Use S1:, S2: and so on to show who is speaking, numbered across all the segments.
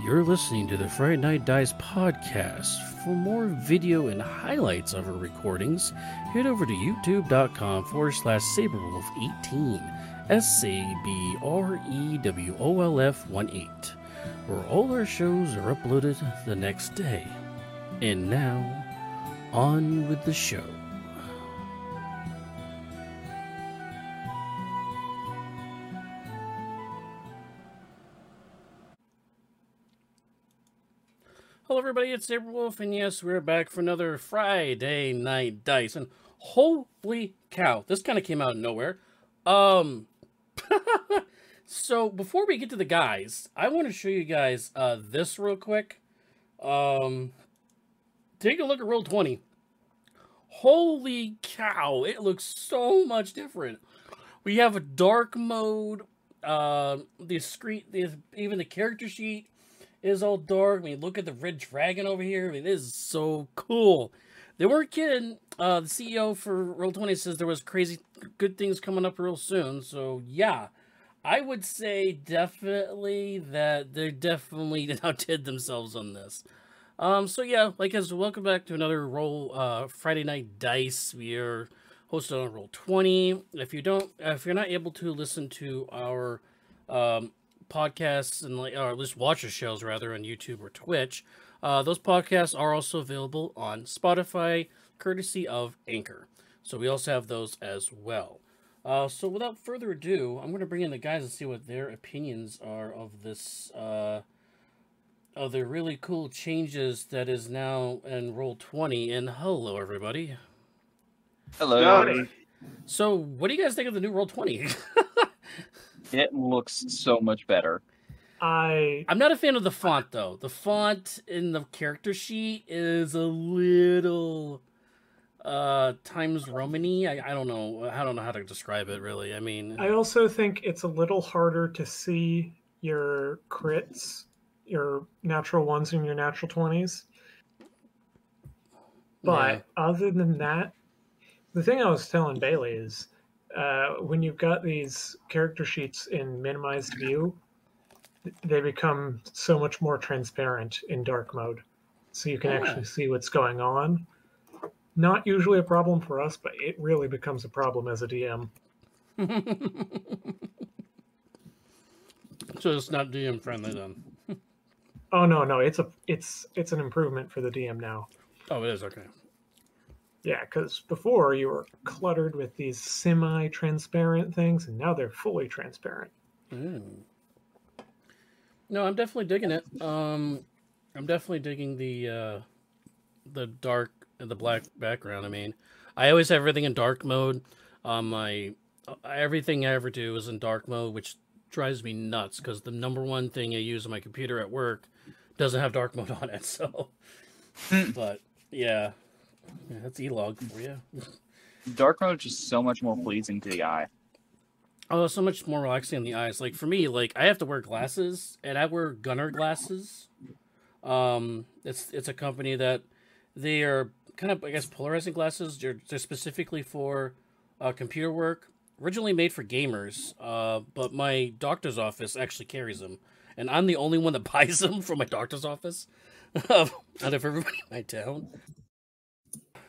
S1: You're listening to the Friday Night Dies podcast. For more video and highlights of our recordings, head over to youtube.com forward slash saberwolf18. S A B R E W O L F 1 8, where all our shows are uploaded the next day. And now, on with the show. Hello, everybody. It's Saberwolf, and yes, we're back for another Friday Night Dice. And holy cow, this kind of came out of nowhere. Um, so before we get to the guys, I want to show you guys uh, this real quick. Um, take a look at Roll Twenty. Holy cow, it looks so much different. We have a dark mode. Um, the screen, the, even the character sheet is all dark. I mean, look at the red dragon over here. I mean, this is so cool. They weren't kidding. Uh, the CEO for Roll Twenty says there was crazy good things coming up real soon. So yeah, I would say definitely that they definitely outdid themselves on this. Um, so yeah, like as welcome back to another Roll uh, Friday Night Dice. We are hosted on Roll Twenty. If you don't, if you're not able to listen to our um, podcasts and like or at least watch the shows rather on YouTube or Twitch. Uh, those podcasts are also available on Spotify, courtesy of Anchor. So we also have those as well. Uh, so without further ado, I'm going to bring in the guys and see what their opinions are of this, uh, of the really cool changes that is now in Roll Twenty. And hello, everybody.
S2: Hello.
S3: Johnny.
S1: So what do you guys think of the new Roll Twenty?
S2: It looks so much better.
S3: I
S1: I'm not a fan of the font though. The font in the character sheet is a little uh times Romany. I, I don't know. I don't know how to describe it really. I mean,
S3: I also think it's a little harder to see your crits, your natural ones and your natural twenties. But
S1: Yeah.
S3: other than that, the thing I was telling Bailey is uh, when you've got these character sheets in minimized view, they become so much more transparent in dark mode. So you can
S1: Yeah.
S3: actually see what's going on. Not usually a problem for us, but it really becomes a problem as a DM.
S1: so it's not DM friendly then.
S3: Oh no, no, it's a it's it's an improvement for the DM now.
S1: Oh, it is okay.
S3: Yeah, because before you were cluttered with these semi-transparent things, and now they're fully transparent.
S1: Mm. No, I'm definitely digging it. Um, I'm definitely digging the uh, the dark the black background. I mean, I always have everything in dark mode. Um, my uh, everything I ever do is in dark mode, which drives me nuts because the number one thing I use on my computer at work doesn't have dark mode on it. So,
S2: Hmm.
S1: but yeah, Yeah, that's e-log for you.
S2: Dark mode is just so much more pleasing to the eye.
S1: Oh, it's so much more relaxing on the eyes. Like for me, like I have to wear glasses, and I wear Gunner glasses. Um, it's it's a company that they are kind of I guess polarizing glasses. They're they're specifically for uh, computer work. Originally made for gamers, uh, but my doctor's office actually carries them, and I'm the only one that buys them from my doctor's office out of everybody in my town.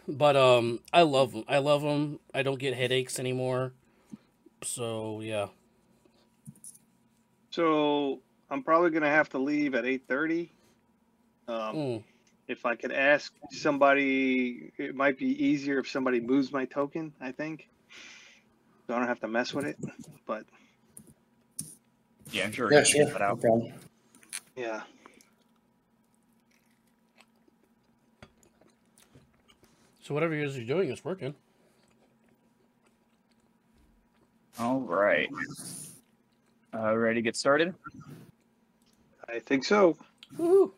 S1: But um, I love them. I love them. I don't get headaches anymore. So yeah.
S4: So I'm probably gonna have to leave at eight thirty. Um,
S1: Mm.
S4: if I could ask somebody, it might be easier if somebody moves my token. I think, so I don't have to mess with it. But
S2: Yeah, I'm sure.
S5: Yeah,
S2: you can
S5: sure.
S2: check that
S5: No
S2: out.
S5: problem.
S4: yeah,
S1: So whatever it is you're doing is working.
S2: All right. Uh, ready to get started?
S4: I think so.
S1: Woo!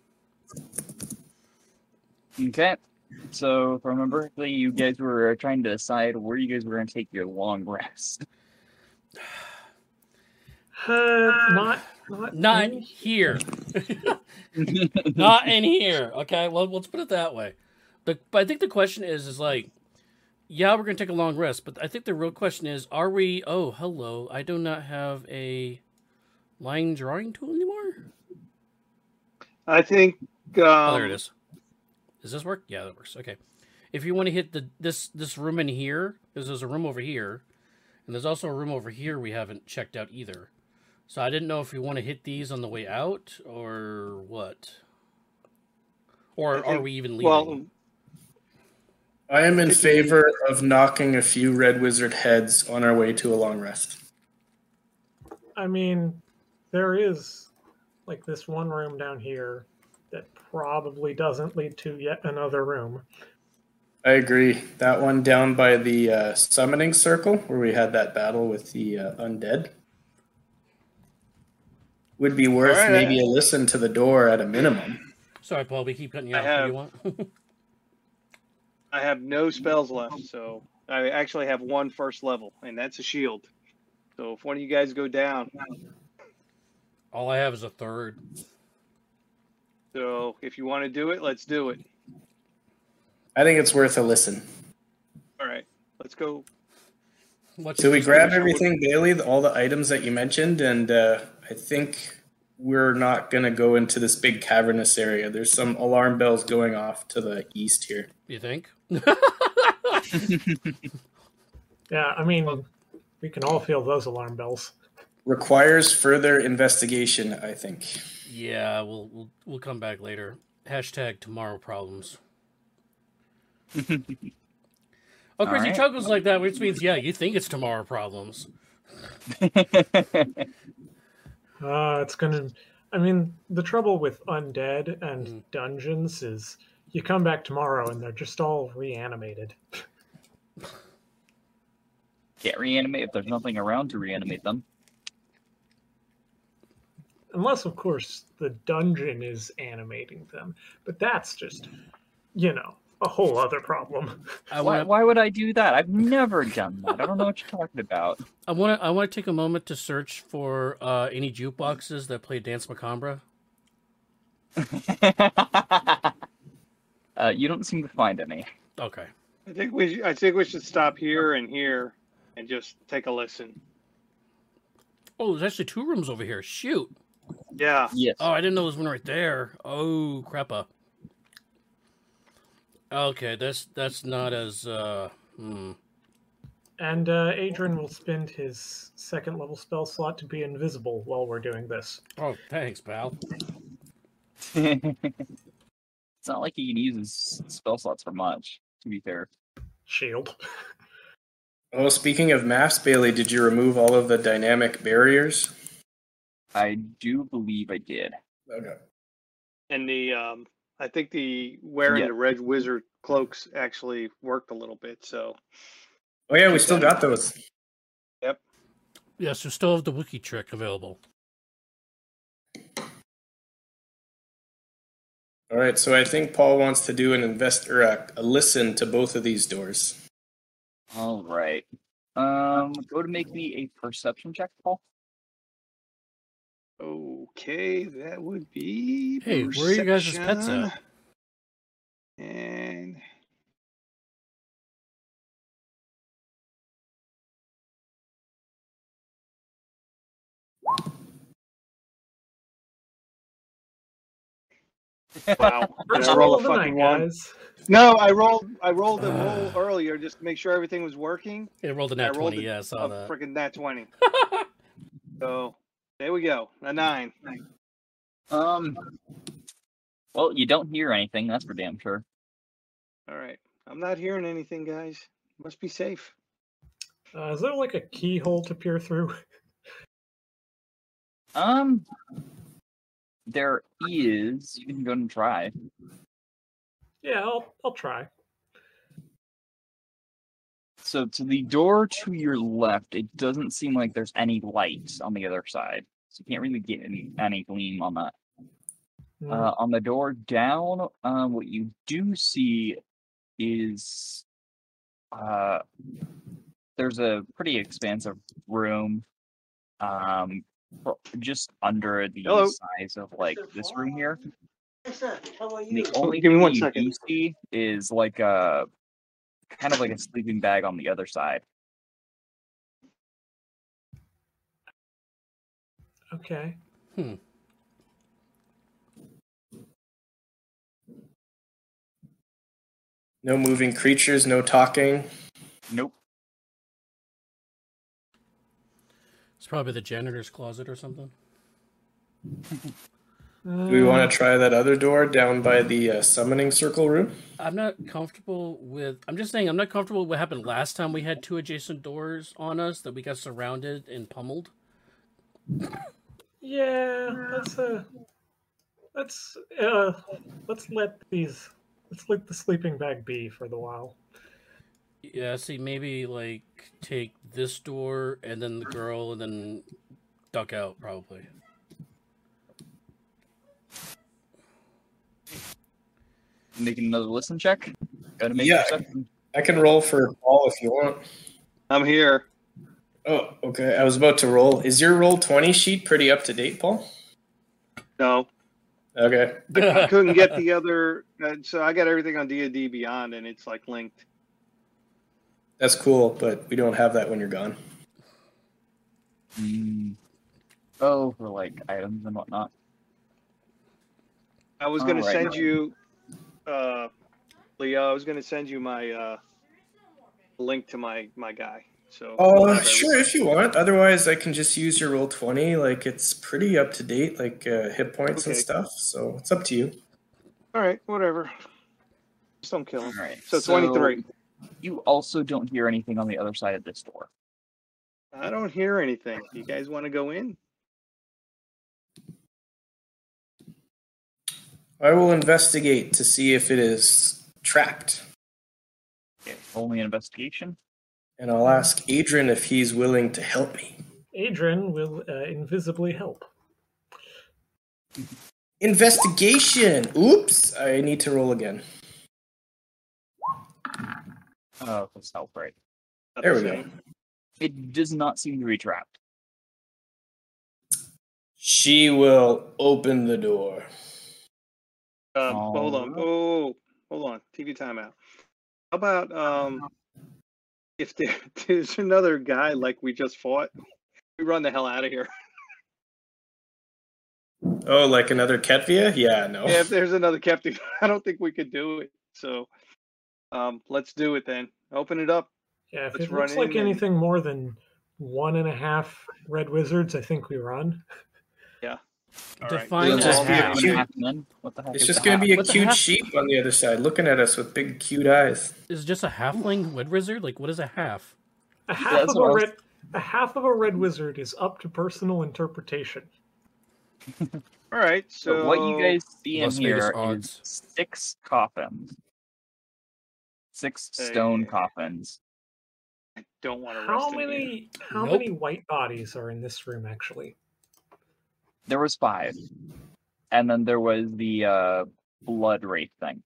S2: Okay. So, if I remember correctly, you guys were trying to decide where you guys were going to take your long rest.
S3: Uh, not not
S1: Not
S3: me.
S1: here. Not in here. Okay. Well, let's put it that way. The, but I think the question is, is like, yeah, we're gonna take a long rest. But I think the real question is, are we? Oh, hello. I do not have a line drawing tool anymore.
S4: I think. Um,
S1: oh, there it is. Does this work? Yeah, that works. Okay. If you want to hit the this this room in here, because there's a room over here, and there's also a room over here we haven't checked out either. So I didn't know if we want to hit these on the way out or what. Or
S4: I
S1: are
S4: think-
S1: we even leaving?
S4: Well,
S5: I am in favor of knocking a few red wizard heads on our way to a long rest.
S3: I mean, there is like this one room down here that probably doesn't lead to yet another room.
S5: I agree. That one down by the uh, summoning circle where we had that battle with the uh, undead would be worth
S4: Alright,
S5: maybe
S4: I-
S5: a listen to the door at a minimum.
S1: Sorry, Paul, we keep cutting you
S4: I
S1: off. What do you want?
S4: I have no spells left, so I actually have one first level, and that's a shield. So if one of you guys go down,
S1: All I have is a third.
S4: so if you want to do it, let's do it.
S5: I think it's worth a listen.
S4: All right, let's go.
S1: What's
S5: So we
S1: this
S5: grab
S1: one?
S5: everything, Bailey, all the items that you mentioned, and uh, I think we're not going to go into this big cavernous area. There's some alarm bells going off to the east here.
S1: You think?
S3: Yeah, I mean, we can all feel those alarm bells.
S5: Requires further investigation, I think.
S1: yeah, we'll, we'll we'll come back later. Hashtag tomorrow problems. oh, Chris,
S2: Alright.
S1: he chuckles like that, which means yeah, you think it's tomorrow problems.
S3: Uh, it's gonna. I mean, the trouble with undead and
S5: Mm.
S1: Mhm.
S3: dungeons is you come back tomorrow and they're just all reanimated.
S2: Can't reanimate if there's nothing around to reanimate them.
S3: Unless, of course, the dungeon is animating them. But that's just, you know, a whole other problem.
S1: I
S2: why,
S1: want
S2: why would I do that? I've never done that. I don't know what you're talking about.
S1: I want to I want to take a moment to search for uh, any jukeboxes that play Dance Macabre.
S2: uh, you don't seem to find any.
S1: Okay.
S4: I think we. I think we should stop here and here, and just take a listen.
S1: Oh, there's actually two rooms over here. Shoot.
S4: Yeah.
S2: Yes.
S1: Oh, I didn't know there was one right there. Oh, crappa. Okay, that's that's not as uh hmm.
S3: And uh, Adrian will spend his second level spell slot to be invisible while we're doing this.
S1: Oh, thanks, pal.
S2: it's not like he can use his spell slots for much, to be fair.
S3: Shield.
S5: Well, Oh, speaking of maps, Bailey, did you remove all of the dynamic barriers?
S2: I do believe I did.
S5: Okay.
S4: And the. Um, I think the wearing
S2: Yeah.
S4: the red wizard cloaks actually worked a little bit. So
S5: Oh yeah, we still got those.
S1: Yes, we still have the wiki trick available.
S5: All right, so I think Paul wants to do an invest or a, a listen to both of these doors.
S2: All right. Um, go to make me a perception check, Paul.
S4: okay, that would be.
S1: Hey, where are you guys' pets
S4: perception.
S1: at?
S4: And wow, Did I roll a fucking one?
S3: guys.
S4: No, I rolled. I rolled a roll
S1: Ah.
S4: earlier just to make sure everything was working.
S1: It rolled a nat
S4: I rolled
S1: twenty.
S4: a-
S1: Yeah, I saw
S4: A
S1: that.
S4: freaking nat twenty. so there we go. A nine.
S2: Um, well, you don't hear anything. That's for damn sure.
S4: All right. I'm not hearing anything, guys. Must be safe.
S3: Uh, is there like a keyhole to peer through?
S2: Um, there is. You can go and try.
S3: yeah, I'll, I'll try.
S2: So to the door to your left, it doesn't seem like there's any lights on the other side. So you can't really get any, any gleam on that.
S3: Mm,
S2: Uh, on the door down, uh, what you do see is uh, there's a pretty expansive room, um, pro- just under the
S4: Hello.
S2: size of like this room here.
S6: How are you?
S2: The only
S4: Oh, give me
S2: thing
S4: one
S2: you
S4: second.
S2: do see is like a kind of like a sleeping bag on the other side.
S3: okay.
S1: Hmm.
S5: No moving creatures, no talking.
S2: Nope.
S1: It's probably the janitor's closet or something.
S5: Do
S3: Hmm.
S5: we want to try that other door down by the uh, summoning circle room?
S1: I'm not comfortable with. I'm just saying, I'm not comfortable with what happened last time. We had two adjacent doors on us that we got surrounded and pummeled.
S3: Yeah, let's uh, let's uh, let's let these let's let the sleeping bag be for the while.
S1: Yeah, see, maybe like take this door and then the girl and then duck out, probably.
S2: Making another listen check. Gotta make
S5: Yeah.
S2: perception.
S5: I can roll for all if you want.
S4: I'm here.
S5: Oh, okay. I was about to roll. Is your roll 20 sheet pretty up to date, Paul?
S4: No,
S5: Okay.
S4: I couldn't get the other. Uh, so I got everything on D and D Beyond, and it's like linked.
S5: That's cool, but we don't have that when you're gone.
S2: Mm. Oh, for like items and whatnot.
S4: I was gonna
S2: All right.
S4: send you, uh, Leo. I was gonna send you my uh, link to my my guy. So
S5: Oh,
S4: I'll have
S5: sure, if you want. Otherwise, I can just use your roll 20. Like, it's pretty up to date, like uh, hit points and
S4: Okay.
S5: stuff. So it's up to you.
S4: All right, whatever. Just don't kill him.
S2: Alright.
S4: So 23.
S2: You also don't hear anything on the other side of this door.
S4: I don't hear anything. You guys want to go in?
S5: I will investigate to see if it is trapped.
S2: Okay. Only an investigation.
S5: And I'll ask Adrian if he's willing to help me.
S3: Adrian will uh, invisibly help.
S5: Investigation! Oops! I need to roll again.
S2: Oh, let's help, right?
S4: Not
S5: There
S4: the
S5: we go.
S4: same.
S2: It does not seem to be trapped.
S5: She will open the door.
S4: Um, hold on.
S2: Alright.
S4: Oh, hold on. TV timeout. How about um, if there, there's another guy like we just fought, we run the hell out of here.
S5: Oh, like another Ketvia? Yeah, no.
S4: Yeah, if there's another captain, I don't think we could do it. So um, let's do it then. Open it up.
S3: Yeah, if
S4: Let's
S3: it looks
S4: run
S3: like
S4: in and-
S3: anything more than one and a half red wizards, I think we run.
S4: All right.
S1: Define
S5: It'll
S2: Is
S5: just
S2: it
S5: be a
S2: half and
S5: cute-
S2: half men? What the heck
S5: It's
S2: is
S5: just
S2: a
S5: going to be a
S1: What the
S5: cute
S1: heck?
S5: sheep on the other side looking at us with big, cute eyes.
S1: Is it just a halfling wood wizard? Like, what is a half?
S3: A half
S2: that's
S3: of
S2: what
S3: a
S2: I was-
S3: red a half of a red wizard is up to personal interpretation.
S4: All right. So,
S2: So what you guys see in
S1: Las Vegas
S2: here
S1: odds.
S2: is six coffins, six stone
S4: Hey.
S2: coffins.
S4: I don't want to.
S3: How many how
S1: Nope.
S3: many white bodies are in this room actually?
S2: There was five, and then there was the uh, blood wraith thing.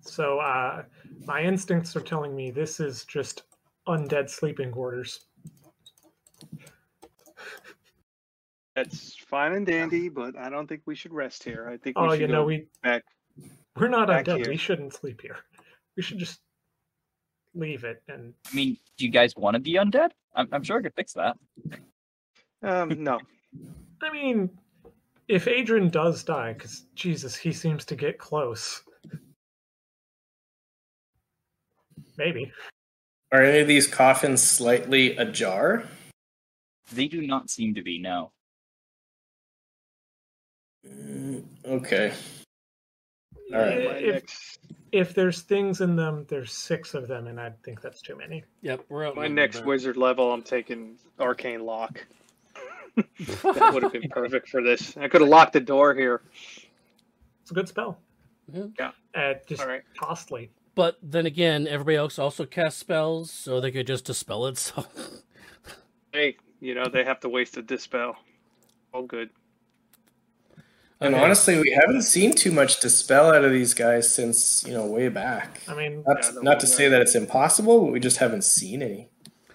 S3: So uh, my instincts are telling me this is just undead sleeping quarters.
S4: That's fine and dandy, but I don't think we should rest here. I think we
S3: Oh,
S4: should
S3: you know
S4: go
S3: we
S4: back.
S3: we're not
S4: back
S3: undead.
S4: here.
S3: We shouldn't sleep here. We should just leave it and
S2: I mean, do you guys want to be undead? I'm, I'm sure I could fix that.
S4: Um, no.
S3: I mean, if Adrian does die, because Jesus, he seems to get close. Maybe.
S5: Are any of these coffins slightly ajar?
S2: They do not seem to be. No.
S5: Mm, Okay. All
S4: Uh,
S5: right.
S4: my
S3: If-
S4: next,
S3: If there's things in them, there's six of them, and I think that's too many.
S1: Yep, we're out.
S4: my next wizard level, I'm taking arcane lock. That would have been perfect for this. I could have locked the door here.
S3: It's a good spell.
S1: Mhm.
S4: Yeah.
S3: Uh, just
S4: All right.
S3: costly.
S1: But then again, everybody else also casts spells, so they could just dispel it. So
S4: Hey, you know they have to waste a dispel. All good.
S5: And
S1: Okay.
S5: honestly, we haven't seen too much dispel out of these guys since, you know, way back.
S3: I mean,
S5: Not,
S4: Yeah, the
S5: not to
S4: one
S5: say that it's impossible, but we just haven't seen any.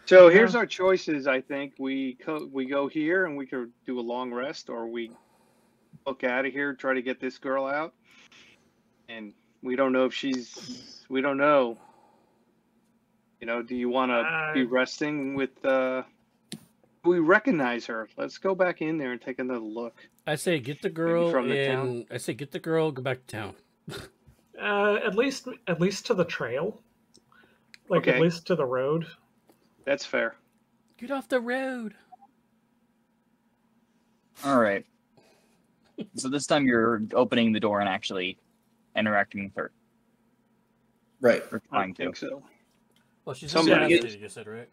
S4: So here's our choices. I think we co- we go here and we could do a long rest, or we look out of here, try to get this girl out, and we don't know if she's. We don't know. You know, do you want to be
S3: Uh,
S4: resting with? uh We recognize her. Let's go back in there and take another look.
S1: I say, get the girl
S4: from the town?
S1: and I say, get the girl, go back to town.
S3: Uh, at least, at least to the trail, like at
S4: Okay.
S3: least to the road.
S4: That's fair.
S1: Get off the road.
S2: All right. so this time you're opening the door and actually interacting with her.
S5: Right.
S2: Or
S4: I
S2: trying to.
S4: think so.
S1: Well, she's
S4: Somebody
S1: incapacitated. You said right.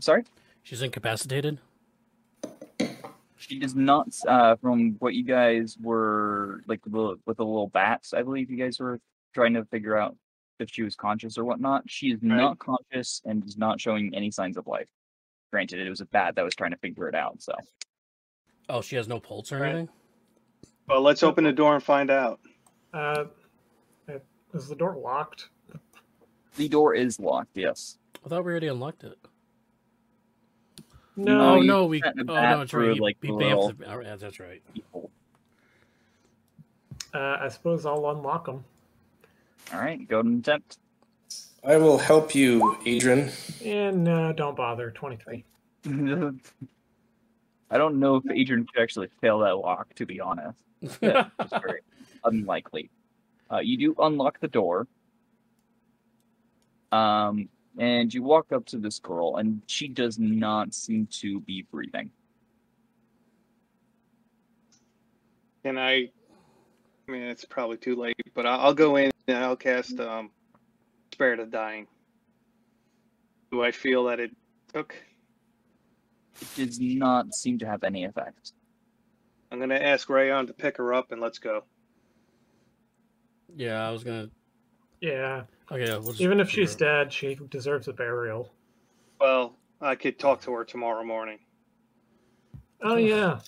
S2: Sorry.
S1: She's incapacitated.
S2: She does not. Uh, from what you guys were like with the, with the little bats, I believe you guys were trying to figure out if she was conscious or whatnot. She is
S4: Right.
S2: not conscious and is not showing any signs of life. Granted, it was a bat that was trying to figure it out. So
S1: Oh, she has no pulse or
S3: Right.
S1: anything.
S4: Well, let's open the door and find out.
S3: Uh, uh, is the door locked?
S2: the door is locked. Yes.
S1: I thought we already unlocked it.
S2: No,
S1: oh
S2: you
S1: no, we. Oh
S2: sent it back
S1: no, it's
S2: through,
S1: right. He,
S2: like,
S1: he
S2: the
S1: bamfed
S2: little-
S1: the- all right, that's right.
S2: People.
S3: Uh, I suppose I'll unlock them.
S2: All right. Go ahead and attempt.
S5: I will help you, Adrian.
S3: And uh, don't bother. Twenty-three.
S2: I don't know if Adrian could actually fail that lock, to be honest. It's very unlikely. Uh, you do unlock the door, um, and you walk up to this girl, and she does not seem to be breathing.
S4: Can I? I mean, it's probably too late, but I- I'll go in and I'll cast um, Spirit of Dying. Do I feel that it took?
S2: It does not seem to have any effect.
S4: I'm gonna ask Rayon to pick her up and let's go.
S1: yeah, I was gonna.
S3: Yeah.
S1: Okay, we'll just
S3: Even if she's
S1: dead.
S3: dead, she deserves a burial.
S4: Well, I could talk to her tomorrow morning.
S3: Oh yeah.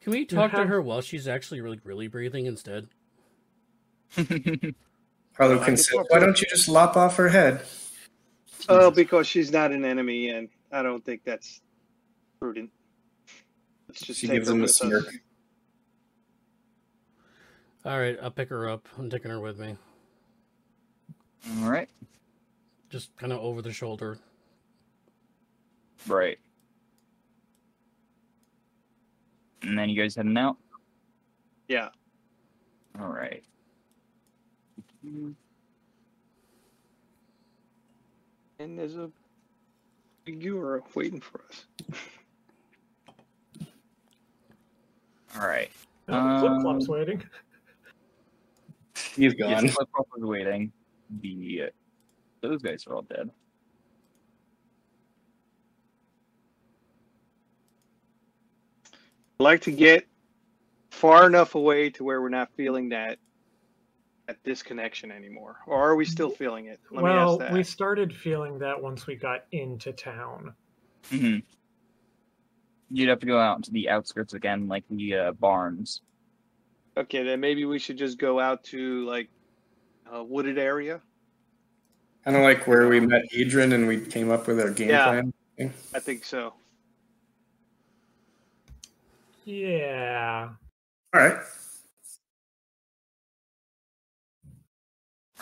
S1: Can we talk to
S3: have-
S1: her while she's actually really, really breathing instead?
S5: Harlow can say, why don't you just lop off her head?
S4: Oh, because she's not an enemy, and I don't think that's prudent. Let's just
S5: She
S4: take
S5: gives
S4: her
S5: him a
S4: with us.
S5: smirk.
S1: All right, I'll pick her up. I'm taking her with me,
S2: All right,
S1: just kind of over the shoulder.
S2: right. And then you guys heading out.
S4: Yeah.
S2: All right.
S4: And there's a figure waiting for us.
S2: All right.
S3: Uh, Flip flops
S2: Um,
S3: waiting.
S2: Yes,
S5: He's gone.
S2: Flip Flop was waiting. The those guys are all dead.
S4: I'd like to get far enough away to where we're not feeling that that disconnection anymore. Or are we still feeling it? Let
S3: well,
S4: me ask that.
S3: we started feeling that once we got into town.
S2: hmm You'd have to go out to the outskirts again, like the uh, barns.
S4: Okay, then maybe we should just go out to like a wooded area.
S5: Kind of like where we met Adrian and we came up with our game
S4: Yeah.
S5: plan.
S4: I think so.
S3: Yeah.
S5: All right.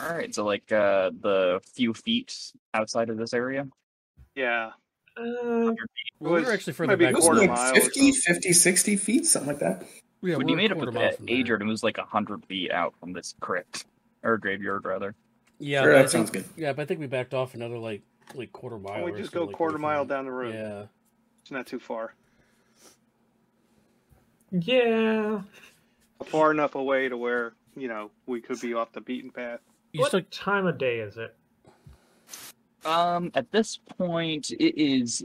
S2: All right, so like uh, the few feet outside of this area.
S4: Yeah.
S3: Uh,
S1: Well, we
S4: was
S1: were actually further
S4: maybe
S1: back.
S4: a
S1: than
S4: quarter
S1: that.
S5: Wasn't
S4: mile
S5: it like
S4: or
S5: 50,
S4: something.
S5: 50, 60 feet, something like that?
S1: Yeah,
S2: when
S1: we're
S2: you
S1: a
S2: made up
S1: quarter
S2: with
S1: mile
S2: that
S1: from there.
S2: Adrian, it was like hundred feet out from this crypt or graveyard, rather.
S1: Yeah,
S5: Sure,
S1: but I
S5: that sounds
S1: think-
S5: good.
S1: Yeah, but I think we backed off another like like quarter mile.
S4: Why don't
S1: or
S4: we just
S1: so,
S4: go
S1: like,
S4: quarter
S1: away from
S4: mile
S1: it.
S4: down the road?
S1: Yeah.
S4: It's not too far.
S3: yeah.
S4: Far enough away to where, you know, we could be off the beaten path.
S1: You
S3: what
S1: still
S3: time of day is it?
S2: Um, at this point, it is.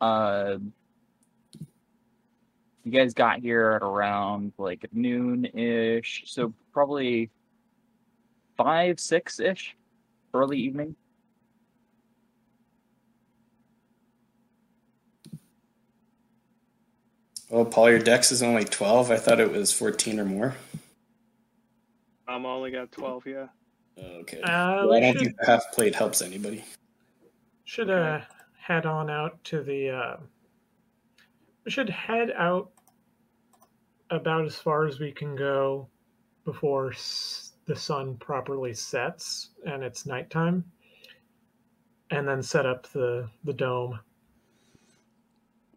S2: Uh, you guys got here at around like noon ish, so probably five, six ish, early evening.
S5: Oh, Paul, your dex is only 12. I thought it was 14 or more.
S4: I'm only got twelve, yeah.
S5: Okay.
S3: Uh,
S5: Well, I
S3: we
S5: don't
S3: should
S5: think the half plate helps anybody.
S3: should uh,
S4: Okay.
S3: head on out to the. Uh, we should head out about as far as we can go before s- the sun properly sets and it's nighttime, and then set up the the dome.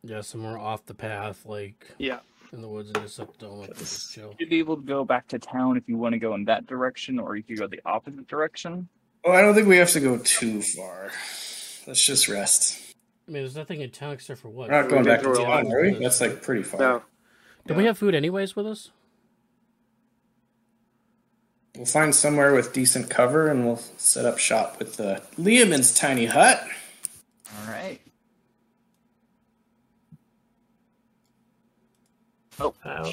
S1: yeah somewhere off the path, like
S4: Yeah.
S1: in the woods and just up to home just chill.
S2: You'd be able to go back to town if you want to go in that direction, or you could go the opposite direction.
S5: Well, Oh, I don't think we have to go too far. Let's just rest.
S1: I mean, there's nothing in town except for what?
S5: We're not going back to
S4: We're
S5: town,
S4: on
S5: are we? That's like pretty far.
S4: No.
S1: Do we have food anyways with us?
S5: We'll find somewhere with decent cover and we'll set up shop with the Liaman's tiny hut.
S2: All right. Oh,
S3: Uh,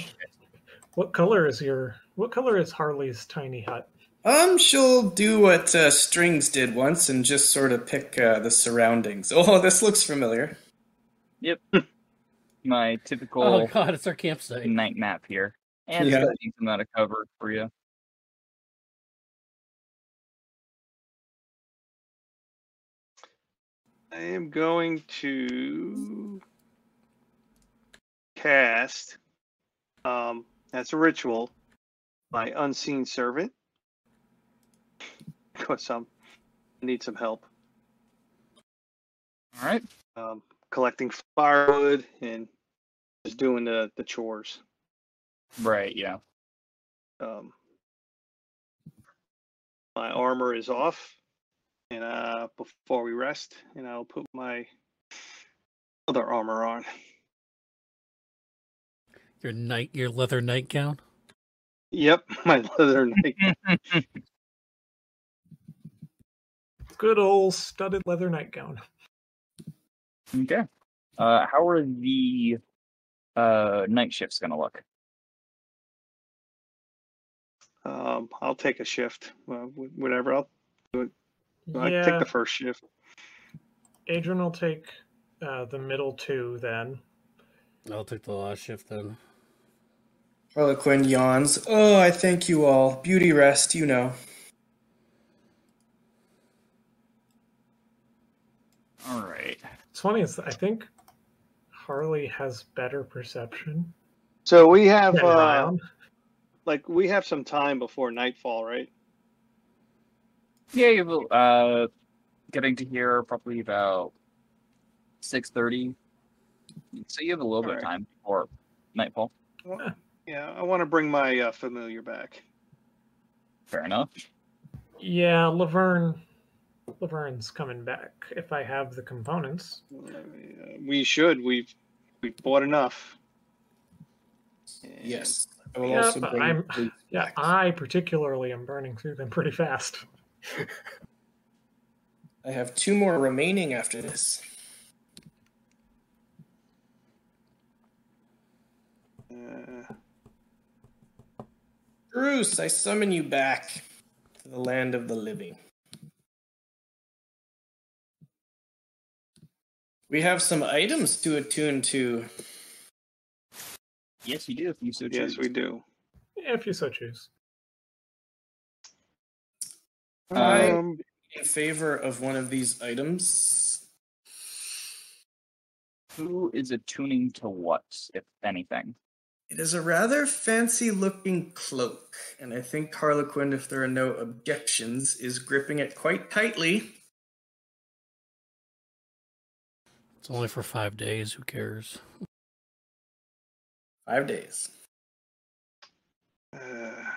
S3: what color is your? What color is Harley's tiny hut?
S5: Um, she'll do what uh, Strings did once and just sort of pick uh, the surroundings. Oh, this looks familiar.
S2: yep. My typical
S1: Oh god, it's our campsite.
S4: Mm.
S2: night map here, and
S5: Yeah.
S2: yeah. it's not a cover for you.
S4: I am going to cast. Um, that's a ritual. My unseen servant. Cause I'm, I need some help.
S2: All right.
S4: Um, collecting firewood and just doing the the chores.
S2: Right. Yeah.
S4: Um, my armor is off, and uh, before we rest, and I'll put my other armor on.
S1: Your night your leather nightgown.
S4: Yep, my leather knight.
S3: Good old studded leather nightgown.
S2: Okay. Uh, how are the uh, night shifts going to look?
S4: Um, I'll take a shift, well, wh- whatever. I'll I
S3: yeah,
S4: take the first shift.
S3: Adrian will take uh, the middle two then.
S1: I'll take the last shift then.
S5: Harlequin yawns. Oh, I thank you all. Beauty rest, you know.
S2: All right.
S3: It's funny. Is I think Harley has better perception.
S4: So we have
S3: than
S4: uh,
S3: Ryan.
S4: like we have some time before nightfall, right?
S2: Yeah, you will, uh, getting to here probably about six thirty. So you have a little bit of
S4: Alright.
S2: time before nightfall.
S4: Yeah, I want to bring my uh, familiar back.
S2: Fair enough.
S3: Yeah, Laverne. Laverne's coming back. If I have the components,
S4: Uh, we should. We've we've bought enough. And
S5: Yes. I will
S3: Yeah,
S5: also
S3: but
S5: bring
S3: I'm-
S5: the
S3: yeah, I particularly am burning through them pretty fast.
S5: I have two more remaining after this.
S4: Uh,
S5: Bruce, I summon you back to the land of the living. We have some items to attune to.
S2: Yes, you do. If you so
S4: yes,
S2: choose.
S4: we do.
S3: If you so choose.
S5: I-
S4: Um,
S5: In favor of one of these items,
S2: Who is attuning to what, if anything?
S5: it is a rather fancy looking cloak, and I think Harlequin, if there are no objections, is gripping it quite tightly.
S1: It's only for five days, who cares?
S5: Five days.
S4: uh,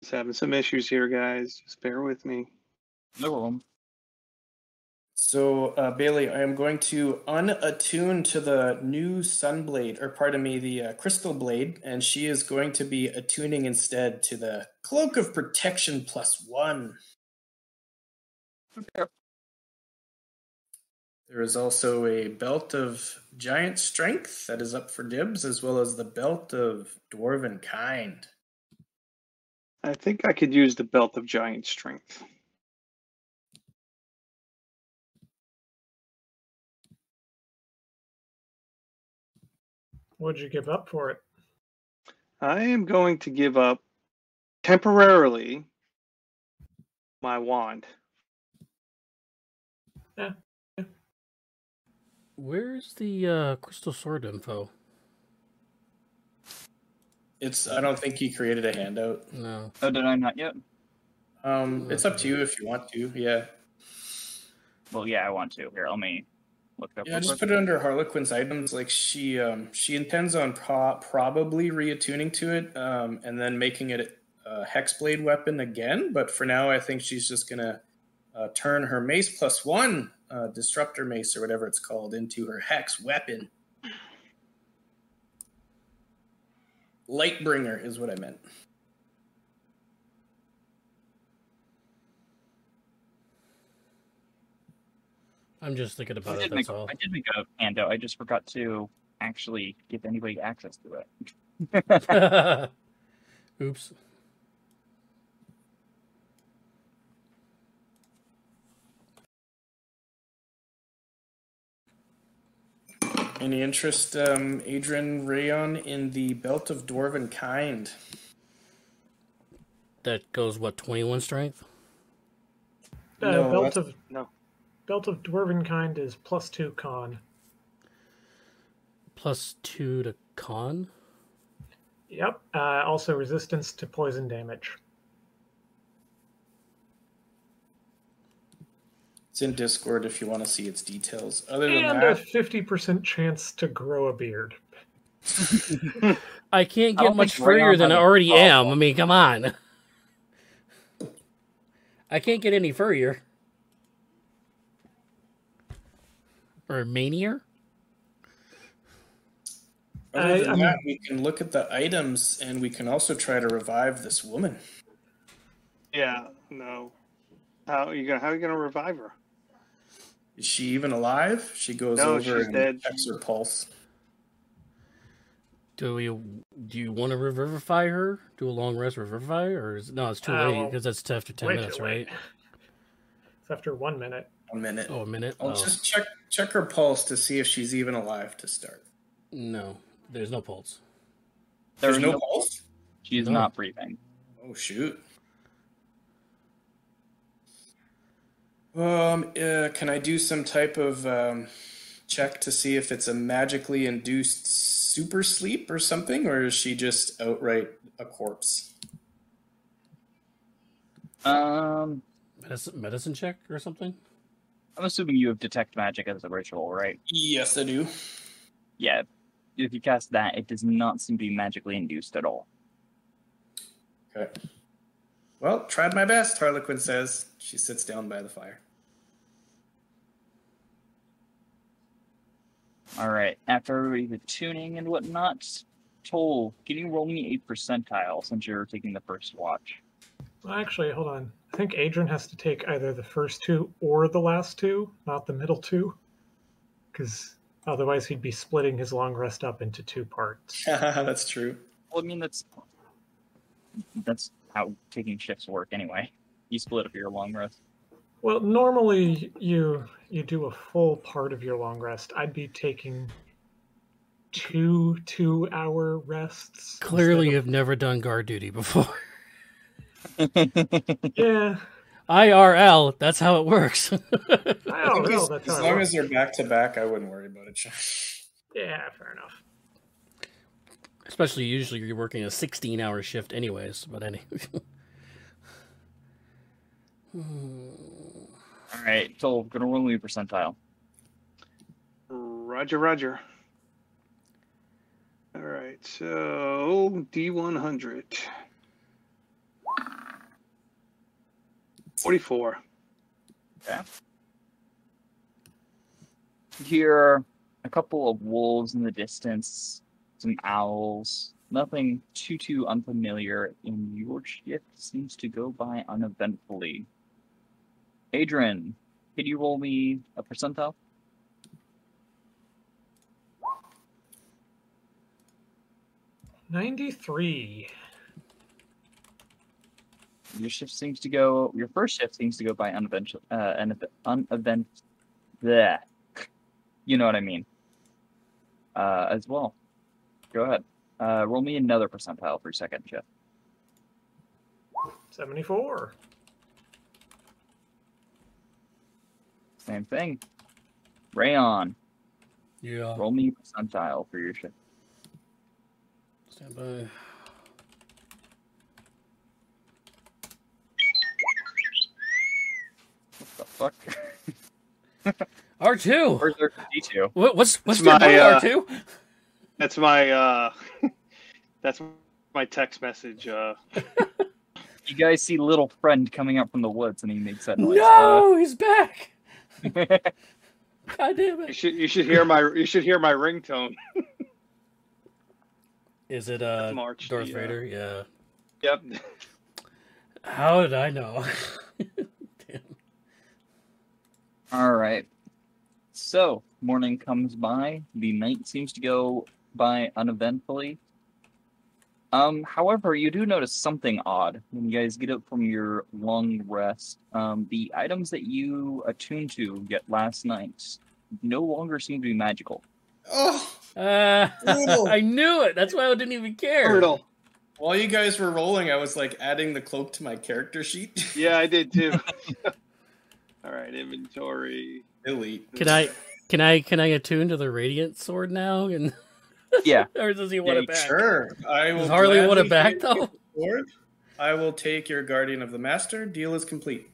S4: just having some issues here, guys. Just bear with me.
S2: No problem.
S5: So, uh, Bailey, I am going to unattune to the new Sunblade, or pardon me, the uh, Crystal Blade, and she is going to be attuning instead to the Cloak of Protection plus one.
S2: Okay.
S5: There is also a Belt of Giant Strength that is up for dibs, as well as the Belt of Dwarven Kind.
S4: I think I could use the belt of giant strength.
S3: Would you give up for it?
S4: I am going to give up temporarily my wand.
S1: Where's the uh, crystal sword info?
S5: It's I don't think he created a handout.
S1: No.
S2: Oh, did I not yet?
S5: Um, it's up to you if you want to. Yeah.
S2: Well, yeah, I want to. Here, let me Look it up.
S5: Yeah,
S2: real
S5: just
S2: quick.
S5: put it under Harlequin's items. Like she um, she intends on pro- probably reattuning to it um, and then making it a hexblade weapon again. But for now, I think she's just gonna uh, turn her mace plus one uh, disruptor mace or whatever it's called into her hex weapon. Lightbringer is what I meant.
S1: I'm just thinking
S2: I
S1: about it.
S2: did, make,
S1: That's all.
S2: I did make a handout. I just forgot to actually give anybody access to it.
S1: Oops.
S5: Any interest, um, Adrian Rayon, in the Belt of Dwarven Kind?
S1: That goes what 21 strength.
S3: Uh,
S5: No,
S3: belt
S5: that's-
S3: of
S4: no.
S3: Belt of dwarven kind is plus two con.
S1: plus two to con.
S3: Yep. Uh, also resistance to poison damage.
S5: It's in Discord if you want to see its details. Other than
S3: And a
S5: that,
S3: fifty percent chance to grow a beard.
S1: I can't get
S2: I don't
S1: much
S2: think Rayon
S1: further than I
S2: has a
S1: already
S2: problem.
S1: am. I mean, come on. I can't get any furrier. Or manier?
S5: other
S3: I-
S5: than
S3: I mean-
S5: that, we can look at the items and we can also try to revive this woman.
S4: Yeah, no. How you gonna how you gonna revive her?
S5: Is she even alive? She goes
S4: No,
S5: over
S4: she's
S5: and
S4: dead.
S5: checks her pulse.
S1: Do we? Do you want to revivify her? Do a long rest revivify, or is no? It's too
S3: Uh,
S1: late
S5: Oh.
S3: well,
S1: because that's after ten
S3: Wait till
S1: minutes,
S3: late.
S1: right?
S3: It's after one minute.
S5: One minute.
S1: Oh, a minute.
S5: I'll
S1: Oh,
S5: just check check her pulse to see if she's even alive to start.
S1: No, there's no pulse.
S2: There
S5: There's
S2: is
S5: no,
S2: no-
S5: pulse.
S2: She is
S1: No.
S2: not breathing.
S5: Oh shoot. Um, uh, can I do some type of um, check to see if it's a magically induced super sleep or something, or is she just outright a corpse?
S2: Um,
S1: Medicine, medicine check or something.
S2: I'm assuming you have detect magic as a ritual, right?
S5: Yes, I do.
S2: Yeah. If you cast that, it does not seem to be magically induced at all.
S5: Okay. Well, tried my best, Harlequin says. She sits down by the fire.
S2: All right. After the tuning and whatnot, Toll, can you roll me a percentile since you're taking the first watch?
S3: Well, actually, hold on. I think Adrian has to take either the first two or the last two, not the middle two, because otherwise he'd be splitting his long rest up into two parts.
S5: That's true.
S2: Well, I mean that's that's how taking shifts work anyway. You split up your long rest.
S3: Well, normally you you do a full part of your long rest. I'd be taking two two hour rests.
S1: Clearly,
S3: instead
S1: you've never done guard duty before.
S3: of- yeah.
S1: IRL. That's how it works.
S3: I
S5: I
S3: don't
S5: think
S3: know.
S5: as,
S3: That's
S5: as
S3: how it
S5: long
S3: works.
S5: as they're back to back, I wouldn't worry about it. Sean.
S3: yeah, fair enough.
S1: Especially usually you're working a 16 hour shift anyways, but any
S2: All right, Toll, gonna roll me a percentile.
S4: Roger, Roger. All right, so D100. 44.
S2: You hear a couple of wolves in the distance, some owls. Nothing too too unfamiliar, and your shift seems to go by uneventfully. Adrian, can you roll me a percentile?
S3: Ninety three.
S2: Your shift seems to go. Your first shift seems to go by unevent. Uh, unevent. unevent bleh. You know what I mean. Uh, as well. Go ahead. Uh, roll me another percentile for second shift.
S3: 74.
S2: Same thing. Rayon,
S1: Yeah.
S2: roll me a percentile for your shift.
S1: Stand by.
S2: What the fuck?
S1: R two.
S2: Where's their D2?
S1: What, what's what's
S4: It's
S1: their
S4: my,
S1: R
S4: uh,
S1: two?
S4: That's my uh that's my text message uh
S2: You guys see little friend coming up from the woods and he makes that noise. Uh,
S4: uh,
S1: No, he's back. God damn
S4: you
S1: it!
S4: should you should hear my you should hear my ringtone.
S1: Is it uh
S4: That's March,
S1: Darth
S4: the, uh,
S1: Vader? Yeah.
S4: Yep.
S1: How did I know?
S2: All right. So, morning comes by. The night seems to go by uneventfully. Um, however, you do notice something odd when you guys get up from your long rest. Um, the items that you attuned to get last night no longer seem to be magical.
S5: Oh,
S1: Uh,
S5: Brutal.
S1: I knew it. That's why I didn't even care.
S4: Brutal.
S5: while you guys were rolling, I was like adding the cloak to my character sheet.
S4: Yeah, I did too. All right, inventory.
S5: Elite.
S1: Can I? Can I? Can I attune to the radiant sword now? And
S2: Yeah.
S1: or does he want
S2: Yeah,
S1: it back?
S5: Sure. I will
S1: Does Harley want it
S5: gladly
S1: back
S5: take
S1: though?
S5: the sword. I will take your Guardian of the Master. Deal is complete.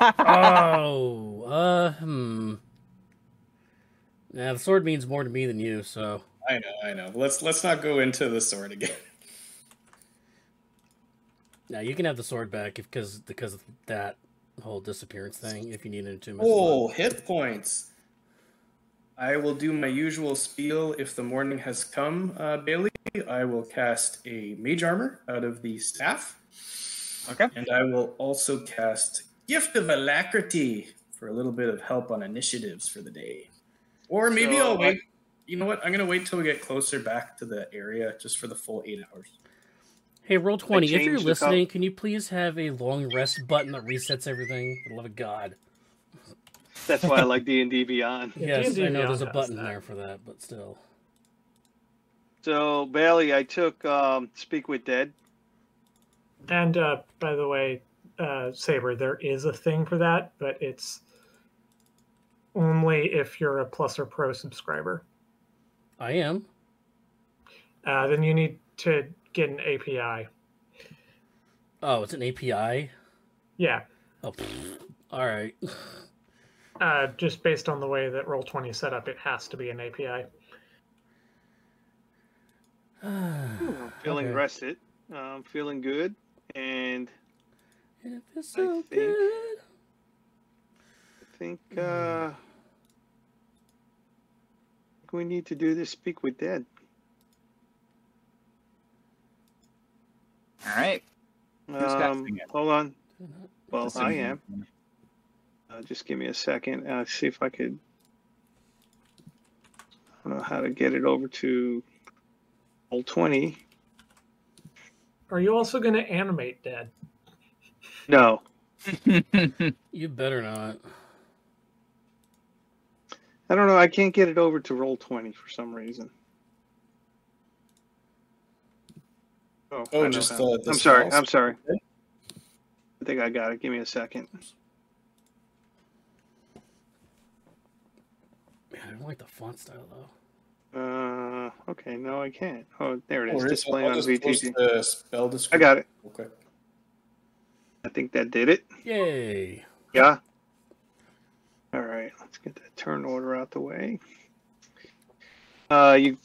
S1: oh, uh, hmm. Now the sword means more to me than you, so
S5: I know, I know. Let's let's not go into the sword again.
S1: now you can have the sword back because because of that whole disappearance thing. If you needed to,
S5: Oh, hit points. I will do my usual spiel if the morning has come, uh, Bailey. I will cast a mage armor out of the staff.
S2: Okay.
S5: And I will also cast Gift of Alacrity for a little bit of help on initiatives for the day. Or maybe
S4: So,
S5: I'll
S4: I-
S5: wait. You know what? I'm going to wait till we get closer back to the area just for the full eight hours.
S1: hey, roll twenty. If you're
S4: changed the top-
S1: listening, can you please have a long rest button that resets everything? For the love of God.
S4: That's why I like D and D Beyond.
S3: Yeah,
S1: yes,
S3: D&D
S1: I know there's a
S3: Beyond has
S1: button
S3: that.
S1: there for that, but still.
S4: So Bailey, I took um, Speak with Dead.
S3: And uh, by the way, uh, Saber, there is a thing for that, but it's only if you're a Plus or Pro subscriber.
S1: I am.
S3: Uh, then you need to get an API.
S1: Oh, it's an API.
S3: Yeah,
S1: Oh, pfft. all right.
S3: uh, just based on the way that Roll20 set up, it has to be an API.
S4: I'm feeling
S1: Okay.
S4: rested. I'm feeling good, and
S1: And it feels
S4: I
S1: so
S4: think-
S1: good.
S4: I think
S1: Hmm.
S4: uh, we need to do this. Speak with Dead.
S2: All right. Who's
S4: Um,
S2: casting it?
S4: hold on.
S1: Mm-hmm.
S4: Well,
S2: Just
S4: I
S2: in-
S4: am. Uh, just give me a second. Uh, see if I could. I don't know how to get it over to roll twenty.
S3: Are you also going to animate Dead?
S4: No,
S1: You better not.
S4: I don't know. I can't get it over to roll twenty for some reason. Oh, I
S5: Oh,
S4: know
S5: just,
S4: how.
S5: uh,
S4: I'm
S5: this
S4: sorry.
S5: falls?
S4: I'm sorry. I think I got it. Give me a second.
S1: Man, I don't like the font style though.
S4: Uh, okay. No, I can't. Oh, there it is.
S5: Or is-
S4: Display
S5: I'll
S4: on
S5: just post
S4: VTT.
S5: the spell
S4: I
S5: description
S4: got it.
S5: real quick.
S4: I think that did it.
S1: Yay!
S4: Yeah. All right, let's get that turn order out the way. Uh, you.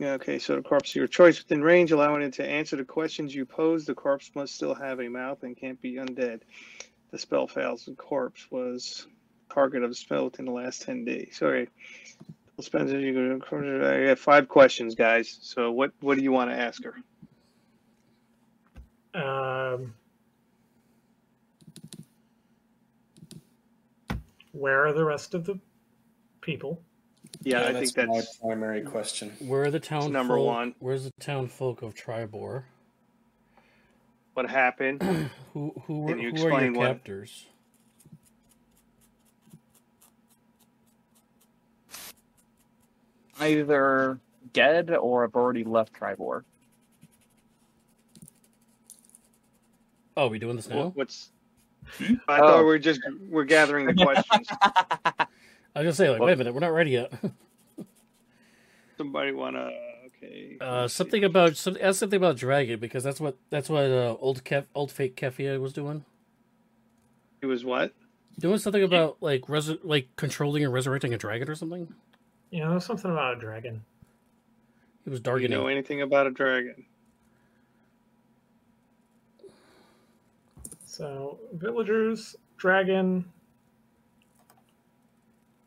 S4: yeah, Okay, so the corpse is your choice within range, allowing it to answer the questions you pose. The corpse must still have a mouth and can't be undead. The spell fails. The corpse was target of the spell within the last ten days. Sorry. Spencer, you go. I have five questions, guys. So what what do you want to ask her?
S3: Um, where are the rest of the people?
S4: Yeah, I think that's
S5: my primary question.
S1: Where are the town
S4: number
S1: folk-
S4: one.
S1: Where's the town folk of Tribor?
S4: what happened.
S1: Who who, were,
S4: Can you
S1: who are your
S4: explain what-
S1: captors?
S2: Either dead or I've already left Tribor.
S1: Oh, are we doing this
S4: Wha-
S1: now?
S4: What's? I thought
S2: Oh.
S4: we were just we're gathering the questions.
S1: I was gonna say like, wait a minute, we're not ready yet.
S4: Somebody wanna? Okay.
S1: Uh, something about some, ask something about dragon because that's what that's what uh, old Kef, old fake Kefia was doing.
S4: It was what?
S1: Doing something about like res- like controlling and resurrecting a dragon or something.
S3: You know, something about a dragon.
S1: It was
S4: Do you
S1: darkening.
S4: know anything about a dragon?
S3: So villagers, dragon.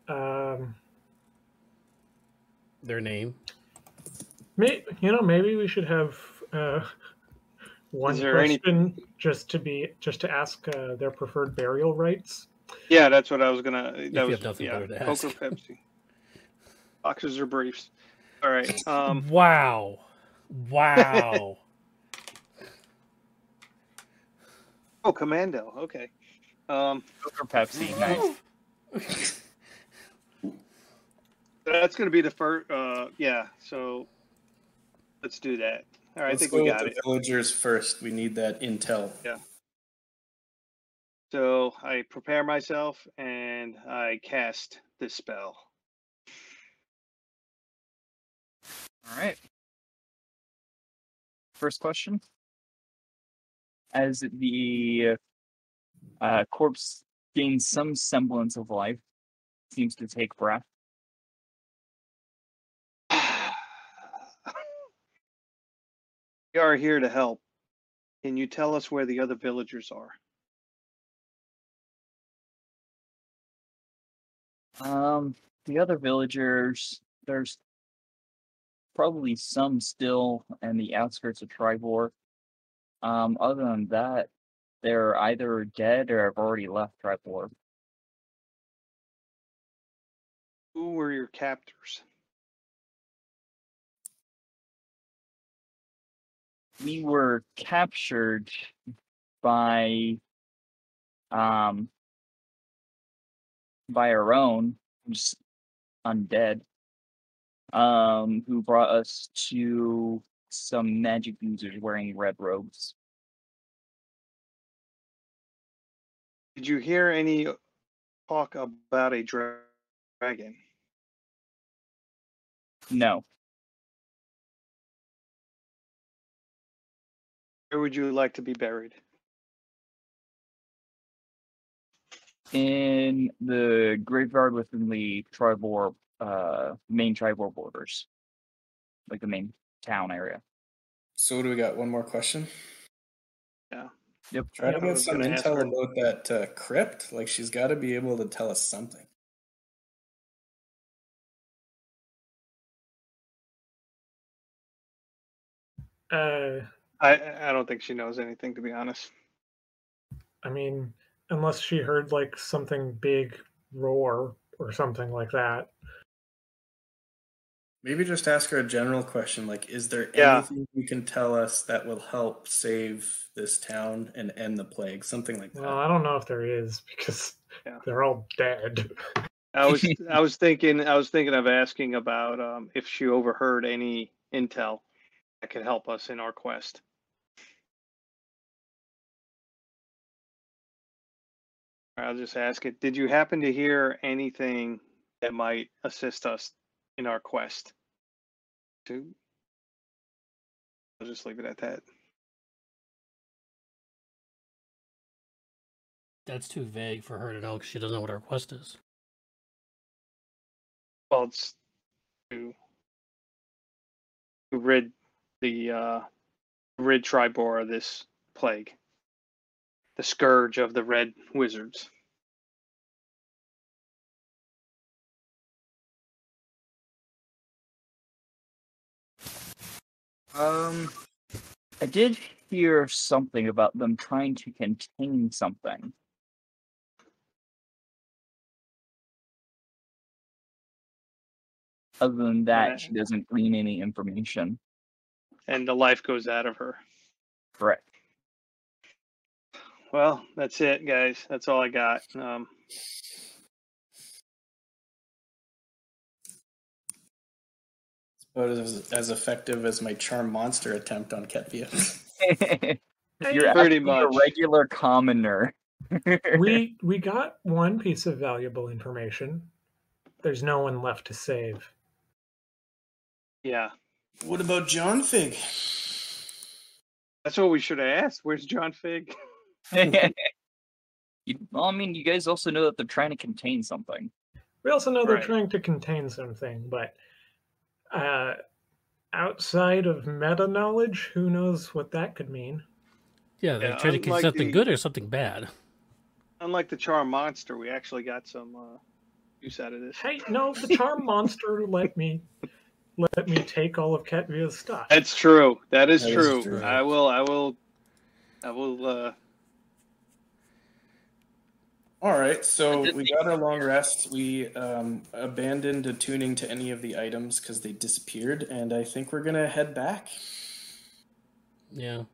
S3: Um,
S1: Their name.
S3: may, you know, maybe we should have uh, one
S4: Is there any-
S3: question just to be just to ask uh, their preferred burial rites.
S4: Yeah, that's what I was gonna. That
S1: you
S4: was
S1: have nothing
S4: yeah,
S1: better to
S4: Coke
S1: ask.
S4: or Pepsi. Boxes or briefs. All right. Um,
S1: wow. Wow.
S4: oh, Commando. Okay. Um,
S2: Coke or Pepsi. Nice.
S4: that's gonna be the first. Uh, yeah. So let's do that. All right, I
S5: Let's
S4: think
S5: go
S4: we
S5: with
S4: got
S5: the
S4: it.
S5: villagers first. We need that intel.
S4: So I prepare myself and I cast this spell.
S2: All right. First question. As the uh, corpse gains some semblance of life, seems to take breath.
S4: we are here to help. Can you tell us where the other villagers are?
S2: Um, the other villagers, there's probably some still in the outskirts of Tribor. Um, other than that, they're either dead or have already left Tribor.
S4: Who were your captors?
S2: we were captured by um by our own just undead um who brought us to some magic users wearing red robes
S4: Did you hear any talk about a dra- dragon?
S2: no
S4: Where would you like to be buried?
S2: in the graveyard within the tribal uh main tribal borders like the main town area
S5: So what do we got? One more question.
S2: yep
S4: Yeah,
S5: Try to
S4: I
S5: get
S4: was
S5: some
S4: gonna ask
S5: intel
S4: her.
S5: about that uh, crypt. Like she's got to be able to tell us something.
S3: Uh,
S4: I I I don't think she knows anything to be honest.
S3: I mean, unless she heard like something big roar or something like that.
S5: Maybe just ask her a general question like, is there
S4: Yeah.
S5: anything you can tell us that will help save this town and end the plague? Something like that.
S3: Well, I don't know if there is because
S4: Yeah.
S3: they're all dead.
S4: I was I was thinking I was thinking of asking about um, if she overheard any intel that could help us in our quest. I'll just ask it. Did you happen to hear anything that might assist us in our quest? To I'll just leave it at that.
S1: That's too vague for her to know 'cause she doesn't know what our quest is.
S4: Well, it's to to rid the uh, rid Tribor of this plague, the scourge of the red wizards.
S2: Um, I did hear something about them trying to contain something. Other than that, she doesn't glean any information.
S4: and the life goes out of her.
S2: Correct.
S4: Well, that's it, guys. That's all I got. Um,
S5: It's about as, as effective as my charm monster attempt on Ketvia.
S2: You're
S4: Pretty
S2: actually a
S4: much.
S2: regular commoner.
S3: we we got one piece of valuable information. There's no one left to save.
S4: yeah,
S5: what about John Fig?
S4: that's what we should have asked. Where's John Fig?
S2: You, well, I mean, you guys also know that they're trying to contain something.
S3: We also know they're
S4: Right.
S3: trying to contain something, but uh, outside of meta knowledge, who knows what that could mean?
S1: Yeah, they're
S4: Yeah,
S1: trying to get
S4: unlike
S1: something
S4: the-
S1: good or something bad.
S4: Unlike the charm monster, we actually got some uh, use out of this.
S3: Hey, no, the charm monster let me let me take all of Catvia's stuff.
S4: That's true. That is
S5: That is
S4: true.
S5: true. Um,
S4: I will. I will. I will. Uh,
S5: All right, so
S2: I did
S5: we
S2: think-
S5: got our long rest. We um, abandoned attuning to any of the items because they disappeared, and I think we're gonna head back.
S1: Yeah.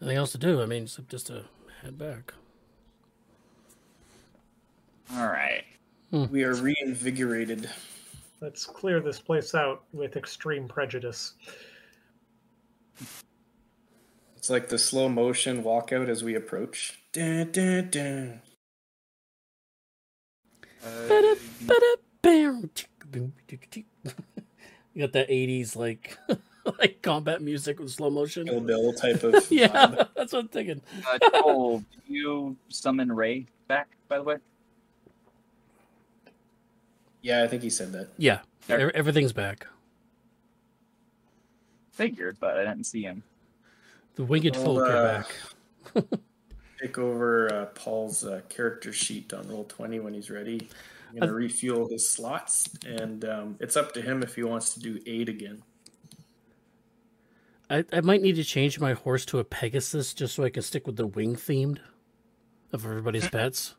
S1: Nothing else to do. I mean, except just to head back.
S2: All right.
S5: We are reinvigorated.
S3: Let's clear this place out with extreme prejudice.
S5: It's like the slow motion walkout as we approach. Dun, dun, dun.
S2: Uh,
S1: Ba-da, ba-da, bam. You got that '80s like like combat music with slow
S5: Kill
S1: motion.
S5: Bill type of vibe.
S1: Yeah, that's what I'm thinking.
S2: Uh, Cole, do you summon Ray back, by the way?
S5: Yeah, I think he said that.
S1: Yeah,
S2: There.
S1: ev- everything's back.
S2: Figured, but I didn't see him.
S1: The winged
S5: Well,
S1: folk are
S5: uh,
S1: back.
S5: Take over uh, Paul's uh, character sheet on roll twenty when he's ready. I'm gonna refuel his slots, and um, it's up to him if he wants to do eight again.
S1: I, I might need to change my horse to a Pegasus just so I can stick with the wing themed of everybody's pets.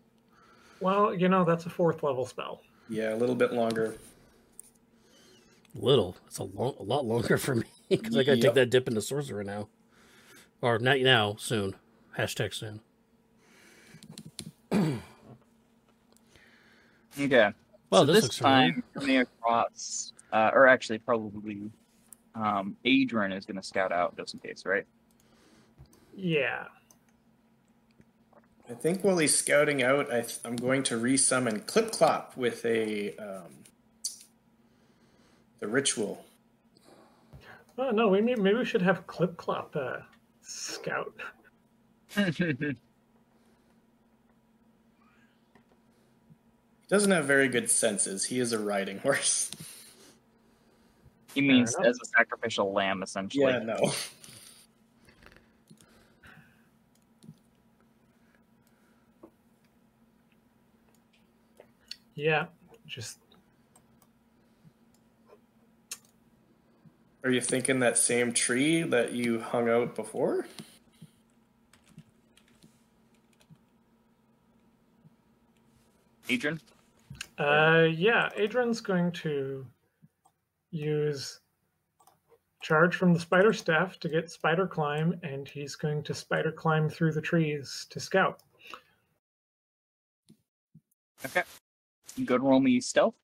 S3: Well, you know, that's a fourth level spell.
S5: Yeah, a little bit longer.
S1: Little. It's a, long, a lot longer for me because I got to
S5: Yep.
S1: take that dip into sorcerer now. Or not now, soon. Hashtag soon.
S2: Okay.
S1: Well,
S2: so
S1: this
S2: this,
S1: looks familiar.
S2: time, coming across, uh, or actually, probably um, Adrian is going to scout out just in case, right?
S3: Yeah.
S5: I think while he's scouting out, I th- I'm going to resummon Clip Clop with a um, the ritual.
S3: Oh no, we may, maybe we should have Clip Clop uh, scout.
S5: He doesn't have very good senses. He is a riding horse.
S2: he means
S3: enough.
S2: as a sacrificial lamb, essentially.
S5: Yeah, no.
S3: Yeah, just
S5: Are you thinking that same tree that you hung out before?
S2: Adrian?
S3: Uh, yeah, Adrian's going to use charge from the spider staff to get spider climb, and he's going to spider climb through the trees to scout.
S2: You go to roll me stealth?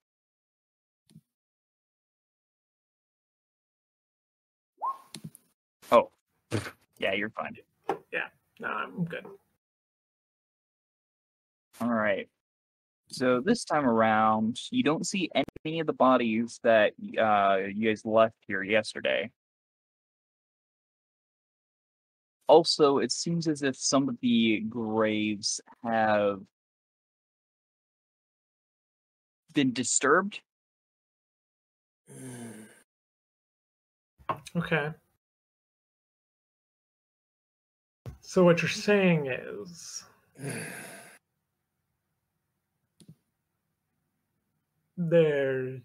S2: Oh. Yeah, you're fine.
S3: No, I'm good.
S2: All right. So this time around, you don't see any of the bodies that uh, you guys left here yesterday. Also, it seems as if some of the graves have been disturbed.
S3: Okay. So what you're saying is there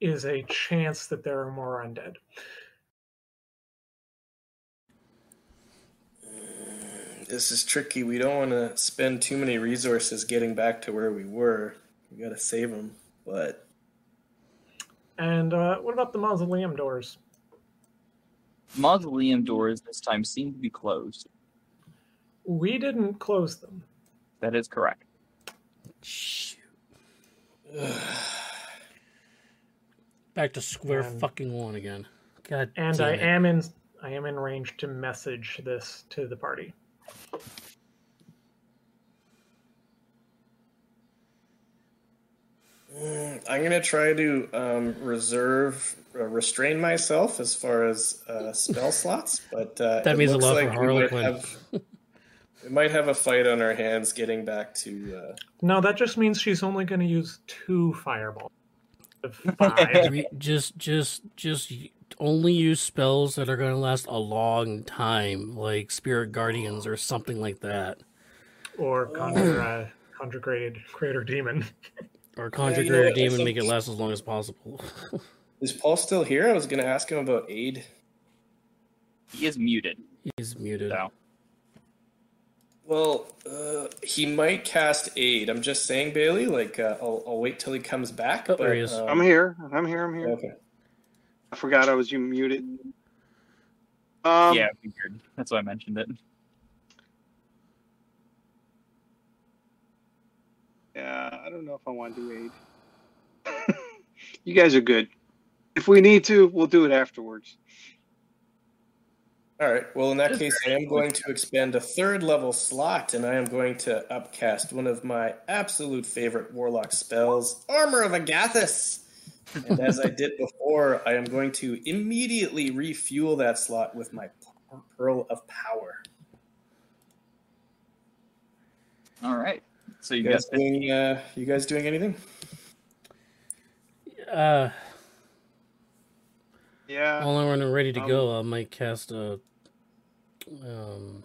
S3: is a chance that there are more undead.
S5: This is tricky. We don't want to spend too many resources getting back to where we were. We gotta save them, but
S3: And uh, what about the mausoleum doors?
S2: Mausoleum doors this time seem to be closed.
S3: We didn't close them.
S2: That is correct.
S1: Shoot. Back to square
S3: And-
S1: fucking one again. God
S3: And
S1: damn
S3: I
S1: it.
S3: am in I am in range to message this to the party.
S5: Mm, I'm gonna try to um, reserve, uh, restrain myself as far as uh, spell slots, but uh,
S1: That
S5: it
S1: means a
S5: looks
S1: lot for
S5: like we might
S1: Harlequin.
S5: have We might have a fight on our hands getting back to. Uh,
S3: No, that just means she's only going to use two fireballs. of Five.
S1: Re- just, just, just y- only use spells that are going to last a long time, like spirit guardians or something like that,
S3: or conjure uh, conjure created creator demon.
S1: or conjure
S5: you know
S1: greater
S5: what, I
S1: demon,
S5: think-
S1: make it last as long as possible.
S5: is Paul still here? I was going to ask him about aid.
S2: He is muted,
S1: He's muted.
S2: so
S5: Well, uh, he might cast aid. I'm just saying, Bailey. Like, uh, I'll, I'll wait till he comes back.
S1: Oh, there he is.
S5: um,
S4: I'm here. I'm here. I'm here.
S5: Okay.
S4: I forgot I was you muted. Um,
S2: yeah, figured. That's why I mentioned it.
S4: Yeah, I don't know if I want to do aid. you guys are good. If we need to, we'll do it afterwards.
S5: All right. Well, in that case, I am going to expend a third level slot, and I am going to upcast one of my absolute favorite warlock spells, Armor of Agathis. And as I did before, I am going to immediately refuel that slot with my Pearl of Power.
S2: All right. So you
S5: You guys
S2: guys,
S5: doing? Uh, you guys doing anything?
S1: Uh,
S4: Yeah.
S1: While I'm ready to
S4: Um,
S1: go, I might cast a. Um,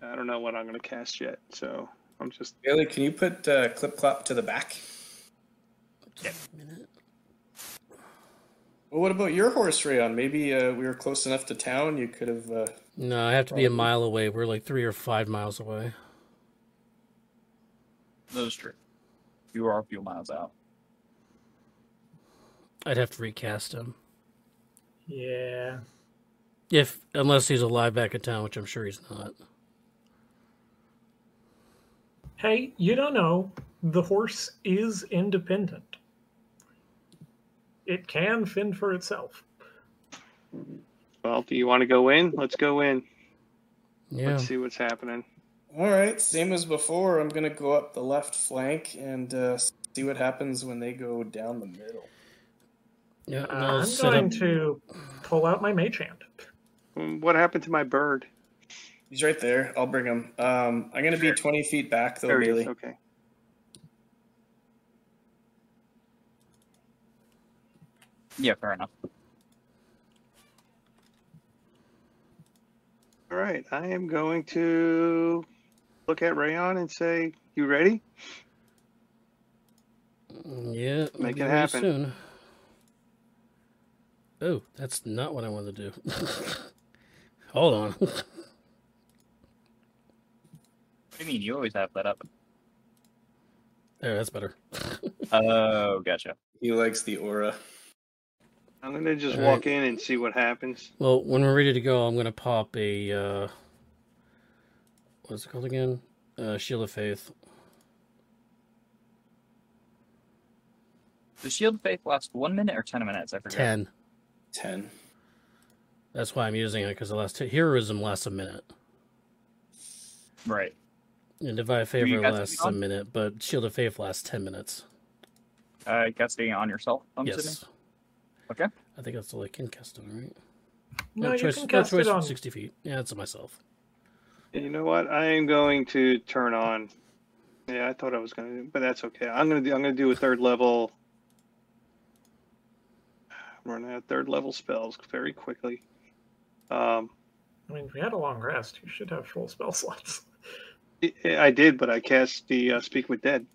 S4: I don't know what I'm gonna cast yet, so I'm just
S5: Bailey, can you put uh, Clip Clop to the back?
S1: just a minute.
S5: Well, what about your horse, Rayon? Maybe uh, we were close enough to town. You could have. Uh...
S1: No, I have to be a mile away. We're like three or five miles away.
S2: those true. You are a few miles out.
S1: I'd have to recast him
S3: Yeah.
S1: if, unless he's alive back in town, which I'm sure he's not.
S3: Hey, you don't know. The horse is independent. It can fend for itself.
S4: well, do you wanna go in? Let's go in.
S1: Yeah,
S4: Let's see what's happening.
S5: All right, same as before. I'm gonna go up the left flank and uh, see what happens when they go down the middle.
S1: yeah. and I'll
S3: Uh, I'm
S1: set
S3: going
S1: up-
S3: to pull out my mage hand.
S4: Um, What happened to my bird?
S5: He's right there. I'll bring him. Um, I'm gonna be 20 feet back though,
S4: There he is.
S5: Bailey.
S4: Okay.
S2: Yeah, fair enough.
S4: All right. I am going to look at Rayon and say, You ready?
S1: Yeah,
S4: Make it
S1: maybe
S4: happen.
S1: Soon. Oh, that's not what I wanted to do. Hold on.
S2: What do you mean? You always have that up.
S1: there, that's better.
S2: Oh, gotcha.
S5: He likes the aura.
S4: I'm gonna just
S1: All
S4: walk in and see what happens.
S1: Well, when we're ready to go, I'm gonna pop a uh, what's it called again? Uh, Shield of Faith.
S2: The shield of faith lasts one minute or ten minutes. I forget.
S1: Ten.
S5: 10.
S1: That's why I'm using it because the last heroism lasts a minute,
S2: Right.
S1: and divine
S2: you
S1: favor
S2: guys
S1: lasts
S2: lead
S1: a
S2: on?
S1: minute, but shield of faith lasts ten minutes.
S2: Uh, casting it on yourself. I'm assuming.
S1: yes.
S2: Okay.
S1: I think that's all I can cast on, right?
S3: No, you
S1: choice,
S3: can cast
S1: no choice
S3: it
S1: from
S3: on.
S1: sixty feet. Yeah, it's on myself.
S4: You know what? I am going to turn on. Yeah, I thought I was gonna, do, but that's okay. I'm gonna do. I'm gonna do a third level. I'm running out of third level spells very quickly. Um,
S3: I mean, we had a long rest. You should have full spell slots.
S4: I- I did, but I cast the uh, Speak with Dead.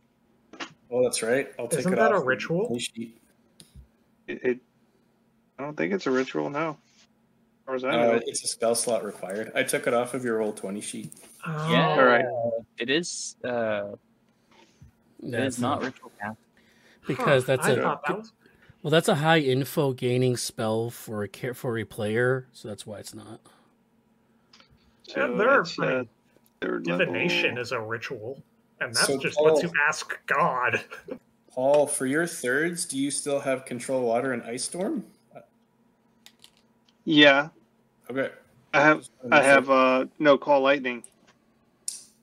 S5: Well, Oh, that's right. I'll take
S3: Isn't
S5: it
S3: that
S5: off
S3: a
S5: the
S3: ritual?
S5: play sheet.
S4: It, it. I don't think it's a ritual now. Or was I?
S5: Uh,
S4: know.
S5: it's a spell slot required. I took it off of your roll 20 sheet.
S3: Oh,
S2: Yeah.
S4: All right.
S2: It is. Uh, it is not ritual cast.
S1: because
S3: Huh,
S1: that's
S3: I
S1: a
S3: thought that was-
S1: well, that's a high info gaining spell for a ca- for a player, so that's why it's not.
S4: So
S3: Yeah, they're
S4: that's, uh, third
S3: divination
S4: level.
S3: is a ritual, and that
S5: So
S3: just
S5: Paul-
S3: lets you ask God.
S5: Paul, for your thirds, do you still have control water and ice storm?
S4: Yeah,
S5: Okay.
S4: I have. I have uh, no call lightning.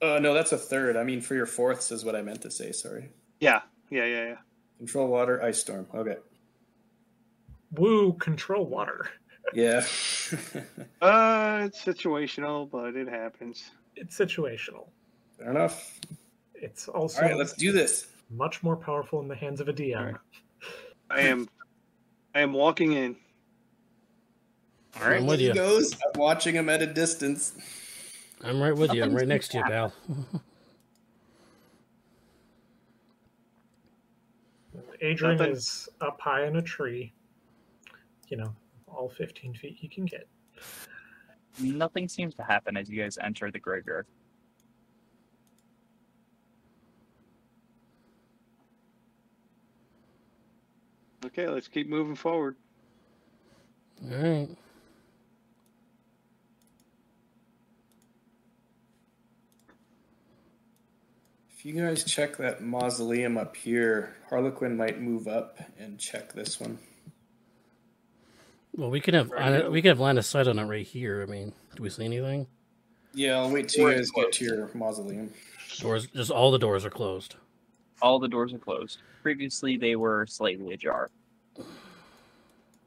S5: Uh, no, that's a third. I mean, for your fourths is what I meant to say. Sorry.
S4: Yeah, yeah, yeah, yeah.
S5: Control water, ice storm. Okay.
S3: Woo, control water.
S5: Yeah.
S4: Uh, it's situational, but it happens.
S3: it's situational.
S5: Fair enough.
S3: It's also
S5: All right, let's do this.
S3: much more powerful in the hands of a DM.
S2: All right.
S4: I am, I am walking in.
S5: All right,
S1: I'm with
S5: he
S1: you.
S5: goes. I'm watching him at a distance.
S1: I'm right with you. I'm right next to you, pal.
S3: Adrian
S4: Nothing.
S3: is up high in a tree. You know, all 15 feet he can get.
S2: Nothing seems to happen as you guys enter the graveyard.
S4: Okay, let's keep moving forward.
S1: All right.
S5: If you guys check that mausoleum up here, Harlequin might move up and check this one.
S1: Well, we could have
S2: Right,
S1: on, we could have line of sight on it right here. I mean, do we see anything?
S5: Yeah, I'll wait till you
S2: Right,
S5: guys get to your mausoleum.
S1: Doors, just all the doors are closed.
S2: All the doors are closed. Previously, they were slightly ajar.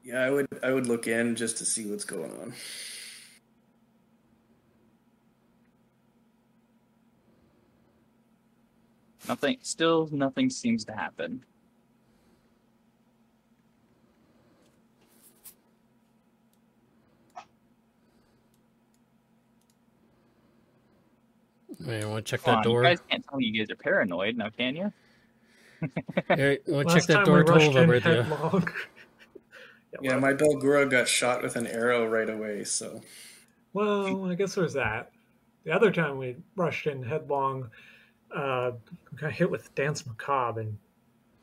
S5: Yeah, I would I would look in just to see what's going on.
S2: Nothing, still nothing seems to happen.
S1: Hey, want to check
S2: Come
S1: that
S2: on,
S1: door?
S2: You guys can't tell me you guys are paranoid now, can you?
S1: Hey, want to check
S3: Last
S1: that
S3: time
S1: door?
S3: we rushed
S1: Told over
S3: in
S1: there.
S3: headlong.
S5: Yeah, my Belgura got shot with an arrow right away, so
S3: Well, I guess there's that. The other time we rushed in headlong, uh, we got hit with Dance Macabre, and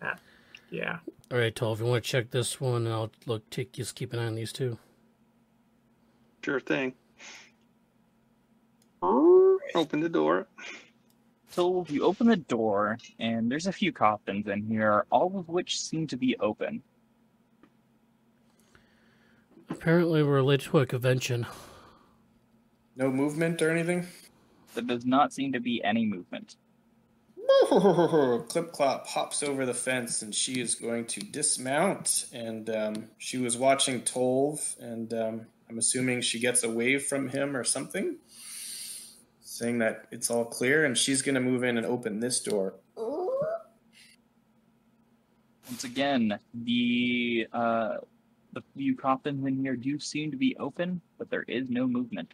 S3: that, yeah.
S1: All right, Tol, if you want to check this one, I'll look. Take, just keep an eye on these two.
S4: Sure thing. Open the door.
S2: So you open the door, and there's a few coffins in here, all of which seem to be open.
S1: Apparently, we're late to a convention.
S5: no movement or anything.
S2: There does not seem to be any movement.
S5: Clip Clop hops over the fence and she is going to dismount. And um, she was watching Tolv, and um, I'm assuming she gets away from him or something, saying that it's all clear. And she's going to move in and open this door.
S2: Once again, the uh, the few coffins in here do seem to be open, but there is no movement.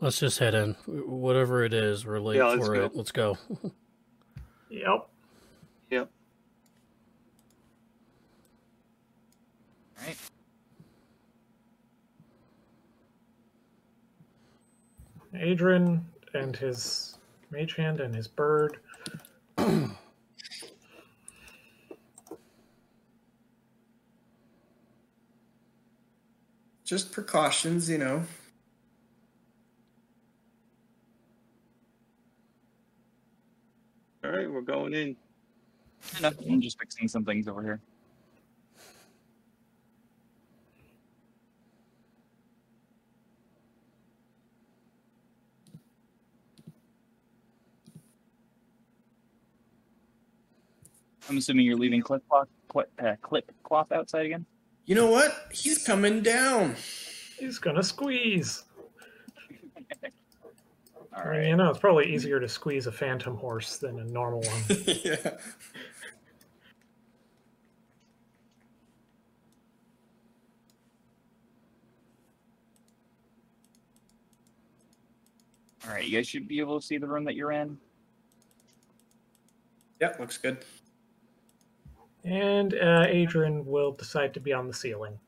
S1: Let's just head in. Wh- Whatever it is, we're late
S4: Yeah, let's
S1: for
S4: go.
S1: it. Let's go.
S3: Yep.
S2: Right?
S3: Adrian and his mage hand and his bird.
S5: Just precautions, you know.
S4: All right, we're going in.
S2: Enough, I'm just fixing some things over here. I'm assuming you're leaving clip cloth, clip, uh, clip cloth outside again.
S5: You know what? He's coming down.
S3: He's gonna squeeze.
S2: All
S3: I mean,
S2: right.
S3: you know, it's probably easier to squeeze a phantom horse than a normal one.
S5: yeah.
S2: All right. You guys should be able to see the room that you're in.
S5: Yep, looks good.
S3: and uh, Adrian will decide to be on the ceiling.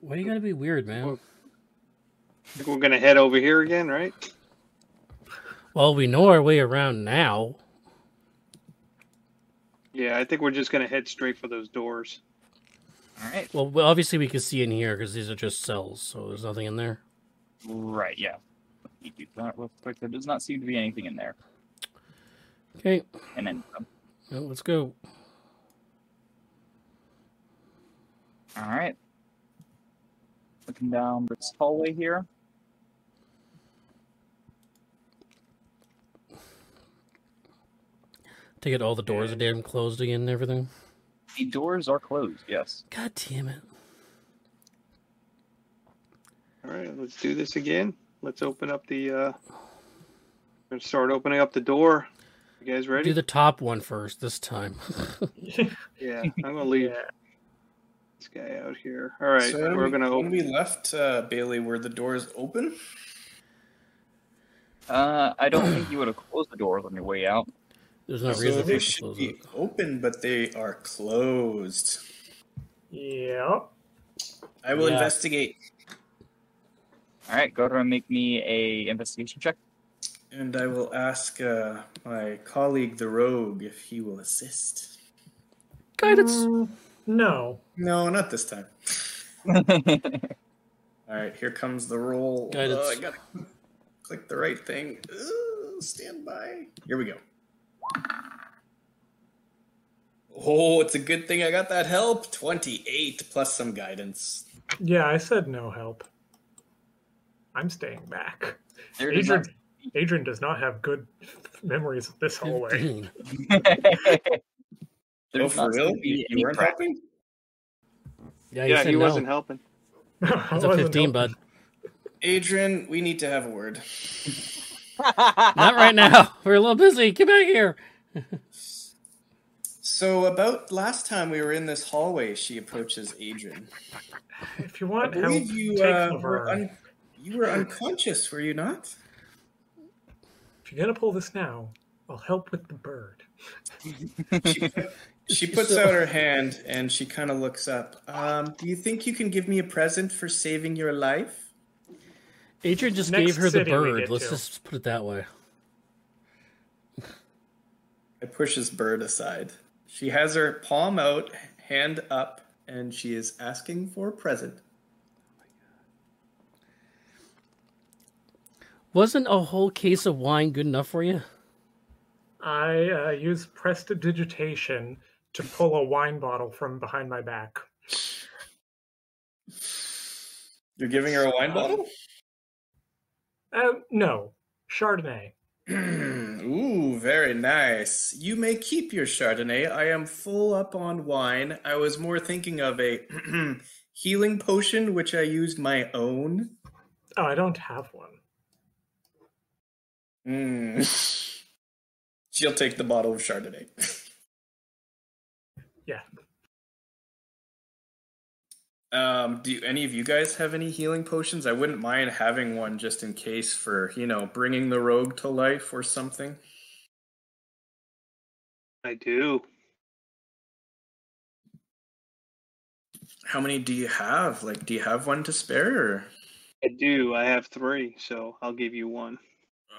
S1: Why you gotta be weird, man?
S4: Think We're gonna head over here again, right?
S1: Well, we know our way around now.
S4: Yeah, I think we're just gonna head straight for those doors.
S2: All right.
S1: Well, well, obviously we can see in here because these are just cells, so there's nothing in there.
S2: Right. Yeah. Let me do that real quick. There does not seem to be anything in there.
S1: Okay,
S2: And then
S1: well, let's go.
S2: All right. Looking down this hallway here.
S1: Take it. All the doors are damn closed again and everything.
S2: The doors are closed, yes.
S1: God damn it!
S4: All right, let's do this again. Let's open up the. Uh, and start opening up the door. You guys ready?
S1: Do the top one first this time.
S4: yeah, I'm gonna leave
S3: Yeah.
S4: this guy out here. All right,
S5: so
S4: we're gonna
S5: when
S4: open.
S5: we left uh, Bailey, were the doors open?
S2: Uh, I don't think you would have closed the doors on your way out.
S1: There's no
S5: so
S1: reason for
S5: they
S1: us to
S5: should
S1: close
S5: be
S1: it.
S5: open, but they are closed.
S3: Yep.
S5: I will
S1: Yeah.
S5: investigate,
S2: All right, go to make me a investigation check.
S5: and I will ask uh, my colleague, the Rogue, if he will assist.
S1: Guidance.
S3: Mm, no.
S5: No, not this time. All right, here comes the roll.
S1: Guidance.
S5: Oh, I gotta click the right thing. Ooh, stand by. Here we go. Oh, it's a good thing I got that help. 28 plus some guidance.
S3: Yeah, I said no help. I'm staying back.
S2: There it is.
S3: Adrian, Adrian does not have good memories of this hallway.
S1: Fifteen.
S5: Oh,
S2: There's
S5: for
S2: not
S5: real?
S2: supposed to
S5: You,
S2: be
S5: you
S2: any
S5: weren't
S2: crack.
S5: helping?
S1: Yeah, you
S4: Yeah,
S1: said
S4: he
S1: no.
S4: wasn't helping.
S1: It's a 15, bud.
S5: Adrian, we need to have a word.
S1: Not right now. We're a little busy. Get back here.
S5: So, about last time we were in this hallway, she approaches Adrian.
S3: If you
S5: I
S3: want help,
S5: believe you,
S3: take
S5: uh, were
S3: over.
S5: un- you were unconscious, were you not?
S3: If you're gonna pull this now, I'll help with the bird.
S5: she, she puts out her hand and she kind of looks up. Um, do you think you can give me a present for saving your life?
S1: Adrian just
S3: Next
S1: gave her the
S3: city we
S1: bird.
S3: get
S1: Let's
S3: to.
S1: just put it that way.
S5: I push his bird aside. She has her palm out, hand up, and she is asking for a present.
S1: Wasn't a whole case of wine good enough for you?
S3: I uh, use prestidigitation to pull a wine bottle from behind my back.
S5: You're giving her a wine bottle?
S3: Uh, no, Chardonnay.
S5: Ooh, very nice. You may keep your Chardonnay. I am full up on wine. I was more thinking of a healing potion, which I used my own.
S3: Oh, I don't have one.
S5: Mm. She'll take the bottle of Chardonnay.
S3: Yeah.
S5: Um, do any of you guys have any healing potions? I wouldn't mind having one just in case for, you know, bringing the rogue to life or something.
S4: I do.
S5: How many do you have? Like, do you have one to spare? Or...
S4: I do. I have three, so I'll give you one.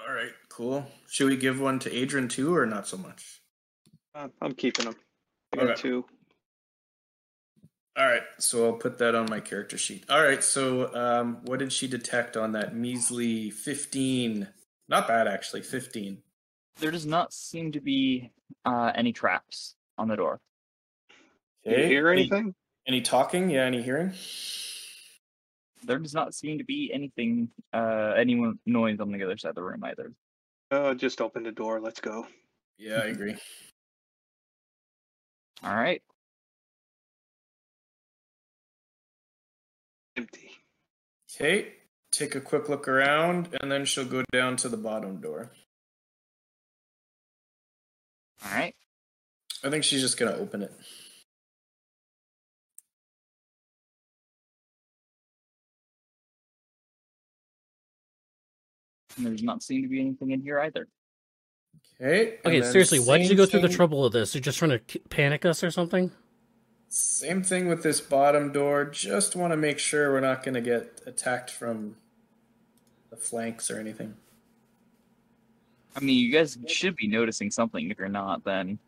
S5: All right, cool. Should we give one to Adrian too, or not so much?
S4: Uh, I'm keeping them. I got
S5: Okay.
S4: two.
S5: All right, so I'll put that on my character sheet. All right, so um, what did she detect on that measly 15? Not bad, actually, 15.
S2: There does not seem to be uh, any traps on the door.
S4: Did you hear
S5: Any-
S4: anything?
S5: Any talking? Yeah, any hearing?
S2: There does not seem to be anything, uh, any mo- noise on the other side of the room either.
S4: Uh, just open the door. Let's go.
S5: Yeah, I agree.
S2: All right.
S4: Empty.
S5: Okay, take a quick look around, and then she'll go down to the bottom door.
S2: All right.
S5: I think she's just gonna open it.
S2: And there does not seem to be anything in here either.
S5: Okay. and
S1: Okay,
S5: then
S1: seriously, why did
S5: same
S1: you go through the
S5: thing-
S1: trouble of this? You're just trying to k- panic us or something?
S5: Same thing with this bottom door. Just want to make sure we're not going to get attacked from the flanks or anything.
S2: I mean, you guys should be noticing something. If you're not, then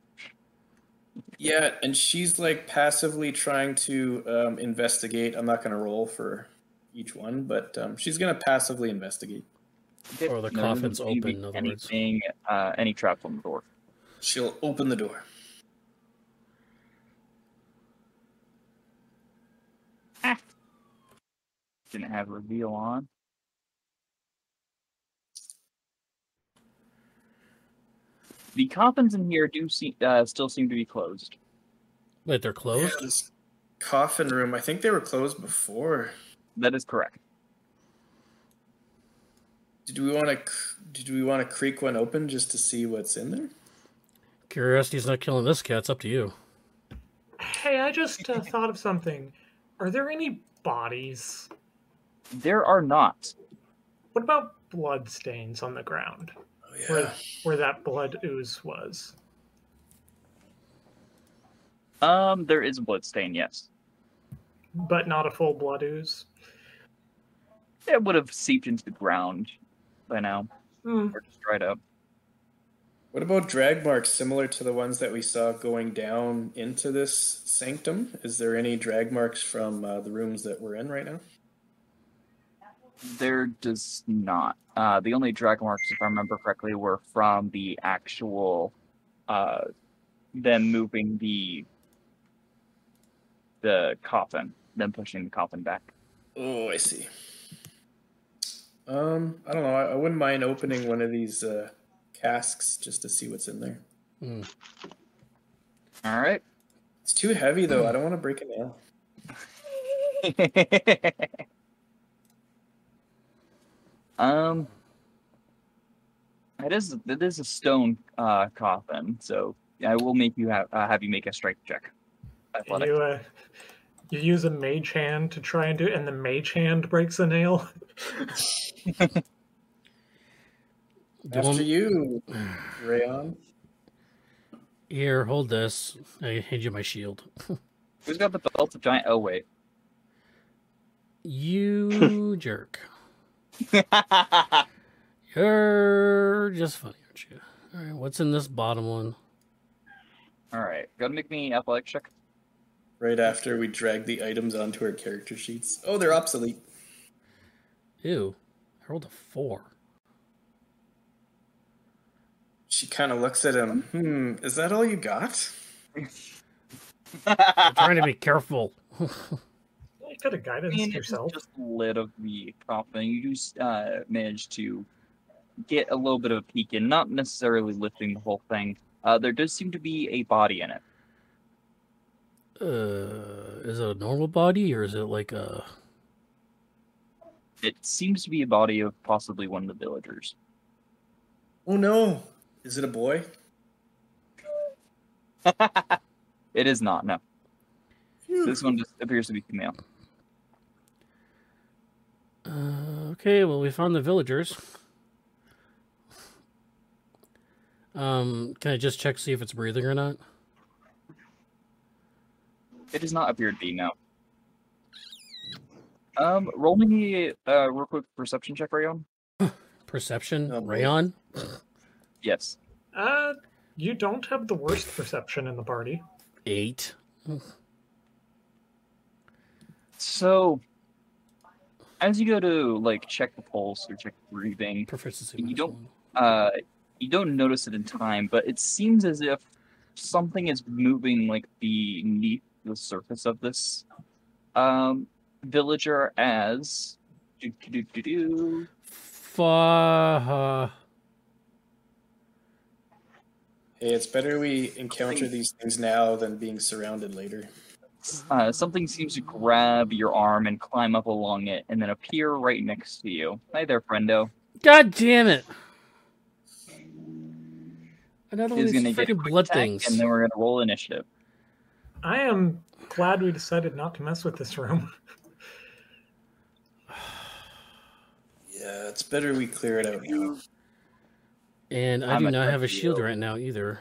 S5: Yeah, and she's like passively trying to um, investigate. I'm not going to roll for each one, but um, she's going to passively investigate.
S1: Or the
S2: There doesn't
S1: coffin's
S2: seem to be
S1: open, in other words.
S2: anything, uh, any traps on the door.
S5: She'll open the door.
S2: Didn't have reveal on. The coffins in here do seem uh, still seem to be closed.
S1: Wait, they're closed?
S5: This coffin room. I think they were closed before.
S2: That is correct.
S5: Did we want to? Did we want to creak one open just to see what's in there?
S1: Curiosity's not killing this cat. It's up to you.
S3: Hey, I just uh, thought of something. Are there any bodies?
S2: There are not.
S3: What about blood stains on the ground
S5: Oh
S3: where, where that blood ooze was?
S2: Um, there is a blood stain. Yes,
S3: But not a full blood ooze?
S2: it would have seeped into the ground by now
S3: Hmm.
S2: or just dried up.
S5: What about drag marks similar to the ones that we saw going down into this sanctum? Is there any drag marks from uh, the rooms that we're in right now?
S2: There does not. Uh, the only drag marks, if I remember correctly, were from the actual uh, them moving the the coffin, them pushing the coffin back.
S5: Oh, I see. Um, I don't know. I, I wouldn't mind opening one of these uh, casks just to see what's in there.
S2: All right.
S5: It's too heavy though. I don't want to break a nail.
S2: um, it is it is a stone uh, coffin, so I will make you have uh, have you make a strength check. Athletic.
S3: You, uh, you use a mage hand to try and do and the mage hand breaks a nail?
S1: Do
S5: After
S1: one-
S5: you, Rayon.
S1: Here, hold this. I hand you my shield.
S2: Who's got the belt of giant? Oh wait.
S1: You jerk. You're just funny, aren't you? All right, what's in this bottom one?
S2: All right, go to make me athletic check.
S5: Right after we drag the items onto our character sheets. Oh, they're obsolete.
S1: Ew, I rolled a four.
S5: She kind of looks at him. Hmm. Is that all you got?
S1: I'm trying to be careful. Uh,
S3: You could have guided
S2: I mean, it was
S3: us yourself.
S2: just a lid of the coffin. You just uh, managed to get a little bit of a peek in, not necessarily lifting the whole thing. Uh, there does seem to be a body in it.
S1: Uh, is it a normal body or is it like a?
S2: It seems to be a body of possibly one of the villagers.
S5: Oh no. Is it a boy?
S2: It is not. No, this one just appears to be female.
S1: Uh, okay, well we found the villagers. Um, can I just check see if it's breathing or not?
S2: It does not appear to be. No. Um, roll me uh, real quick perception check, Rayon.
S1: Perception,
S5: Oh, boy.
S1: rayon.
S2: Yes.
S3: Uh, you don't have the worst perception in the party.
S1: Eight.
S2: So, as you go to like check the pulse or check breathing,
S1: Proficiency.
S2: You
S1: minus
S2: don't-
S1: one.
S2: uh, you don't notice it in time, but it seems as if something is moving like beneath the surface of this um, villager as. do, do, do, do, do.
S1: Fu- uh,
S5: Hey, it's better we encounter these things now than being surrounded later.
S2: Uh, something seems to grab your arm and climb up along it and then appear right next to you. Hi there, friendo.
S1: God damn it! Another one of
S2: Is
S1: these
S2: going to get a
S1: freaking
S2: quick
S1: blood
S2: attack,
S1: things.
S2: And then we're going to roll initiative.
S3: I am glad we decided not to mess with this room.
S5: Yeah, it's better we clear it out now.
S1: And I
S2: I'm
S1: do
S2: a
S1: not have a
S2: Scorpio.
S1: shield right now either.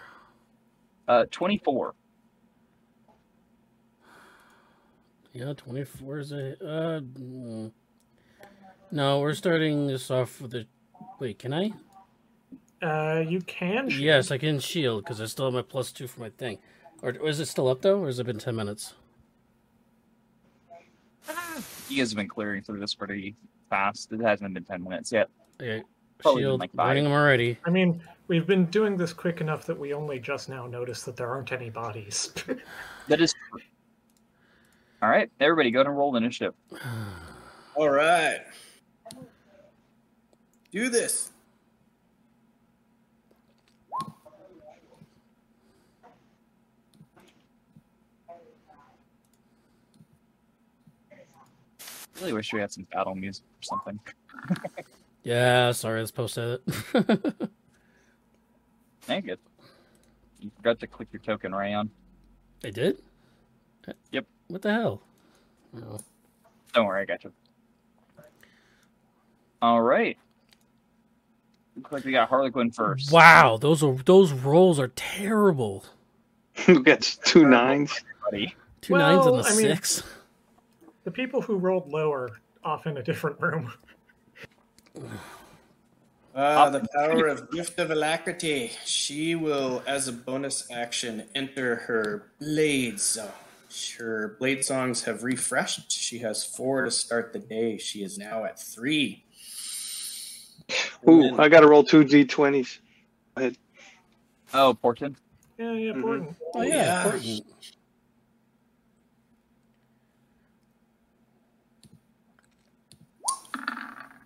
S2: Uh, 24.
S1: Yeah, 24 is a. Uh, mm. no, we're starting this off with a. Wait, can I?
S3: Uh, you can. sh-
S1: Yes, I can shield because I still have my plus two for my thing. Or or is it still up though, or has it been 10 minutes?
S2: You guys have been clearing through this pretty fast. It hasn't been 10 minutes yet.
S1: Okay,
S2: Probably been
S1: shield,
S2: like five.
S1: burning them already.
S3: I mean, we've been doing this quick enough that we only just now noticed that there aren't any bodies.
S2: That is true. All right, everybody, go ahead and roll initiative.
S5: All right. Do this.
S2: Really wish we had some battle music or something.
S1: Yeah, sorry, I was supposed to.
S2: Dang it. You forgot to click your token, Rayon.
S1: I did?
S2: Yep.
S1: What the hell? Oh.
S2: Don't worry, I got you. All right. Looks like we got Harlequin first.
S1: Wow, those are those rolls are terrible.
S4: Who gets two nines?
S2: Buddy.
S1: Two nines and
S3: Well,
S1: a
S3: I mean-
S1: six.
S3: The people who rolled low are off in a different room.
S5: Ah, the power of Gift of Alacrity. She will, as a bonus action, enter her Blade Song. Her Blade Songs have refreshed. She has four to start the day. She is now at three.
S4: Ooh, I got to roll two d20s.
S2: Oh, Porton.
S3: Yeah, yeah,
S4: Mhm.
S3: Porton.
S1: Oh yeah,
S5: yeah.
S1: important.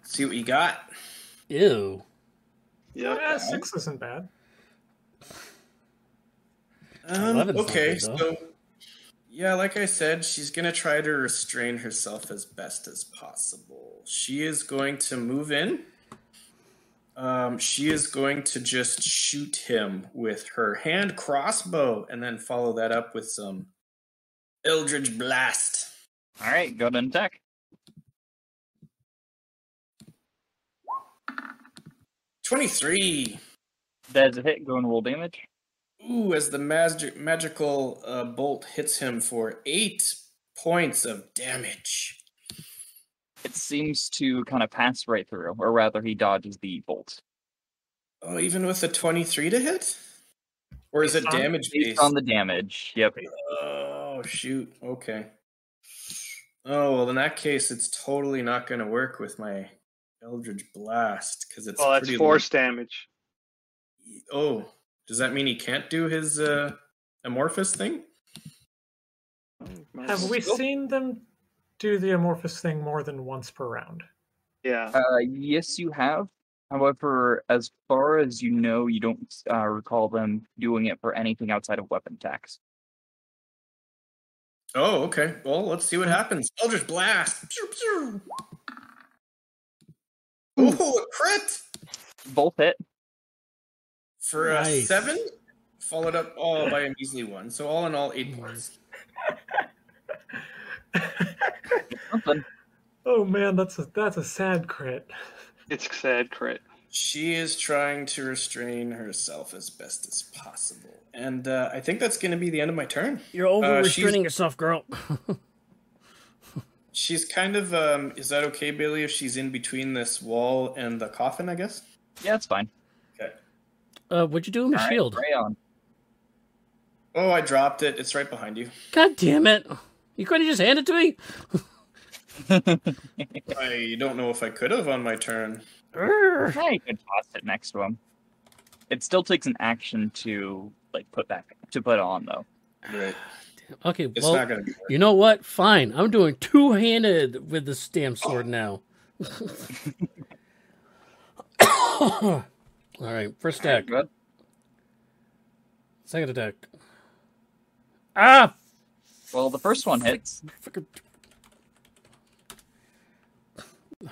S5: See what you got.
S1: Ew.
S4: Yeah.
S3: Yeah, Uh, six isn't bad.
S5: Um,
S1: Eleven's not
S5: okay,
S1: good, though.
S5: so yeah, like I said, she's gonna try to restrain herself as best as possible. She is going to move in. Um, she is going to just shoot him with her hand crossbow, and then follow that up with some Eldridge blast.
S2: All right, go ahead and attack.
S5: Twenty-three.
S2: That's a hit. Go and roll damage.
S5: Ooh, as the magic magical uh, bolt hits him for eight points of damage.
S2: It seems to kind of pass right through, or rather, he dodges the bolt.
S5: Oh, even with a 23 to hit? Or is it
S3: Based on-
S5: damage
S2: Based
S5: based?
S2: on the damage. Yep.
S5: oh, shoot. Okay. Oh, well, in that case, it's totally not going to work with my Eldridge Blast because it's
S4: Well, that's
S5: pretty
S4: force damage.
S5: low- Oh, does that mean he can't do his uh, amorphous thing?
S3: Have we seen them do the amorphous thing more than once per round?
S4: Yeah.
S2: Uh, yes, you have. However, as far as you know, you don't uh, recall them doing it for anything outside of weapon attacks.
S5: Oh, okay. Well, let's see what happens. Eldritch Blast. Pew, pew. Oh, a crit
S2: Both hit.
S5: for a
S1: Nice.
S5: seven, followed up all by a measly one. So all in all, eight
S1: Nice.
S5: points.
S2: Something.
S3: Oh man, that's a that's a sad crit.
S4: It's a sad crit.
S5: She is trying to restrain herself as best as possible. And uh, I think that's going to be the end of my turn.
S1: You're over
S5: she's-
S1: restraining yourself, girl.
S5: She's kind of, um, is that okay, Bailey, if she's in between this wall and the coffin, I guess?
S2: Yeah, it's fine.
S1: uh, what'd you do with my
S2: All right,
S1: shield?
S2: Rayon.
S5: Oh, I dropped it. It's right behind you.
S1: God damn it! You couldn't just hand it to me.
S5: I don't know if I could have on my turn.
S1: Urgh.
S2: Yeah, you could toss it next to him. It still takes an action to like put back to put on though.
S5: Right.
S1: Okay,
S5: It's
S1: well,
S5: not going to be.
S1: you know what? Fine, I'm doing two-handed with this damn sword now. All right, first attack,
S2: Good.
S1: second attack. Ah,
S2: Well, the first one hits.
S1: Frickin-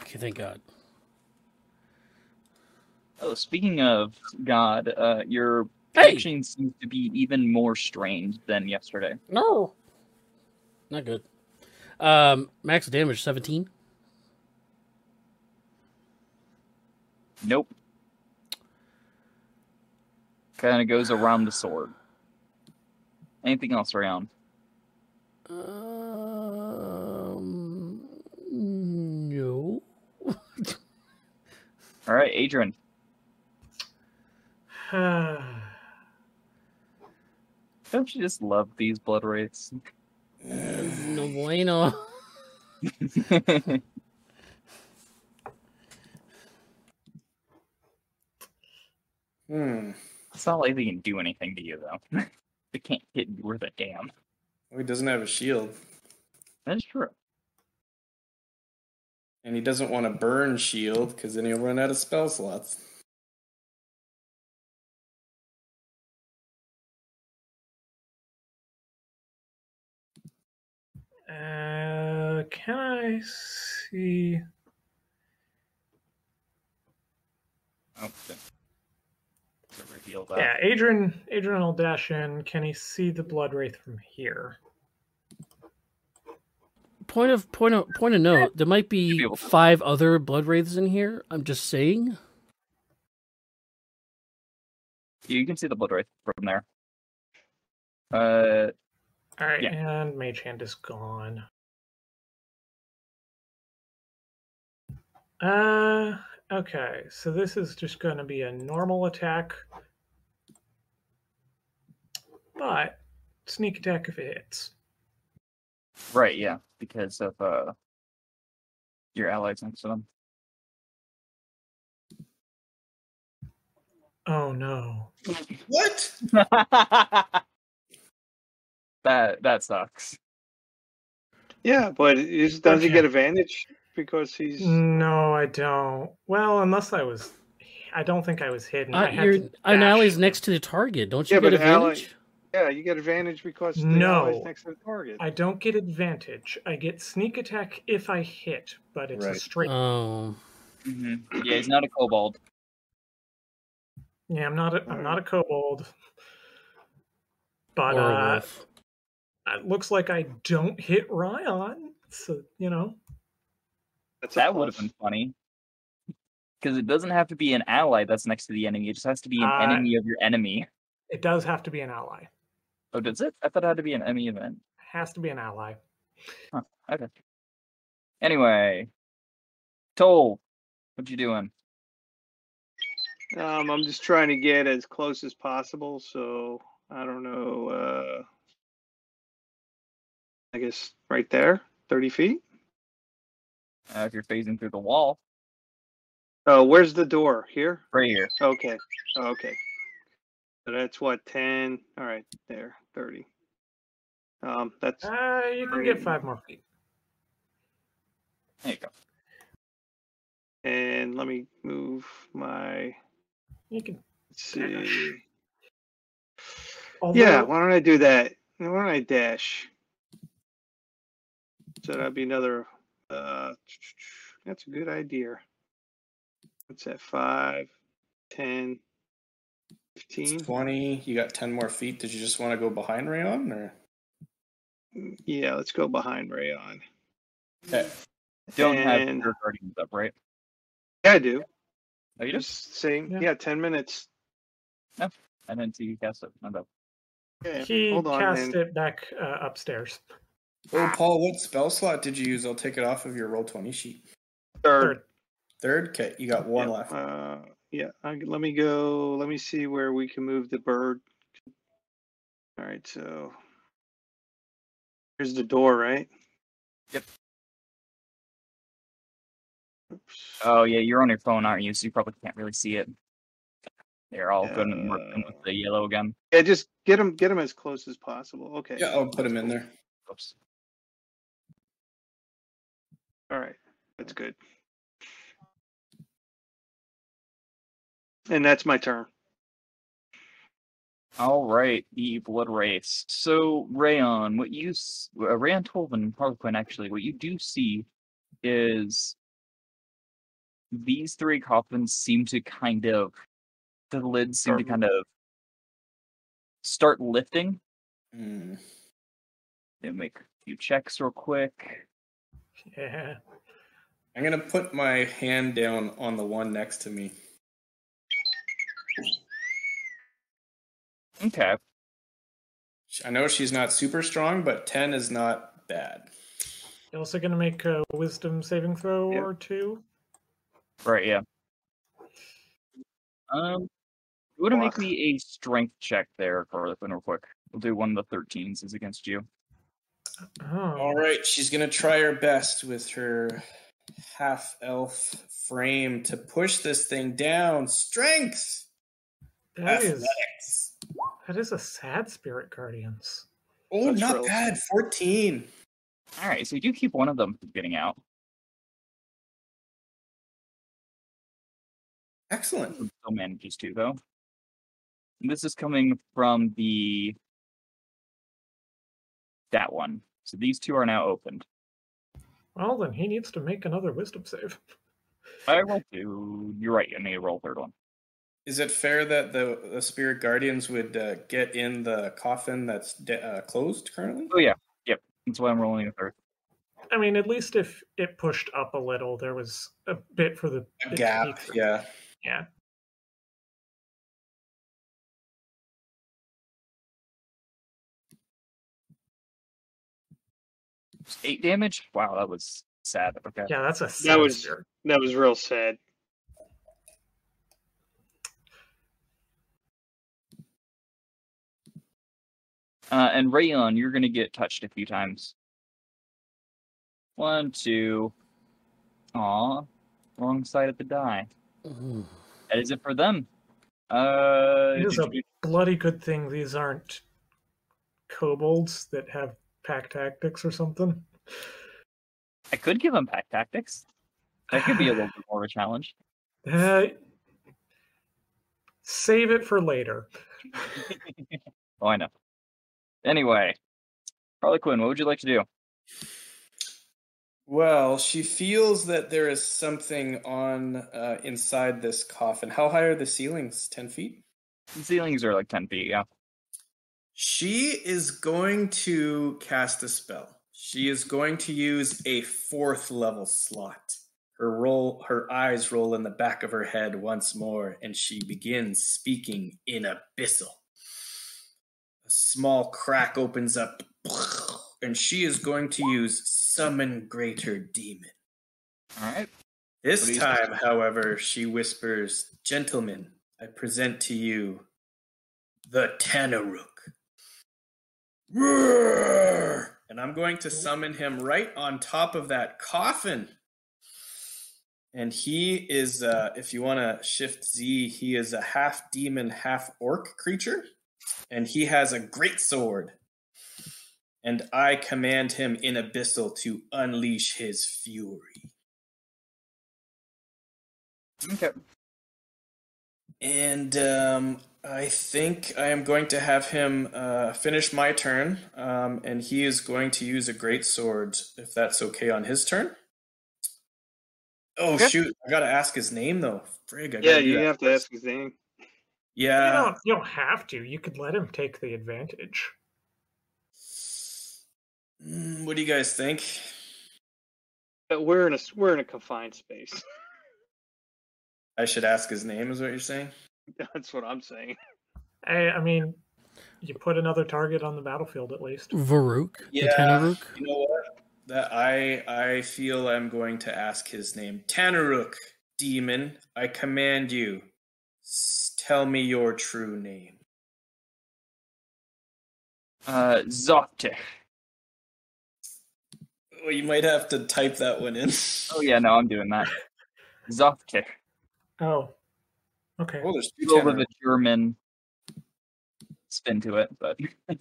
S1: Okay, thank God.
S2: Oh, speaking of God, uh, your
S1: Hey!
S2: action seems to be even more strained than yesterday.
S1: No. Not good. Um, max damage 17.
S2: Nope. Kind of goes around the sword. Anything else around?
S1: Um, no.
S2: All right, Adrian.
S3: Uh,
S2: Don't you just love these blood rates?
S1: No bueno.
S5: Hmm.
S2: It's not like they can do anything to you, though. they can't hit you worth a damn.
S5: Oh, he doesn't have a shield.
S2: That's true.
S5: And he doesn't want to burn shield because then he'll run out of spell slots.
S3: Uh, can I see?
S2: Oh, Okay. To reveal that.
S3: Yeah, Adrian. Adrian will dash in. Can he see the blood wraith from here?
S1: Point of point of point of note. There might
S2: be
S1: be
S2: able to-
S1: five other blood wraiths in here. I'm just saying.
S2: You can see the blood right from there. Uh,
S3: All right,
S2: Yeah.
S3: and Mage Hand is gone. Uh, okay. So this is just going to be a normal attack, but sneak attack if it hits.
S2: right, yeah, because of uh, your allies next to them.
S3: Oh no!
S5: What?
S2: that that sucks.
S4: Yeah, but is, does he get advantage because he's?
S3: Mm. No, I don't. Well, unless I was, I don't think I was hidden. I
S1: Uh,
S3: had
S1: you're
S3: to
S1: an
S3: dash.
S1: ally's next to the target. Don't you
S4: Yeah,
S1: get
S4: but ally-
S1: advantage?
S4: Yeah, you get advantage because the
S3: No.
S4: ally's next to the target.
S3: I don't get advantage. I get sneak attack if I hit, but it's a
S4: Right.
S3: straight.
S1: Oh,
S4: Mm-hmm.
S2: Yeah, he's not a kobold.
S3: yeah, I'm not. A, I'm not a kobold. But
S1: or a
S3: uh,
S1: wolf.
S3: it looks like I don't hit Ryan. So you know,
S4: That's a
S2: That would have
S4: plus.
S2: been funny. Because it doesn't have to be an ally that's next to the enemy. It just has to be an
S4: Ah.
S3: Uh,
S2: enemy of your enemy.
S3: it does have to be an ally.
S2: Oh, does it? I thought it had to be an enemy event.
S3: Has to be an ally.
S2: Okay. Anyway, Toll, what you doing?
S4: Um, I'm just trying to get as close as possible, so I don't know. Uh, I guess right there, 30 feet.
S2: Uh, if you're phasing through the wall,
S4: Oh, where's the door? Here?
S2: right here.
S4: Okay. Okay. So that's what, 10? All right, there, 30. Um, that's
S3: Uh, you can get five more feet.
S2: There you go.
S4: and let me move my.
S3: You can.
S4: Let's see.
S3: Although,
S4: Yeah, why don't I do that? Why don't I dash? So that'd be another. Uh, that's a good idea. What's that? 5, 10, 15?
S5: 20. You got 10 more feet. Did you just want to go behind Rayon? Or?
S4: Yeah, let's go behind Rayon.
S5: Okay.
S2: Don't
S4: And-
S2: have your guardians up, right?
S4: Yeah, I do.
S2: Oh, you just?
S4: Just saying.
S3: Yeah.
S4: Yeah, 10 minutes.
S2: I didn't see you cast it. My bad.
S4: Yeah,
S3: he
S4: hold on.
S3: cast
S4: man.
S3: it back uh, upstairs.
S5: Oh, Paul, what spell slot did you use? I'll take it off of your roll 20 sheet.
S4: Third.
S5: Third? Okay, you got one
S4: yeah,
S5: left.
S4: Uh, yeah, I, let me go. Let me see where we can move the bird. All right, so here's the door, right?
S2: Yep.
S4: Oops.
S2: Oh yeah, you're on your phone, aren't you? So you probably can't really see it. They're all good and working
S4: Uh,
S2: with the yellow again.
S4: yeah, just get them, get them as close as possible. Okay.
S5: Yeah, I'll put him in there.
S2: Oops.
S4: All right, that's good. And that's my turn.
S2: All right, the blood race. So Rayon, what you s- uh, Rayon Tolvin and Harlequin actually, what you do see is these three coffins seem to kind of the lids seem to
S4: Start
S2: kind of start lifting.
S5: Hmm.
S2: They make a few checks real quick.
S3: Yeah.
S5: I'm going to put my hand down on the one next to me.
S2: Okay.
S5: Sh- I know she's not super strong, but 10 is not bad.
S3: You're also gonna make a wisdom saving throw
S4: Yeah.
S3: or two.
S2: Right, yeah. Um you wanna make
S4: Block.
S2: me a strength check there, Harlequin, real quick. We'll do one of the thirteens is against you.
S3: Oh.
S5: All right, she's going to try her best with her half elf frame to push this thing down. Strength!
S3: That is
S5: Athletics!
S3: that is a sad spirit guardians.
S5: Oh,
S4: That's
S5: not
S4: relative.
S5: bad. 14.
S2: Alright, so you do keep one of them from getting out.
S5: Excellent.
S2: Still manages to though. And this is coming from the that one. So these two are now opened.
S3: Well, then he needs to make another wisdom save.
S2: I will do. You're right. I need to roll third one.
S5: Is it fair that the, the spirit guardians would uh, get in the coffin that's de- uh, closed currently?
S2: Oh, yeah. Yep. That's why I'm rolling a third.
S3: I mean, at least if it pushed up a little, there was a bit for the
S5: A gap. Yeah.
S3: Yeah.
S2: Eight damage? Wow, that was sad. Okay.
S3: Yeah, that's a that
S4: was- That was real sad.
S2: Uh, and Rayon, you're going to get touched a few times. One, two. Aw, wrong side of the die.
S1: Mm.
S2: That is it for them. Uh,
S3: It is
S2: did
S3: a-
S2: you-
S3: bloody good thing these aren't kobolds that have pack tactics or something.
S2: I could give them pack tactics. That could be a little bit more of a challenge.
S3: Uh, save it for later.
S2: Oh, I know. Anyway, Harley Quinn, what would you like to do?
S5: Well, she feels that there is something on uh, inside this coffin. How high are the ceilings? 10 feet?
S2: The ceilings are like 10 feet, yeah.
S5: She is going to cast a spell. She is going to use a fourth level slot. Her roll her eyes roll in the back of her head once more, and she begins speaking in abyssal. A small crack opens up, and she is going to use summon greater demon.
S2: All right. What do
S5: This
S2: you
S5: time, however, she whispers, Gentlemen, I present to you the Tanaruk. Roar! And I'm going to summon him right on top of that coffin. And he is, uh, if you want to shift Z, he is a half demon, half orc creature. And he has a great sword. And I command him in Abyssal to unleash his fury.
S2: Okay.
S5: And um, I think I am going to have him uh, finish my turn, um, and he is going to use a great sword if that's okay on his turn. Oh
S2: Yeah.
S5: shoot! I gotta ask his name though. Frig, I
S4: Yeah,
S5: gotta do
S4: you
S5: that.
S4: have to ask his name.
S5: Yeah,
S3: you, don't, you don't have to. You could let him take the advantage.
S5: Mm, what do you guys think?
S4: But Uh, we're in a s- we're in a confined space.
S5: I should ask his name, is what you're saying?
S4: That's what I'm saying.
S3: I, I mean, you put another target on the battlefield at least.
S1: Varuk?
S5: Yeah.
S1: The Tanaruk?
S5: You know what? That I I feel I'm going to ask his name. Tanaruk, demon, I command you. s- Tell me your true name.
S2: Uh, Zopte.
S5: Oh, you might have to type that one in.
S2: Oh, yeah, no, I'm doing that. Zopte.
S3: Oh, okay.
S5: Oh, there's
S2: A
S5: two
S2: little bit of
S5: Tanaruk.
S2: a German spin to it, but.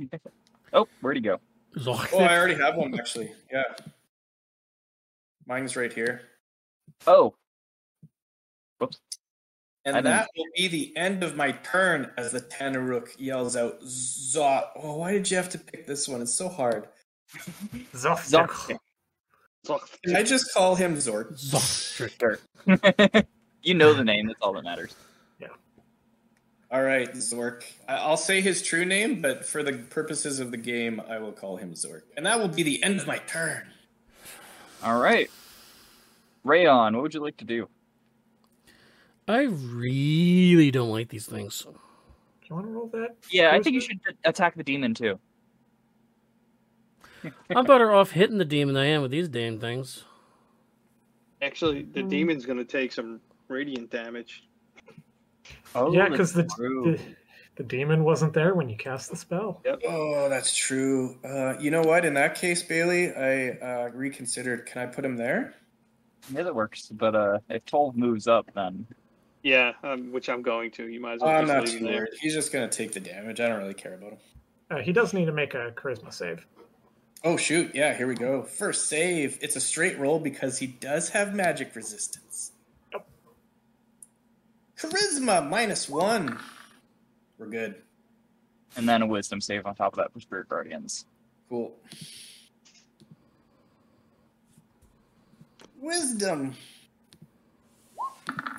S2: oh, where'd he go?
S1: Zork.
S5: Oh, I already have one actually. Yeah. Mine's right here.
S2: Oh,
S5: And
S2: I didn't-
S5: that will be the end of my turn as the Tanaruk yells out, Zot. Oh, why did you have to pick this one? It's so hard.
S3: Zoftek.
S2: Zopte.
S5: Can I just call him Zork?
S1: Zork.
S2: you know the name, that's all that matters.
S5: All right, Zork. I- I'll say his true name, but for the purposes of the game, I will call him Zork. And that will be the end of my turn.
S2: All right. Rayon, what would you like to do?
S1: I really don't like these things.
S3: Do you want to roll that?
S2: Yeah, I think you
S3: Charisma?
S2: should attack the demon too.
S1: I'm better off hitting the demon than I am with these damn things.
S4: Actually, the demon's gonna take some radiant damage.
S2: Oh,
S3: yeah, because the,
S2: that's true.
S3: the the demon wasn't there when you cast the spell.
S5: Oh, that's true. Uh, you know what? In that case, Bailey, I uh, reconsidered. Can I put him there?
S2: Yeah, that works. But uh, if 12 moves up, then
S4: Yeah, um, which I'm going to. You might as
S5: Oh,
S4: well
S5: I'm
S4: just
S5: not
S4: leave
S5: too
S4: him there.
S5: worried. He's just going to take the damage. I don't really care about him.
S3: Uh, he does need to make a charisma save.
S5: Oh, shoot. Yeah, here we go. First save. It's a straight roll because he does have magic resistance. Charisma minus one. We're good.
S2: and then a wisdom save on top of that for spirit guardians.
S5: Cool. Wisdom.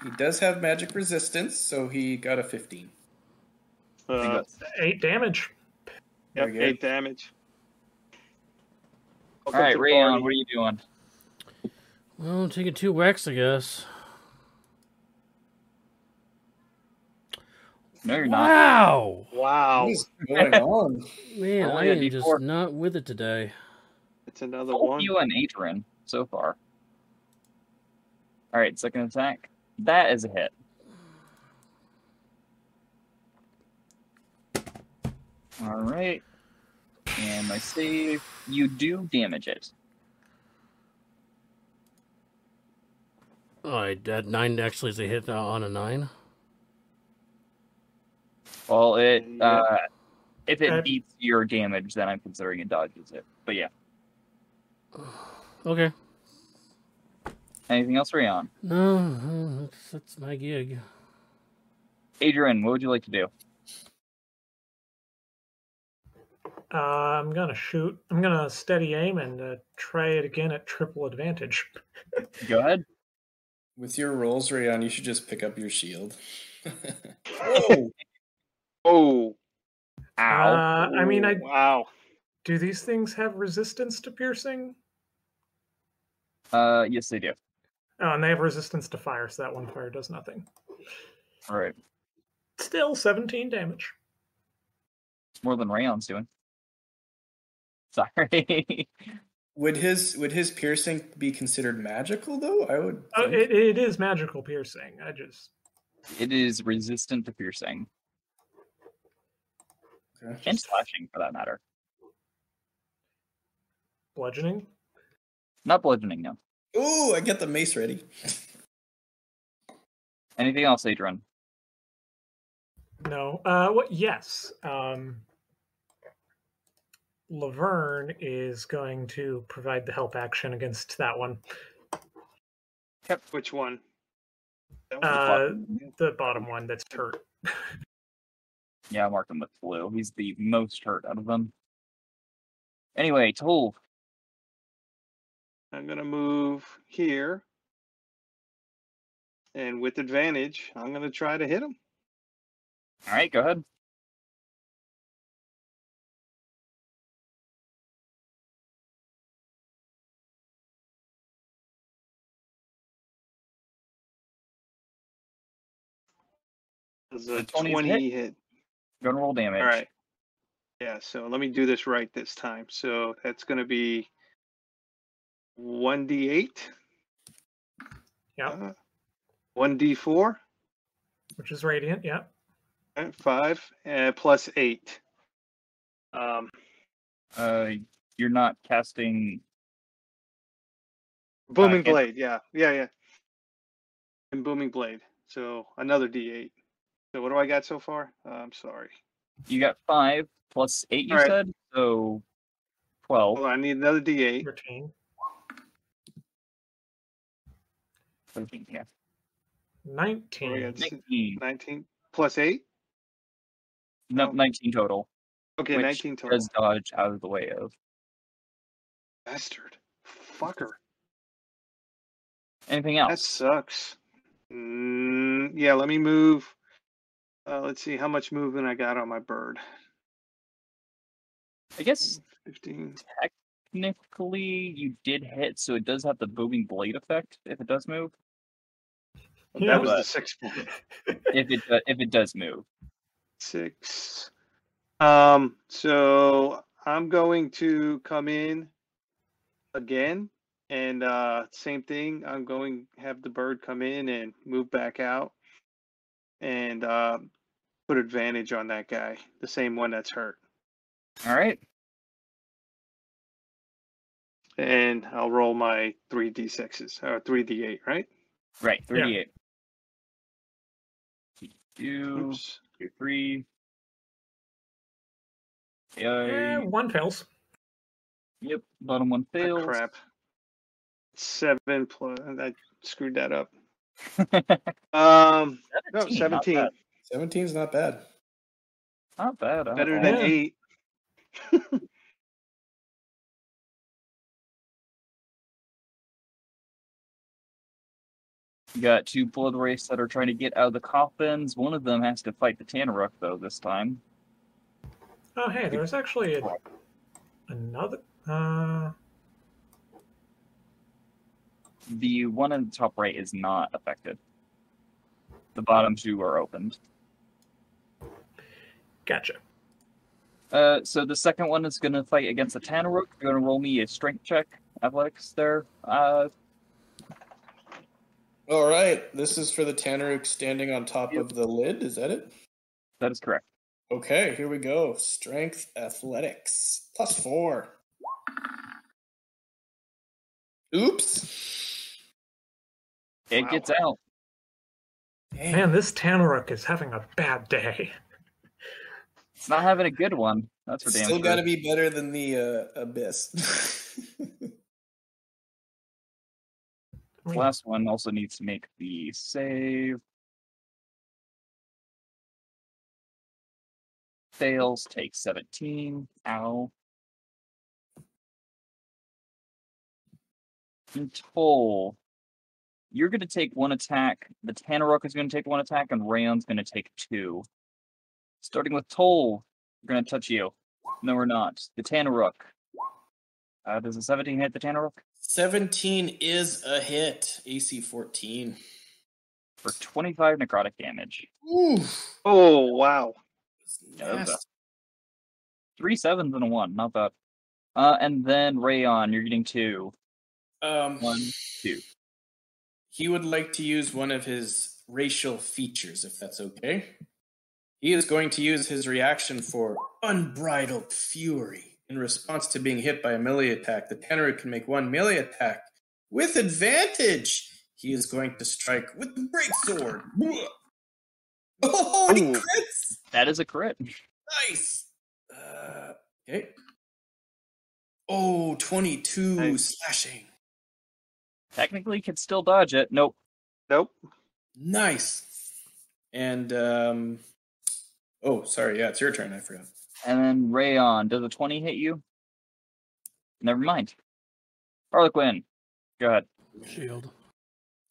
S5: He does have magic resistance, so he got a 15.
S2: I think
S4: Uh,
S2: that's-
S3: Eight damage.
S4: yep,
S5: very good.
S4: eight damage.
S2: All right, Rayon, what are you doing?
S1: Well, taking two whacks, I guess.
S2: No, you're not.
S1: Wow,
S4: Wow,
S5: What is going on?
S1: man,
S2: Only
S1: I
S2: a
S1: am just
S2: D4.
S1: not with it today.
S4: it's another
S2: Oh,
S4: one.
S2: you and Adrian so far. All right, second attack. That is a hit. All right. And my save. You do damage it.
S1: Oh, I that nine actually is a hit uh, on a nine.
S2: Well, it
S4: Yeah.
S2: uh, if
S3: Uh,
S2: it beats your damage, then I'm considering it dodges it. But yeah,
S1: Okay,
S2: anything else, Rayon?
S1: no, no, that's, that's my gig.
S2: Adrian, what would you like to do?
S3: Uh, I'm gonna shoot. I'm gonna steady aim and uh, try it again at triple advantage.
S2: Go ahead.
S5: With your rolls, Rayon, you should just pick up your shield. oh,
S4: Oh,
S3: Uh,
S2: Ow.
S3: I mean, I
S4: wow.
S3: do these things have resistance to piercing?
S2: Uh, yes, they do.
S3: Oh, and they have resistance to fire, so that one fire does nothing.
S2: All right,
S3: Still 17 damage.
S2: it's more than Rayon's doing. Sorry.
S5: would his would his piercing be considered magical though? I would.
S2: Uh,
S3: Oh,
S5: think.
S3: it, it is magical piercing. I just
S2: it is resistant to piercing
S5: Okay.
S2: and slashing, for that matter.
S3: bludgeoning.
S2: Not bludgeoning, no.
S5: Ooh, I get the mace ready.
S2: Anything else, Adrian?
S3: No. Uh, what? Yes. Um, Laverne is going to provide the help action against that one.
S4: Which one? That one?
S3: Uh, the bottom one that's hurt.
S2: Yeah, I marked him with blue. He's the most hurt out of them. Anyway, Tol,
S4: I'm gonna move here, and with advantage, I'm gonna try to hit him.
S2: All right, go ahead.
S4: Does
S2: The
S4: a
S2: 20 's
S4: 20
S2: hit.
S4: hit.
S2: Go and roll damage.
S4: All right. Yeah, so let me do this right this time. So that's gonna be 1d8.
S3: Yeah.
S4: uh, 1d4,
S3: which is radiant. Yeah.
S4: uh, 5, uh, plus 8. Um,
S2: Uh, you're not casting.
S4: booming
S2: hit.
S4: blade, yeah, yeah, yeah. And booming blade. So another d8. So what do I got so far? Uh, I'm sorry.
S2: You got five plus eight. You
S4: All right.
S2: said so. Twelve.
S4: Hold on, I need another d8.
S3: Retain.
S2: Thirteen, Yeah.
S3: 19.
S4: It's-
S2: Nineteen.
S4: 19 plus 8?
S2: No,
S4: no.
S2: nineteen total.
S4: Okay,
S2: which
S4: 19 total.
S2: Does dodge out of the way of.
S4: Bastard. Fucker.
S2: Anything
S4: That
S2: else?
S4: sucks. Mm, yeah, let me move. Uh, let's see how much movement I got on my bird.
S2: I guess
S4: 15.
S2: technically you did hit, so it does have the booming blade effect if it does move.
S4: that
S3: You know,
S4: was
S2: but-
S4: the six point.
S2: if it do- if it does move.
S4: Six. Um, so I'm going to come in again and uh same thing. I'm going have the bird come in and move back out and uh put advantage on that guy, the same one that's hurt.
S2: All right.
S4: And I'll roll my three D sixes or three D eight, right?
S2: Right.
S3: Yeah.
S2: Thirty-eight. Two.
S4: Oops.
S2: two, three.
S3: eh,
S2: Yeah,
S3: one fails.
S2: yep, bottom one
S4: Ah,
S2: fails.
S4: crap. Seven plus. I screwed that up. Um, no,
S2: 17, not
S4: seventeen.
S2: bad,
S5: 17's not bad.
S2: Not bad.
S1: Oh,
S2: at
S4: Better
S2: all.
S4: than
S3: Yeah.
S4: eight.
S2: You got two blood wraiths that are trying to get out of the coffins. One of them has to fight the Tanaruk though this time.
S3: Oh, hey, there's actually a, another. Uh,
S2: The one in the top right is not affected. The bottom two are opened.
S3: gotcha.
S2: Uh, so the second one is going to fight against the Tanaruk. You're going to roll me a strength check, athletics there. Uh,
S5: All right, this is for the Tanaruk standing on top of the lid. Is that it?
S2: that is correct.
S5: Okay, here we go. Strength athletics plus four. Oops.
S2: It
S4: Wow.
S2: gets out.
S5: Dang.
S3: Man, this Tanaruk is having a bad day.
S2: It's not having a good one. That's for damn
S5: Still
S2: sure.
S5: got to be better than the uh, abyss.
S3: I mean,
S2: Last one also needs to make the save. Fails, takes 17. Ow. And toll. You're going to take one attack. The Tanarok is going to take one attack, and Rayon's going to take two. Starting with toll, we're going to touch you. No, we're not. The Tanarok. Uh, does a 17 hit the Tanarok?
S5: Seventeen is a hit. AC fourteen.
S2: For 25 necrotic damage.
S5: Ooh,
S4: Oh wow.
S2: that was a- three sevens and a one, not bad. Uh, and then Rayon, you're getting two.
S5: Um,
S2: One, two.
S5: He would like to use one of his racial features, if that's okay. He is going to use his reaction for unbridled fury in response to being hit by a melee attack. The Tannery can make one melee attack with advantage. He is going to strike with the great sword. Bwah. Oh, he
S4: Ooh.
S5: crits!
S2: That is a crit.
S5: Nice. Uh, okay. Oh, 22
S4: Nice.
S5: slashing.
S2: Technically, you can still dodge it. Nope.
S4: Nope.
S5: Nice. And um oh, sorry. Yeah, it's your turn. I forgot.
S2: And then Rayon, does a twenty hit you? Never mind. Harlequin, go ahead.
S1: Shield.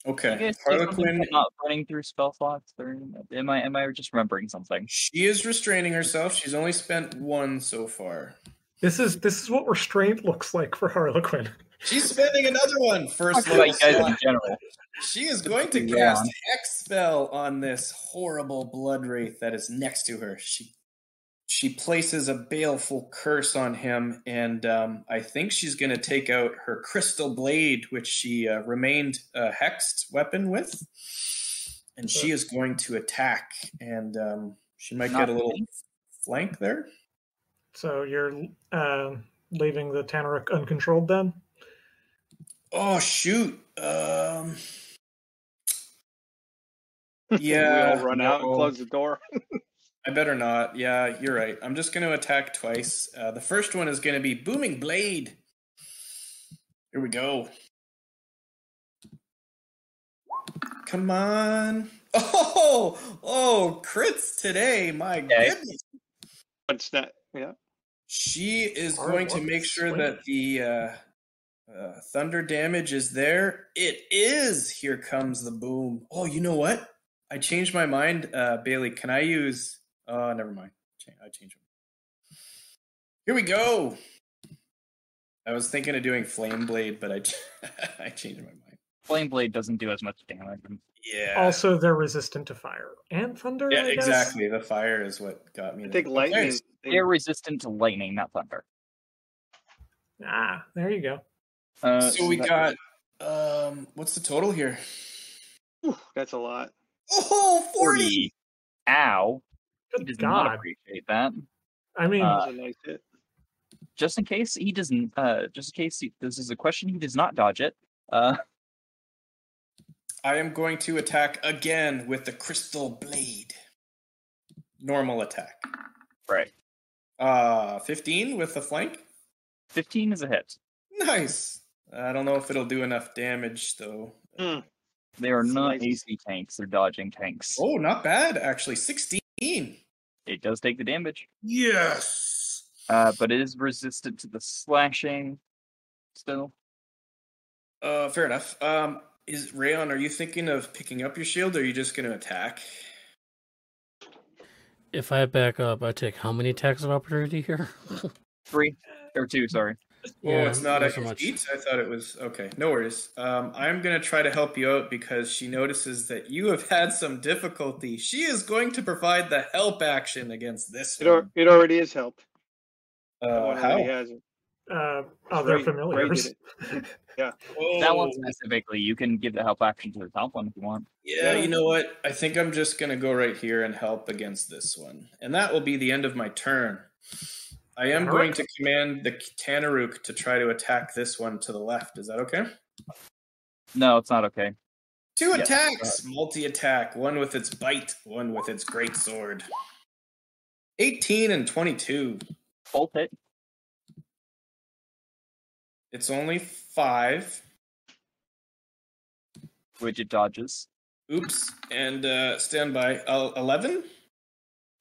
S2: You
S5: Okay.
S2: guys say something
S5: Harlequin.
S2: about not running through spell slots, or am I am I just remembering something?
S5: She is restraining herself. She's only spent one so far.
S3: this is this is what restraint looks like for Harlequin.
S5: She's spending another one.
S2: Talk
S5: First
S2: about
S5: level.
S2: you guys in
S5: slot.
S2: general.
S5: She is going to
S2: Yeah.
S5: cast Hex spell on this horrible blood wraith that is next to her. She she places a baleful curse on him, and um, I think she's going to take out her crystal blade, which she uh, remained a hexed weapon with, and she is going to attack. And um, she might
S2: Not
S5: get a little
S2: flank?
S5: flank there.
S3: So you're uh, leaving the Tanaruk uncontrolled then?
S5: Oh shoot! Um,
S4: we
S5: yeah,
S4: all run out and
S5: no.
S4: close the door.
S5: I better not. Yeah, you're right. I'm just going to attack twice. Uh, the first one is going to be Booming Blade. Here we go. Come on. Oh, oh, crits today. My
S2: Okay.
S5: goodness.
S4: But it's not. Yeah.
S5: She is
S3: Alright,
S5: going to
S3: well,
S5: make sure
S3: swing.
S5: that the uh, uh, thunder damage is there. It is. Here comes the boom. Oh, you know what? I changed my mind, uh, Bailey. Can I use? Oh, never mind. Cha- I changed it. Here we go. I was thinking of doing flame blade, but I ch- I changed my mind.
S2: Flame blade doesn't do as much damage.
S5: Yeah.
S3: Also, they're resistant to fire and thunder.
S5: yeah,
S3: I guess?
S5: exactly. The fire is what got me.
S4: I
S5: there.
S4: think
S5: Okay,
S4: lightning. they-
S2: They're resistant to lightning, not thunder.
S3: Ah, there you go.
S2: Uh,
S5: so we
S2: that-
S5: got. Um, what's the total here?
S4: Ooh, that's a lot.
S5: Oh, 40.
S2: Ow! He
S3: Good
S2: does not
S3: God.
S2: appreciate that.
S3: I mean,
S2: Uh,
S4: That was a nice hit.
S2: just in case he doesn't uh just in case he, this is a question he does not dodge it uh
S5: I am going to attack again with the crystal blade. Normal attack.
S2: right
S5: Uh 15 with the flank.
S2: 15 is a hit
S5: Nice. I don't know if it'll do enough damage though.
S2: they are
S4: It's
S2: not
S4: nice.
S2: ac tanks they're dodging tanks
S5: Oh, not bad actually. 16.
S2: it does take the damage
S5: Yes.
S2: uh but it is resistant to the slashing still
S5: Uh fair enough. Um Is Rayon, are you thinking of picking up your shield or are you just going to attack?
S1: If I back up, I take how many attacks of opportunity here?
S2: Oh, Three or two, sorry.
S1: Oh,
S5: Well, it's not
S1: so
S5: extra
S1: much.
S5: feet. I thought it was okay. No worries. Um, I'm gonna try to help you out because she notices that you have had some difficulty. She is going to provide the help action against
S1: Uh,
S5: this.
S4: It, al-
S5: one.
S4: it already is helped. That
S5: Uh,
S4: one already
S5: how?
S4: has it.
S3: Uh, oh, they're
S4: Ray- Ray did
S3: familiars.
S4: it.
S2: That
S5: Oh,
S2: one specifically, you can give the help action to the top one if you want.
S5: Yeah,
S4: Yeah.
S5: you know what? I think I'm just gonna go right here and help against this one, and that will be the end of my turn. I am
S3: Alright.
S5: going to command the Tanaruk to try to attack this one to the left. Is that okay?
S2: No, it's not okay.
S5: Two
S2: Yes.
S5: attacks, multi attack, uh, one with its bite, one with its great sword. 18 and 22.
S2: Bolt hit.
S5: It's only five.
S2: Rigid dodges.
S5: Oops. And uh, stand by. Uh, 11?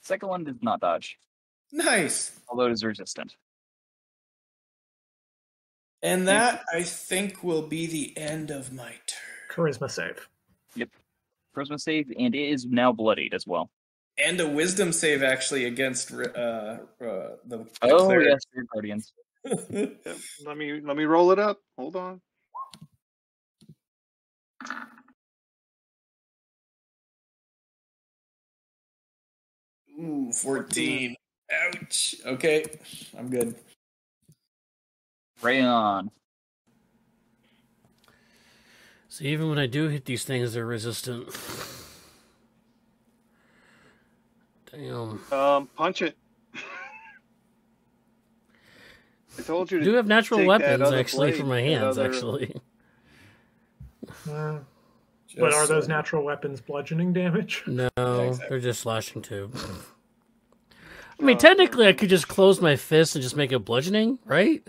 S2: Second one does not dodge,
S5: Nice.
S2: although it is resistant.
S5: And that, I think, will be the end of my turn.
S3: Charisma save.
S2: Charisma save, and it is now bloodied as well.
S5: And a wisdom save, actually, against uh, uh, the. the
S2: Oh
S5: cleric.
S2: yes, Spirit Guardians.
S4: Let me let me roll it up. Hold on.
S5: Ooh, 14. Ouch. Okay. I'm good.
S2: Rayon.
S1: So even when I do hit these things, they're resistant. Damn.
S4: Um, punch it. I told you
S1: I
S4: to
S1: do have natural
S4: take that
S1: weapons
S4: other
S1: actually for
S4: blade,
S1: my
S4: that
S1: hands.
S4: other-
S1: Actually,
S3: Uh, but are
S5: Just-
S3: those natural weapons bludgeoning damage?
S1: no,
S5: exactly.
S1: they're just slashing too. I mean,
S4: Uh,
S1: technically, I could just close my fist and just make it bludgeoning, right?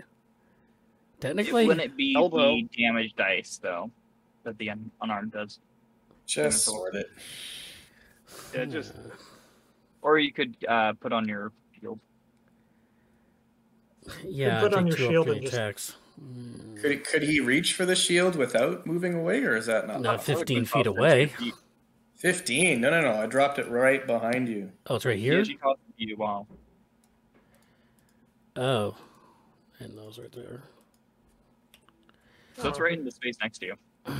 S1: Technically,
S2: Wouldn't it be
S4: Elbow.
S2: the damage dice though that the un- unarmed does?
S5: Just sort it.
S4: Yeah, just
S2: Or you could uh, put on your shield.
S1: yeah.
S3: put
S1: I
S3: on
S1: take
S3: your
S1: two
S3: shield
S1: upgrade
S3: and just-
S1: attacks.
S5: Could, could he reach for the shield without moving away, or is that not?
S1: Not
S5: possible?
S1: 15
S2: Probably
S1: feet
S2: cost
S1: away.
S2: 50.
S5: 15. No, no, no. I dropped it right behind you.
S1: Oh, it's right
S2: Yeah,
S1: here.
S2: she costs you. Wow.
S1: Oh, and those right there.
S2: So it's right in the space next to you.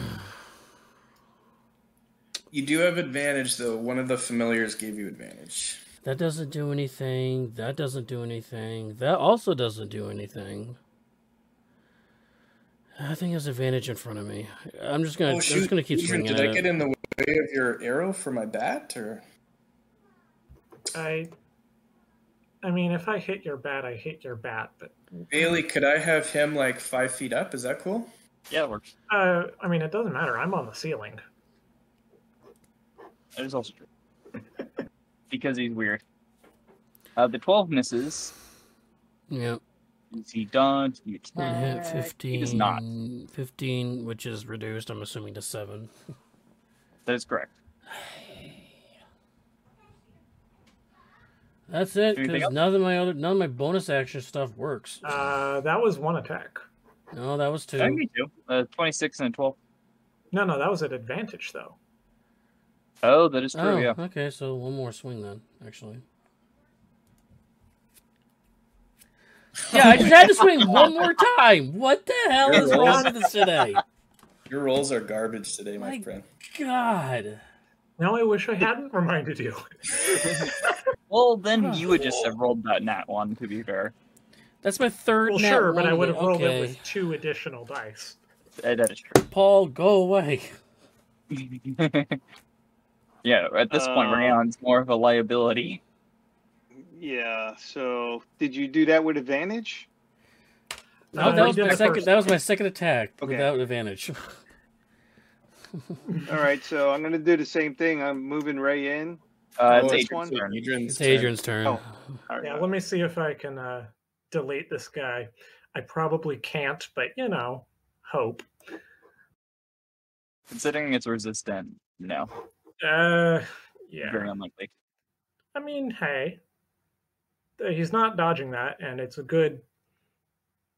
S5: You do have advantage, though. One of the familiars gave you advantage.
S1: That doesn't do anything. That doesn't do anything. That also doesn't do anything. I think has advantage in front of me. I'm just gonna.
S5: oh
S1: I'm
S5: shoot!
S1: just gonna keep
S5: Adrian,
S1: swinging.
S5: did
S1: at
S5: I
S1: it.
S5: get in the way of your arrow for my bat, or
S3: I. I mean, if I hit your bat, I hit your bat. But
S5: Bailey? Could I have him like five feet up? Is that cool?
S2: Yeah, it works.
S3: uh, I mean, it doesn't matter. I'm on the ceiling.
S2: That is also true. because he's weird. Uh, the 12 misses.
S1: Yeah,
S2: Does he dodge? Does he
S1: and
S2: attack?
S1: hit 15.
S2: does not.
S1: 15, which is reduced. I'm assuming to seven.
S2: That is correct.
S1: That's it.
S2: Anything
S1: Because
S2: else?
S1: none of my other, none of my bonus action stuff works.
S3: Uh, that was one attack.
S1: No, that was two.
S2: I need to. Uh, 26 and a 12.
S3: No, no, that was an advantage though.
S2: Oh, that is true,
S1: oh,
S2: yeah.
S1: okay. So one more swing then, actually. Yeah, I just had to swing one more time. What the hell is wrong with us today?
S5: Your rolls are garbage today, my
S1: Like-
S5: friend.
S1: God.
S3: Now I wish I hadn't reminded you.
S2: Well, then you would just have rolled that nat one, to be fair.
S1: That's my third.
S3: Well,
S1: nat
S3: sure, but I
S1: one,
S3: would have rolled
S1: okay.
S3: it with two additional dice.
S2: Uh, that is true.
S1: Paul, go away.
S2: yeah, at this point,
S4: Uh,
S2: Rayon's more of a liability.
S4: yeah. So did you do that with advantage?
S1: No,
S3: Uh,
S1: that
S3: we
S1: was
S3: did
S1: my
S3: the
S1: second.
S3: first.
S1: That was my second attack
S4: Okay.
S1: without advantage.
S4: All right. So I'm gonna do the same thing. I'm moving Ray in.
S2: Uh, it's
S4: this
S2: Adrian's
S4: one?
S2: turn.
S5: Oh, Adrian's
S1: It's Adrian's turn.
S4: Oh. All right.
S3: Yeah, let me see if I can uh, delete this guy. I probably can't, but you know, hope.
S2: Considering it's resistant, no.
S3: Uh, yeah.
S2: Very unlikely.
S3: I mean, hey, Uh, he's not dodging that, and it's a good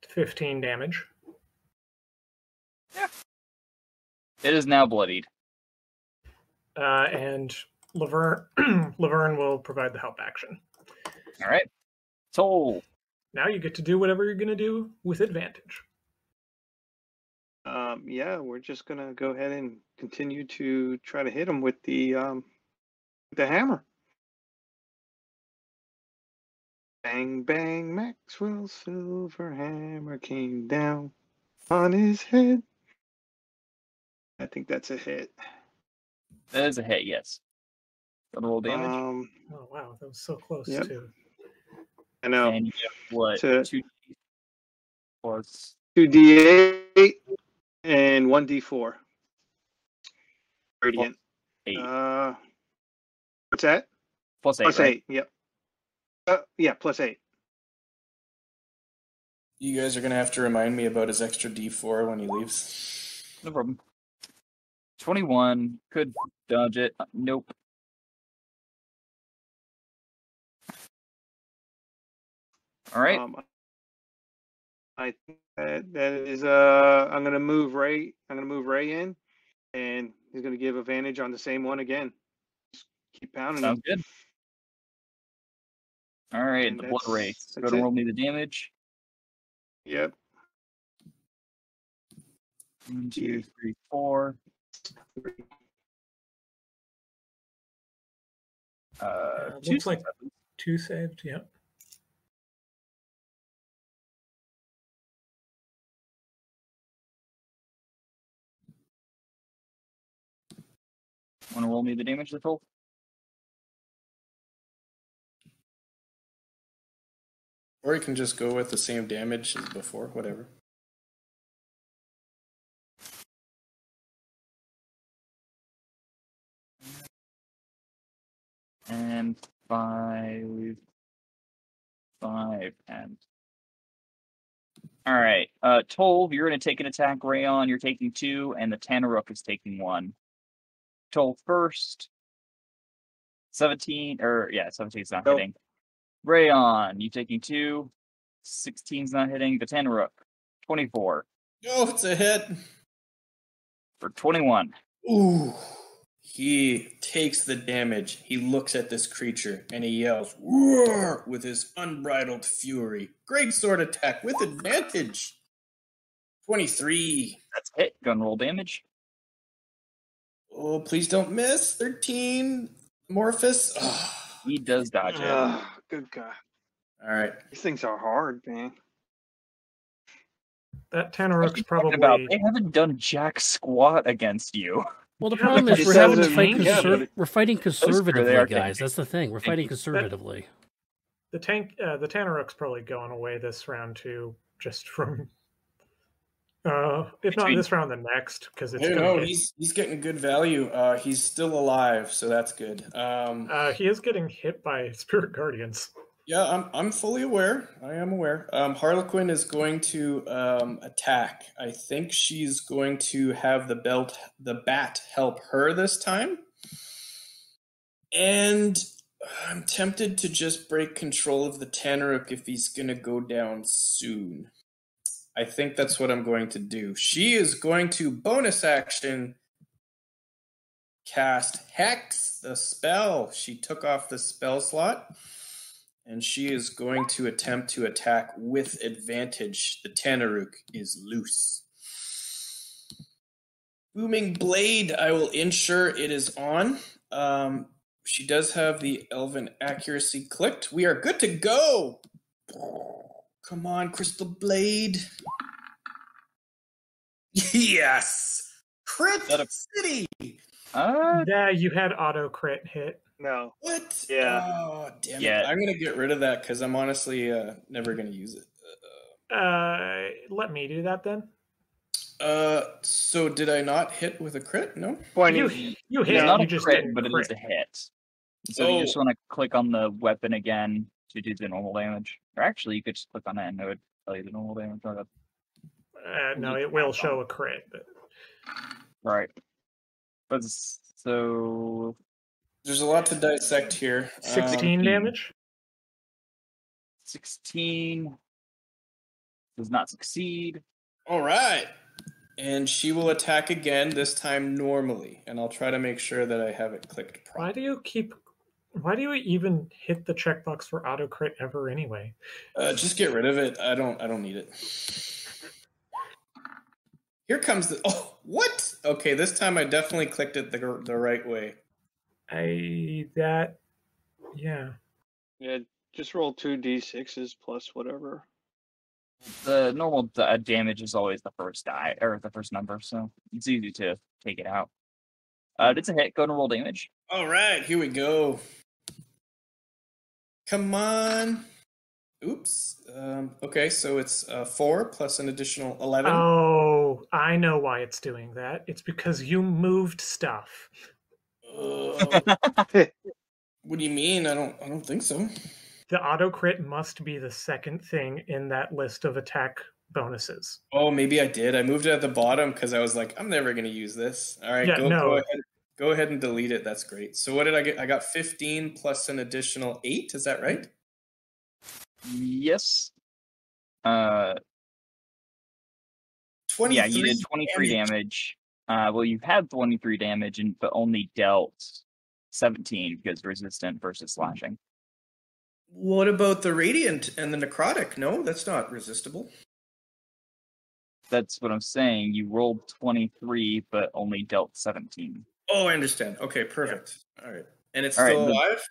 S3: fifteen damage.
S2: It is now bloodied.
S3: Uh, and Laverne, Laverne will provide the help action.
S2: All right. Toll.
S3: Now you get to do whatever you're going to do with advantage.
S4: Um, yeah, we're just gonna go ahead and continue to try to hit him with the um, the hammer. Bang bang, Maxwell's silver hammer came down on his head. I think that's a hit.
S2: That is a hit, yes. Gonna roll damage.
S4: Um,
S3: Oh wow, that was so close
S4: Yep.
S3: to.
S4: I know
S2: and you have what?
S4: Uh, to-
S2: Two plus
S4: two d eight and one d four. Radiant.
S2: eight.
S4: Uh, what's that?
S2: plus eight.
S4: Plus
S2: right?
S4: eight. Yep. Uh, yeah, plus eight.
S5: You guys are gonna have to remind me about his extra D4 when he leaves.
S2: No problem. 21. Could dodge it. Uh, Nope. All right.
S4: Um, I think that, that is uh I'm gonna move Ray I'm gonna move Ray in and he's gonna give advantage on the same one again. Just keep pounding
S2: Sounds
S4: him.
S2: good. All right.
S4: Mm-hmm. And
S2: The blood
S4: that's-
S2: race. Go ahead
S4: that's
S2: and
S4: it.
S2: roll me the damage.
S4: Yep.
S2: One, two, three, four. Uh,
S3: Uh,
S2: two
S3: looks like-
S2: sevens.
S3: Two saved, yep.
S2: Want to roll me the damage, Little?
S5: Or you can just go with the same damage as before, whatever.
S2: And five. Five and. All right. Uh, Toll, you're going to take an attack. Rayon, you're taking two, and the Tanaruk is taking one. Toll first. 17, or yeah, 17's not
S4: Nope.
S2: hitting. Rayon, you taking two. 16's not hitting. The Tanaruk, 24
S5: Oh, it's a hit.
S2: for 21.
S5: Ooh. He takes the damage. He looks at this creature and he yells, Roar! with his unbridled fury. Great sword attack with advantage. 23.
S2: That's a hit. Gun roll damage.
S5: Oh, please don't miss. 13. Morphus. Ah.
S2: He does dodge it.
S4: Ugh, good God.
S5: All right.
S4: These things are hard, man.
S3: That
S2: What are
S3: Tanaruk's
S2: you talking about?
S3: probably
S2: They haven't done jack squat against you.
S1: Well, the
S3: Yeah,
S1: problem is
S3: but it
S1: we're having to
S4: doesn't
S1: fight.
S4: mean- yeah,
S1: conser-
S4: but it-
S1: we're fighting
S2: they are
S1: conservatively,
S2: technically-
S1: guys. That's the thing. We're fighting conservatively.
S3: the tank. Uh, the Tanaruk's probably going away this round too, just from. Uh, if not
S2: Between-
S3: this round, the next because it's
S5: No,
S3: gonna
S5: no,
S3: hit.
S5: he's he's getting good value. Uh, he's still alive, so that's good. Um,
S3: Uh, he is getting hit by spirit guardians.
S5: yeah, I'm I'm fully aware. I am aware. Um, Harlequin is going to um, attack. I think she's going to have the belt, the bat, help her this time. And I'm tempted to just break control of the Tanaruk if he's going to go down soon. I think that's what I'm going to do. She is going to bonus action cast Hex, the spell. She took off the spell slot. And she is going to attempt to attack with advantage. The Tanaruk is loose. Booming Blade, I will ensure it is on. Um, she does have the Elven accuracy clicked. We are good to go. Come on, Crystal Blade. Yes! Crit
S2: That a-
S5: City!
S2: Uh,
S3: Yeah, you had auto crit hit.
S4: No.
S5: What?
S4: Yeah.
S5: Oh, damn
S2: Yeah.
S5: it. I'm going to get rid of that because I'm honestly uh, never going to use it.
S3: Uh, let me do that then.
S5: Uh, so did I not hit with a crit? No.
S4: Twenty
S3: You you hit.
S2: it's not
S3: you
S2: a
S3: just
S2: crit,
S3: didn't
S2: but it
S3: crit.
S2: is
S3: Oh.
S2: a hit. So you just want to click on the weapon again to do the normal damage. Or actually, you could just click on it and it would tell you the normal damage. on it.
S3: Uh, no,
S2: you
S3: it will
S2: have
S3: show a crit. But
S2: Uh, Right. But s- so
S5: There's a lot to dissect here. Um,
S3: 16
S2: 15.
S3: damage.
S2: 16 does not succeed.
S5: all right. And she will attack again, this time normally. And I'll try to make sure that I have it clicked
S3: Why
S5: properly.
S3: do you keep? Why do you even hit the checkbox for auto crit ever anyway?
S5: Uh, just get rid of it. I don't. I don't need it. Here comes the. Oh, what? Okay, this time I definitely clicked it the gr- the right way.
S3: I that, yeah.
S4: Yeah, just roll two d6s plus whatever.
S2: The normal d- uh, damage is always the first die or the first number, so it's easy to take it out. Uh, it's a hit. Go and roll damage.
S5: All right, here we go. Come on. Oops. Um, okay, so it's uh, four plus an additional eleven.
S3: Oh, I know why it's doing that. It's because you moved stuff.
S5: Uh, what do you mean? I don't. I don't think so.
S3: The auto crit must be the second thing in that list of attack bonuses.
S5: Oh, maybe I did. I moved it at the bottom because I was like, I'm never going to use this. All right,
S3: Yeah,
S5: go,
S3: no.
S5: go ahead. Go ahead and delete it. That's great. So what did I get? I got 15 plus an additional eight. Is that right?
S2: Yes. Uh,
S5: 23.
S2: yeah, you did 23 damage. Uh, well, you've had 23 damage, and but only dealt 17 because resistant versus slashing.
S5: What about the radiant and the necrotic? No, that's not resistible.
S2: That's what I'm saying. You rolled 23, but only dealt 17.
S5: Oh, I understand. Okay, perfect. All right, and it's
S2: All right,
S5: still
S2: the-
S5: alive.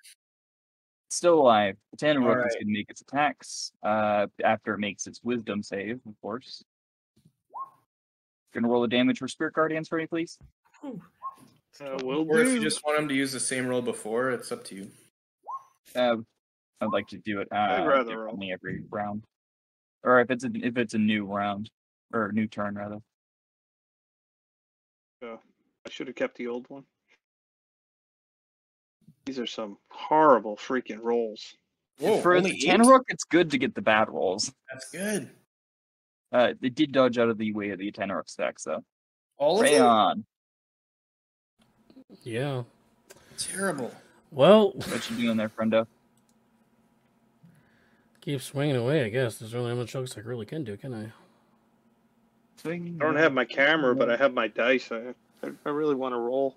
S2: Still alive. The Tandem
S5: All
S2: Rook is
S5: right.
S2: going to make its attacks uh, after it makes its Wisdom save, of course. Gonna roll the damage for Spirit Guardians for me, please.
S4: Uh, will
S5: Or if you
S4: do.
S5: just want them to use the same roll before, it's up to you.
S2: Uh, I'd like to do it. Uh,
S4: I'd rather roll.
S2: differently every round, or if it's a, if it's a new round or a new turn rather.
S4: Uh, I should have kept the old one. These are some horrible freaking rolls.
S5: Whoa,
S2: for
S5: only
S2: the
S5: eight?
S2: Tanrook, it's good to get the bad rolls.
S5: That's good.
S2: Uh, they did dodge out of the way of the Tanrook stacks, though.
S5: All of them.
S2: Rayon,
S1: Yeah.
S5: Terrible.
S1: Well,
S2: what you doing there, friendo?
S1: keep swinging away, I guess. There's really not much else I really can do, can I?
S2: Swing
S4: I don't have my camera, but I have my dice. I, I, I really want to roll.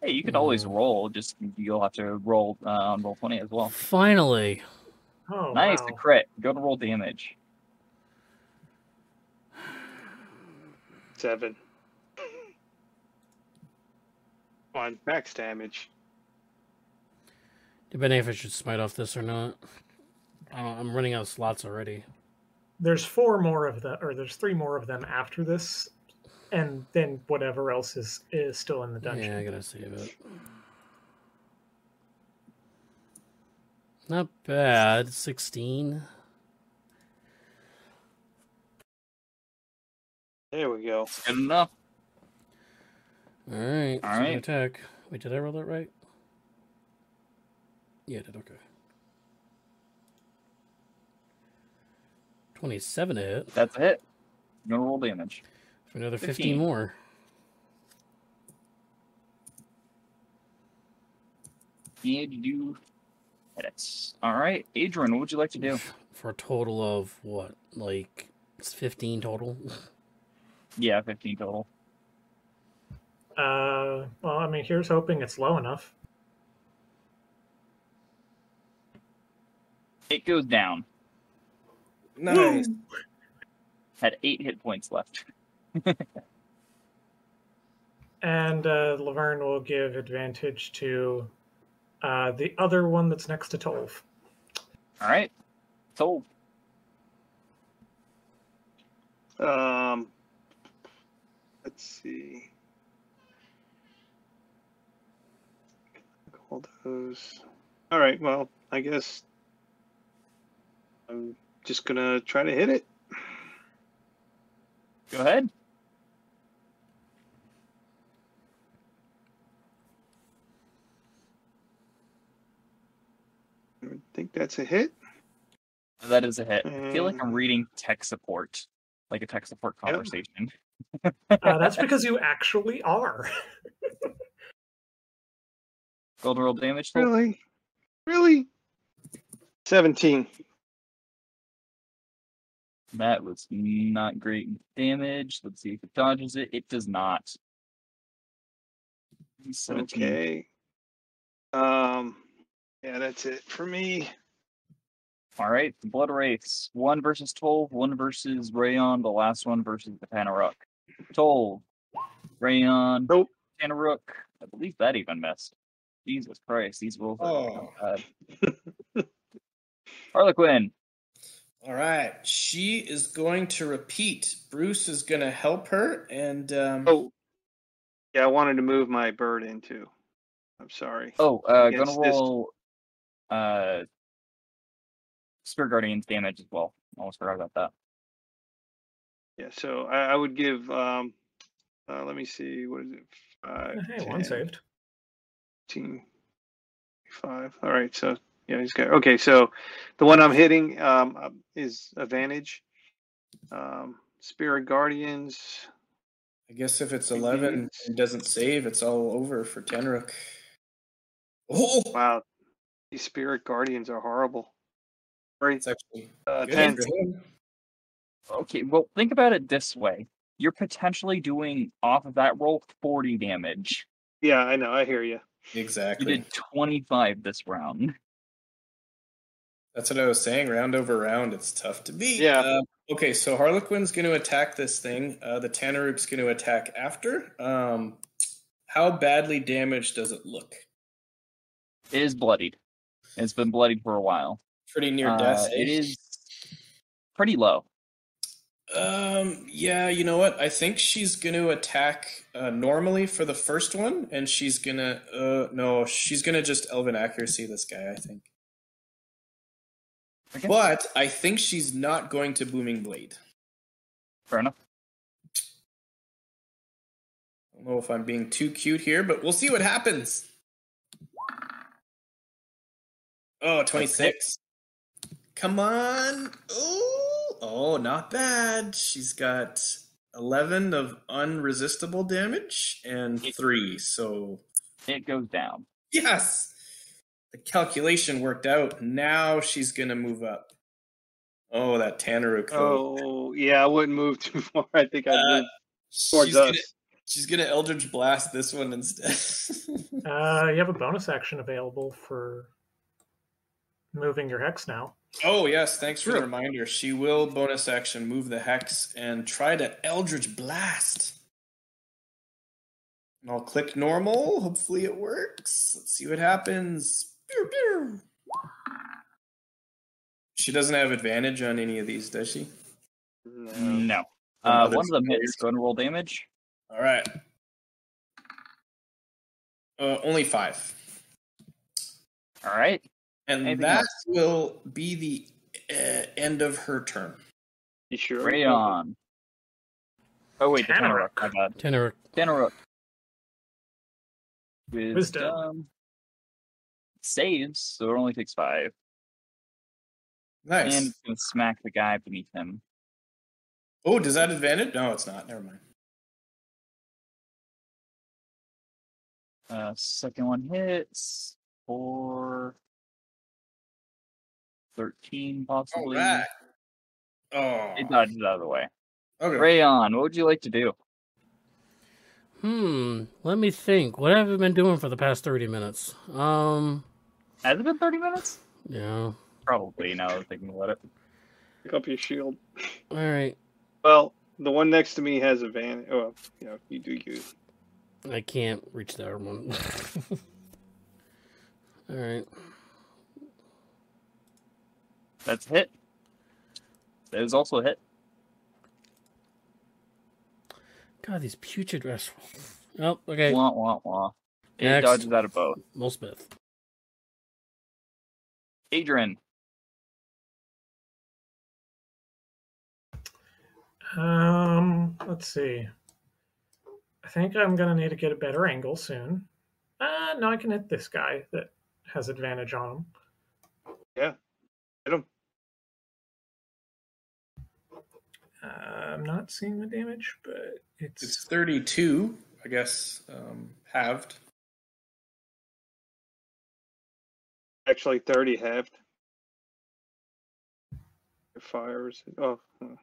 S2: Hey, you could always
S1: Hmm.
S2: roll. Just you'll have to roll uh, on roll twenty as well.
S1: Finally.
S3: Oh,
S2: nice, a
S3: wow.
S2: crit. Go to roll damage.
S4: Seven. Come on, max damage.
S1: Depending if I should smite off this or not. I don't, I'm running out of slots already.
S3: There's four more of the, or there's three more of them after this, and then whatever else is is still in the dungeon.
S1: Yeah, I gotta save it. Not bad. 16.
S4: There we go.
S2: Good enough.
S1: Alright.
S2: All
S1: so
S2: right.
S1: Attack. Wait, did I roll that right? Yeah, I did. Okay. 27 to hit.
S2: That's a hit. Go to roll damage.
S1: For another 15,
S2: 15.
S1: more.
S2: And you do edits. All right, Adrian, what would you like to do?
S1: For a total of what? Like it's 15 total?
S2: Yeah, fifteen total.
S3: Uh, well, I mean, here's hoping it's low enough.
S2: It goes down.
S5: Nice.
S2: Had eight hit points left.
S3: And uh, Laverne will give advantage to uh, the other one that's next to Tolv.
S2: All right, so
S4: Um, let's see. All those. All right. Well, I guess I'm just gonna try to hit it.
S2: go ahead.
S4: I would think that's a hit.
S2: That is a hit. I feel like I'm reading tech support, like a tech support
S4: Mm. Yep.
S2: conversation.
S3: Uh, that's because you actually are.
S2: Gold roll damage. Total.
S4: Really, really. Seventeen.
S2: That was not great damage. Let's see if it dodges it. It does not. 17.
S4: Okay. Um, yeah, that's it for me.
S2: All right, the Blood Wraiths. One versus 12, one versus Rayon, the last one versus the Tanaruk. 12, Rayon,
S4: Nope.
S2: Tanaruk. I believe that even missed. Jesus Christ, these wolves are
S5: Oh.
S2: bad. Harlequin.
S5: All right. She is going to repeat. Bruce is going to help her, and um,
S4: Oh, yeah, I wanted to move my bird in too. I'm sorry.
S2: Oh, uh, gonna
S4: Against this-
S2: roll uh, Spirit Guardian's damage as well. Almost forgot about that.
S4: Yeah, so I, I would give. Um, uh, let me see. What is it? Five,
S3: Hey, one
S4: 10,
S3: saved.
S4: 15, five. All right. So yeah, he's got. Okay, so the one I'm hitting um, uh, is advantage. Um, Spirit Guardians.
S5: I guess if it's 11 and doesn't save, it's all over for Tenruk. Oh,
S4: Wow, these Spirit Guardians are horrible. Right.
S5: it's actually
S4: Uh,
S5: good
S4: ten.
S5: for him.
S2: Okay, well, think about it this way. You're potentially doing off of that roll 40 damage.
S4: Yeah, I know. I hear you.
S2: You
S5: Exactly.
S2: did 25 this round.
S5: That's what I was saying. Round over round, it's tough to beat.
S4: Yeah.
S5: Um, okay, so Harlequin's going to attack this thing. Uh, the Tanaruk's going to attack after. Um, how badly damaged does it look?
S2: It is bloodied. It's been bloodied for a while.
S5: Pretty near
S2: Uh,
S5: death.
S2: it
S5: eh?
S2: is pretty low.
S5: Um, yeah, you know what? I think she's going to attack uh, normally for the first one, and she's going to. Uh, no, she's going to just Elven Accuracy this guy, I think.
S2: Okay.
S5: But I think she's not going to Booming Blade.
S2: Fair enough.
S5: I don't know if I'm being too cute here, but we'll see what happens. Oh, 26. Come on. Ooh. Oh, not bad. She's got 11 of unresistible damage and 3. So,
S2: It goes down.
S5: yes. The calculation worked out. Now she's going to move up. Oh, that Tanneruk.
S4: Oh, yeah. I wouldn't move too far. I think I'd
S5: Uh,
S4: move towards
S5: she's
S4: us.
S5: going she's gonna Eldritch Blast this one instead.
S3: Uh, you have a bonus action available for moving your hex now.
S5: Oh yes, thanks for the
S4: Sure.
S5: reminder. She will bonus action move the hex and try to Eldritch Blast. And I'll click normal. Hopefully it works. Let's see what happens. Pew, pew. She doesn't have advantage on any of these, does she?
S4: No.
S2: No.
S5: Some
S2: Uh,
S5: other
S2: one of them
S5: scenarios.
S2: hits. Go ahead and roll damage.
S5: All right. Uh, only five,
S2: All right.
S5: and
S2: Anything
S5: that will be the uh, end of her turn.
S4: You sure?
S2: Rayon. Oh, wait. The Tanaruk. My bad.
S1: Tenor.
S2: Tanaruk. Wisdom.
S3: Wisdom.
S2: Saves, so it only takes five.
S5: Nice.
S2: And it's going to smack the guy beneath him.
S5: oh, does that advantage? No, it's not. Never mind.
S2: Uh, second one hits for 13,
S5: All
S2: possibly.
S5: right. Oh,
S2: It dodges out of the way.
S5: okay.
S2: Rayon, what would you like to do?
S1: Hmm. Let me think. What have I been doing for the past thirty minutes? Um.
S2: Has it been 30 minutes?
S1: Yeah.
S2: Probably, now that I'm thinking about it.
S4: Pick up your shield.
S1: All right.
S4: Well, the one next to me has a van. Oh, you know, you do you.
S1: I can't reach that one. All right.
S2: That's a hit. That is also a hit.
S1: God, these putrid rest. Oh, okay.
S2: Wah, wah, wah. It
S1: Next.
S2: dodges out of both.
S1: Will Smith.
S2: Adrian,
S3: Um, let's see. I think I'm gonna need to get a better angle soon. Uh, no, I can hit this guy that has advantage on him.
S4: Hit him.
S3: Uh, I'm not seeing the damage, but it's,
S5: It's 32, I guess, um, halved.
S4: Actually, 30 halved. the fires. Oh, hmm.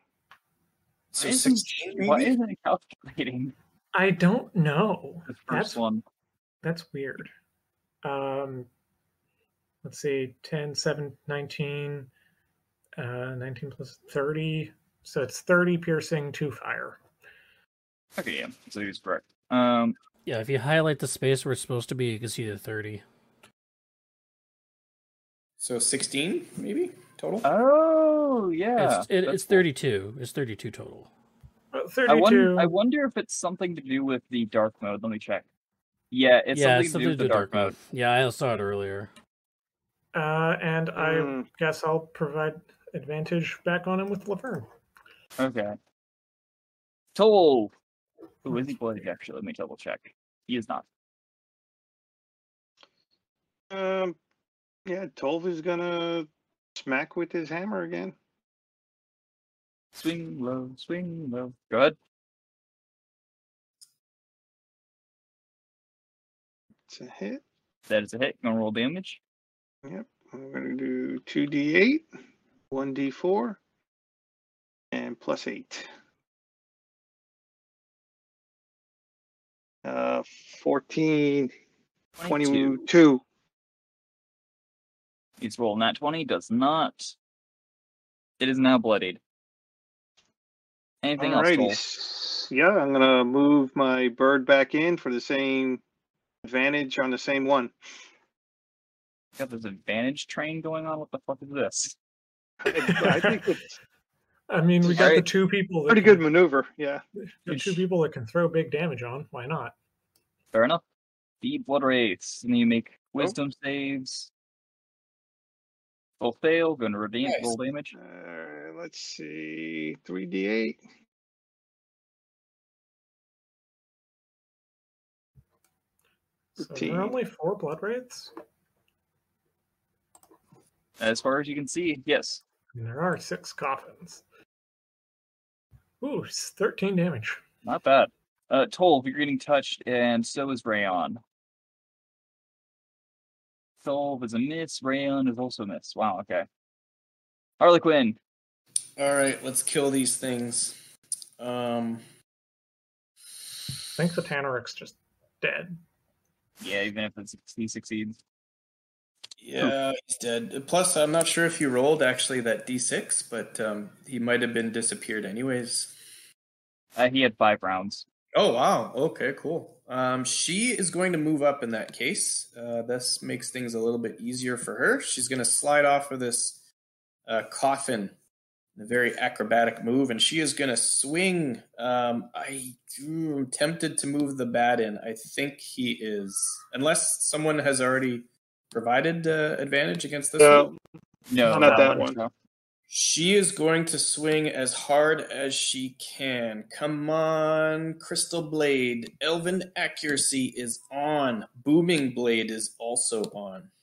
S5: So
S2: Why isn't-
S5: 16, maybe?
S2: Why
S1: Mm-hmm.
S2: isn't it calculating
S3: I don't know.
S2: the first
S3: That's-
S2: one?
S3: That's weird. Um, let's see, 10, 7, 19, uh, 19 plus 30. So it's 30 piercing, 2 fire.
S2: Okay, yeah. So he was correct. Um,
S1: Yeah, if you highlight the space where it's supposed to be, you can see the 30.
S5: So 16, maybe total.
S2: Uh. oh yeah,
S1: it's, it,
S2: that's
S1: it's
S2: cool.
S1: 32. It's 32 total.
S3: Well,
S2: I
S3: 32.
S2: wonder, I wonder if it's something to do with the dark mode. Let me check. Yeah, it's
S1: yeah,
S2: something,
S1: it's something
S2: to do with the dark, mode.
S1: Yeah, I saw it earlier.
S3: uh, and I
S2: Hmm.
S4: Mm.
S3: guess I'll provide advantage back on him with Laverne.
S2: Okay. Toll. Who is he playing? Actually, let me double check. He is not.
S4: um, yeah, Tolv is gonna smack with his hammer again.
S2: Swing low, swing low. Go ahead.
S4: It's a hit.
S2: That is a hit. Gonna roll damage.
S4: I'm gonna do two d8, one d4, and plus eight. Uh, 14, 22.
S2: 22. He's rolling that 20. Does not. It is now bloodied. Anything else?
S4: Alrighty.
S2: Toll?
S4: s- Yeah, I'm gonna move my bird back in for the same advantage on the same one.
S2: Got this advantage train going on. What the fuck is this?
S4: I think it's
S3: I mean, we got the
S2: Alright.
S3: two people that
S4: pretty
S3: can,
S4: good maneuver. Yeah.
S3: the two people that can throw big damage on. Why not?
S2: Fair enough. The blood race. And then you make wisdom saves. Will fail, gonna redeem
S5: Nice.
S2: roll damage.
S4: Uh, let's see, three d eight.
S3: So there
S4: Fifteen.
S3: are only four blood wraiths,
S2: As far as you can see, yes.
S3: and there are six coffins. Ooh, it's 13 damage.
S2: Not bad. Uh Toll, you're getting touched, and so is Rayon. Toll is a miss, Rayon is also a miss. Wow, okay. Harlequin.
S5: All right, let's kill these things. Um,
S3: I think the Tanaric's just dead.
S2: Yeah, even if it's, he succeeds.
S5: yeah, he's dead. Plus, I'm not sure if you rolled actually that d6, but um, he might have been disappeared anyways.
S2: Uh, he had five rounds.
S5: Oh wow. Okay, cool. Um, she is going to move up in that case. Uh, this makes things a little bit easier for her. She's going to slide off of this uh, coffin, in a very acrobatic move, and she is going to swing. Um, I ooh, I'm tempted to move the bat in. I think he is, unless someone has already provided uh, advantage against this.
S4: No.
S5: one.
S2: No,
S4: Not that
S2: one's
S4: one.
S2: no.
S5: She is going to swing as hard as she can. Come on, Crystal Blade. Elven Accuracy is on. Booming Blade is also on.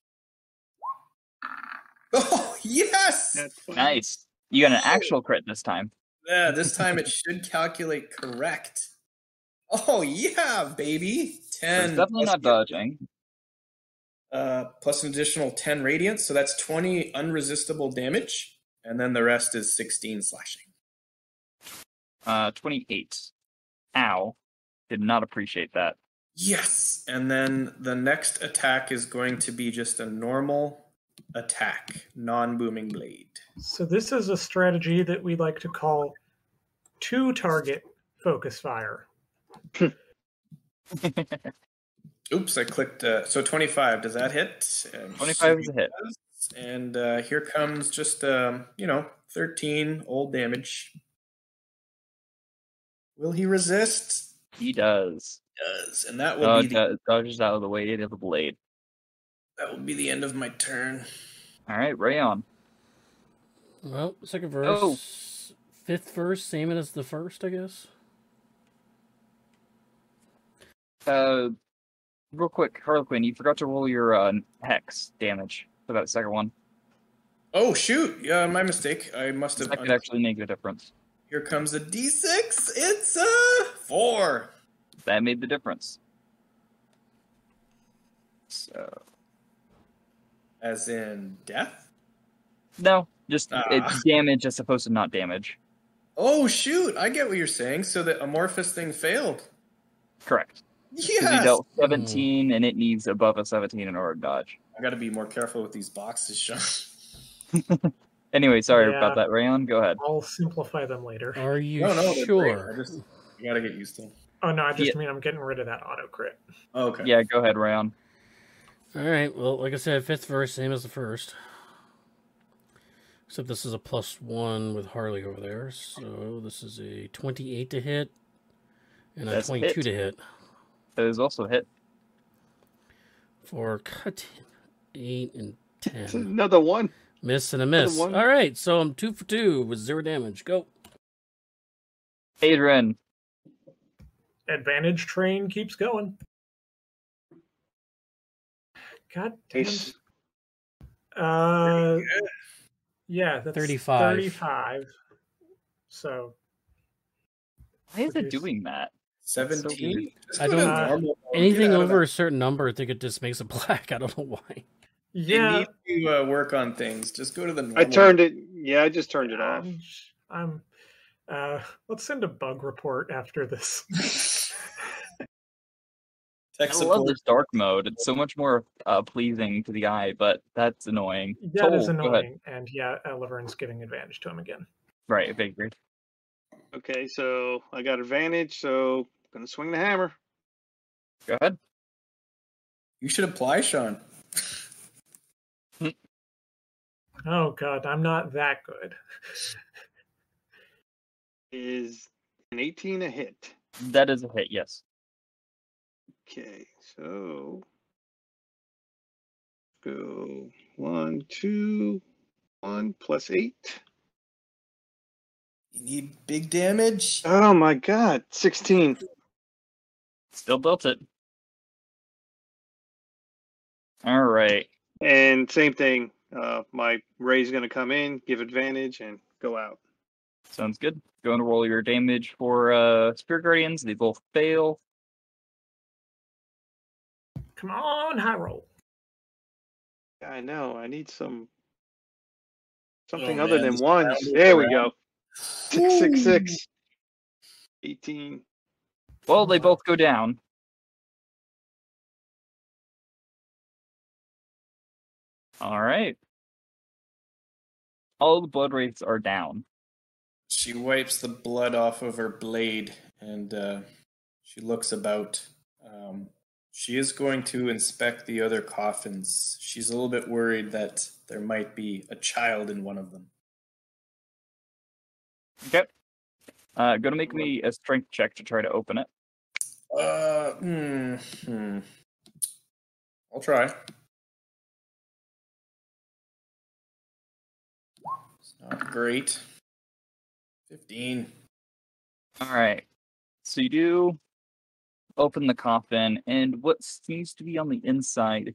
S5: Oh, yes!
S4: That's fine.
S2: Nice. You got an actual crit this time.
S5: Yeah, this time it should calculate correct. Oh, yeah, baby.
S2: It's
S5: 10.
S2: definitely
S5: plus
S2: not
S5: the-
S2: dodging.
S5: Uh, plus an additional 10 radiant, so that's 20 unresistible damage. And then the rest is 16 slashing.
S2: Uh, 28. Ow. Did not appreciate that.
S5: Yes. And then the next attack is going to be just a normal attack, non booming blade.
S3: So this is a strategy that we like to call two target focus fire.
S5: Oops, I clicked. Uh, so 25, does that hit? And
S2: 25 is a hit.
S5: And uh, here comes just, um, you know, 13 old damage. Will he resist?
S2: He does.
S5: Does. And that will,
S2: Uh,
S5: be the,
S2: do- dodges out of the way of the blade.
S5: that will be the end of my turn.
S2: All right, Rayon.
S1: Well, second
S2: Oh.
S1: verse, fifth verse, same as the first, I guess.
S2: Uh, real quick, Harlequin, you forgot to roll your uh, hex damage for that second one.
S5: Oh, shoot. Yeah, my mistake. I must have.
S2: That could actually make the difference.
S5: Here comes a d6. It's a four.
S2: That made the difference. So
S5: As in death?
S2: no, Just
S5: Ah.
S2: it's damage as opposed to not damage.
S5: Oh shoot! I get what you're saying. So the amorphous thing failed.
S2: Correct. 'Cause
S5: Yes.
S2: you dealt 17 and it needs above a 17 in order to dodge.
S5: I got to be more careful with these boxes, Sean.
S2: Anyway, sorry
S3: Yeah.
S2: about that, Rayon. Go ahead.
S3: I'll simplify them later.
S1: Are you
S5: no, no, they're great. I
S1: sure?
S5: just I gotta get used to. Them.
S3: Oh no, I just mean I'm getting rid of that auto crit.
S5: Oh, okay.
S2: Yeah, go ahead, Rayon.
S1: All right. Well, like I said, fifth verse, same as the first. Except this is a plus one with Harley over there, so this is a twenty-eight to hit, and a
S2: That's
S1: twenty-two
S2: hit.
S1: to hit
S2: That is also hit.
S1: for cut eight and
S4: It's
S1: ten.
S4: another one.
S1: Miss and a miss.
S4: one.
S1: All right, so I'm two for two with zero damage. Go.
S5: Oh,
S2: Adrian,
S3: Advantage train keeps going. God damn.
S4: Ace.
S3: Uh, yeah, that's
S1: 35.
S3: 35. So
S2: why is it
S3: Reduce.
S2: doing that?
S5: Seventeen. Just
S1: I
S5: go
S1: don't-
S5: to normal mode.
S1: Anything
S5: Get out of
S1: over a certain number, I think it just makes it black. I don't know why.
S5: that. You
S3: yeah,
S5: need to uh, work on things. Just go to the. Normal
S4: I turned it. Yeah, I just turned it off.
S3: I'm, I'm uh let's send a bug report after this.
S5: Tech
S2: I love
S5: support.
S2: this dark mode. It's so much more uh, pleasing to the eye, but that's annoying.
S3: That is
S2: Toll, go ahead.
S3: annoying. And yeah, uh, Laverne's giving advantage to him again.
S2: Right, I agree.
S4: Okay, so I got advantage, so gonna swing the hammer.
S2: Go ahead.
S5: You should apply, Sean.
S3: Oh god, I'm not that good.
S4: Is an 18 a hit?
S2: That is a hit, yes.
S4: Okay, so go one, two, one plus eight.
S5: You need big damage.
S4: Oh my god, 16.
S2: Still built it. All right.
S4: And same thing, uh, my ray's gonna come in, give advantage, and go out.
S2: Sounds good. Going to roll your damage for uh Spirit Guardians. They both fail.
S3: Come on, high roll.
S4: I know, I need some something
S5: Oh,
S4: other
S5: man,
S4: than
S5: this
S4: ones.
S5: round is
S4: There we go.
S5: round.
S4: Six, six, six. 18.
S2: Well, they
S3: Alright.
S2: both go down. All right. All the blood rates are down.
S5: She wipes the blood off of her blade and uh, she looks about. Um, she is going to inspect the other coffins. She's a little bit worried that there might be a child in one of them.
S2: Okay. Uh, gonna make me a strength check to try to open it.
S5: Uh, hmm, hmm. I'll try. It's not great. 15.
S2: All right. So you do open the coffin, and what seems to be on the inside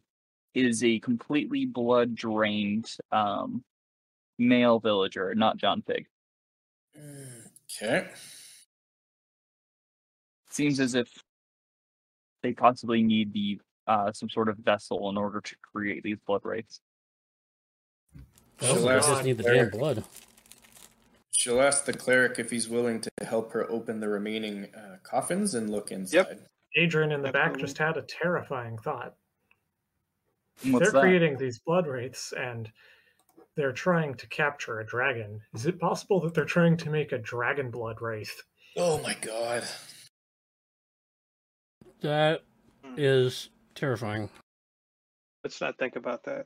S2: is a completely blood drained um, male villager, not John Pig.
S5: Okay.
S2: Seems as if they possibly need the uh, some sort of vessel in order to create these blood rays.
S1: Oh,
S5: She'll
S1: I
S5: ask
S1: just
S5: the
S1: need the damn
S5: cleric-
S1: blood.
S5: She'll ask the cleric if he's willing to help her open the remaining uh, coffins and look inside.
S3: Adrian in the back
S4: Absolutely.
S3: just had a terrifying thought.
S2: And What's
S3: they're
S2: that?
S3: creating these blood wraiths and they're trying to capture a dragon. Is it possible that they're trying to make a dragon blood wraith?
S5: Oh my god.
S1: That is terrifying.
S4: Let's not think about that.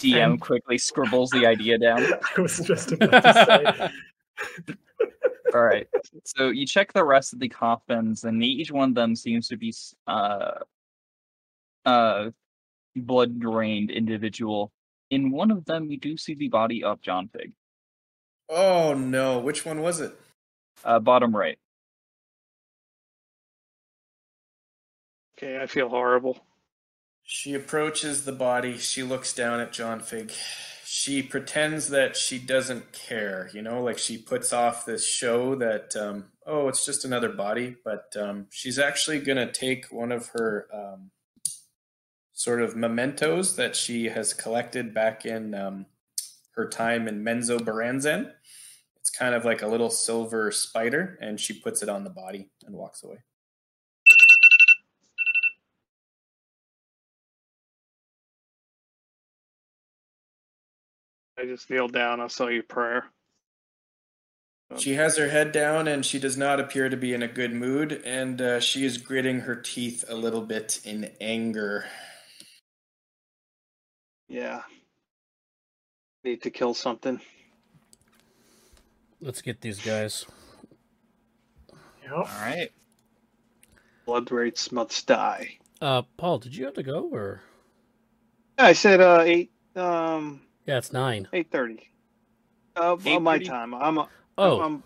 S2: DM
S3: and-
S2: quickly scribbles the idea
S4: Um,
S2: down.
S3: I was just about to say.
S2: All right. So you check the rest of the coffins, and each one of them seems to be s- uh, uh, blood drained individual. In one of them, you do see the body of John Pig,
S5: Oh no. Which one was it?
S2: uh, bottom right.
S4: Okay, I feel horrible.
S5: She approaches the body. She looks down at John Fig. She pretends that she doesn't care, you know, like she puts off this show that, um, oh, it's just another body. But um, she's actually going to take one of her um, sort of mementos that she has collected back in um, her time in Menzo Baranzen. It's kind of like a little silver spider, and she puts it on the body and walks away.
S4: I just kneel down. I saw your prayer.
S5: She has her head down and she does not appear to be in a good mood, and uh, she is gritting her teeth a little bit in anger.
S4: Yeah. Need to kill something.
S1: Let's get these guys.
S3: Yep.
S4: Oh,
S2: All right.
S4: Blood rates must die.
S1: Uh, Paul, did you have to go or?
S4: Yeah, I said uh eight um
S1: Yeah, it's nine.
S4: eight thirty. Uh, well, my
S2: 8:30?
S4: time. I'm. a-
S1: Oh,
S4: I'm,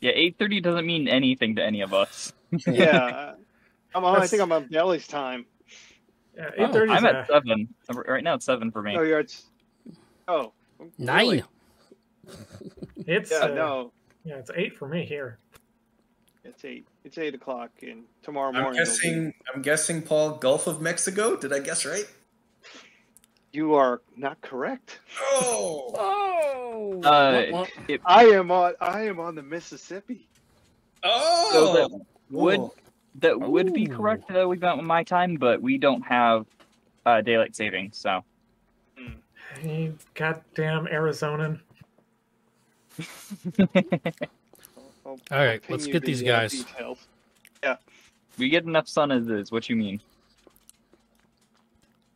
S2: Yeah, eight thirty doesn't mean anything to any of us.
S4: yeah. I'm on, I
S5: That's-
S4: think I'm on Deli's time.
S3: Yeah,
S1: Oh,
S3: eight thirty. uh,
S2: I'm at seven. Right now it's seven for me.
S4: Oh, you're at. s- Oh.
S1: nine.
S4: really?
S3: It's
S4: Yeah,
S3: uh,
S4: no.
S3: yeah, it's eight for me here.
S4: It's eight. It's eight o'clock, and tomorrow morning. it'll
S5: I'm
S4: be-
S5: guessing. I'm guessing, Paul, Gulf of Mexico. Did I guess right?
S4: you are not correct.
S5: Oh,
S1: Oh.
S2: Uh,
S1: Womp womp.
S2: it-
S4: I am on. I am on the Mississippi.
S5: oh,
S2: so that would
S5: Cool.
S2: that would be
S1: Ooh.
S2: correct that we got my time, but we don't have uh, daylight saving, so
S3: Hey, goddamn Arizonan.
S4: All
S1: All right, let's get these guys.
S4: uh, Details.
S2: we get enough sun as is. What you mean?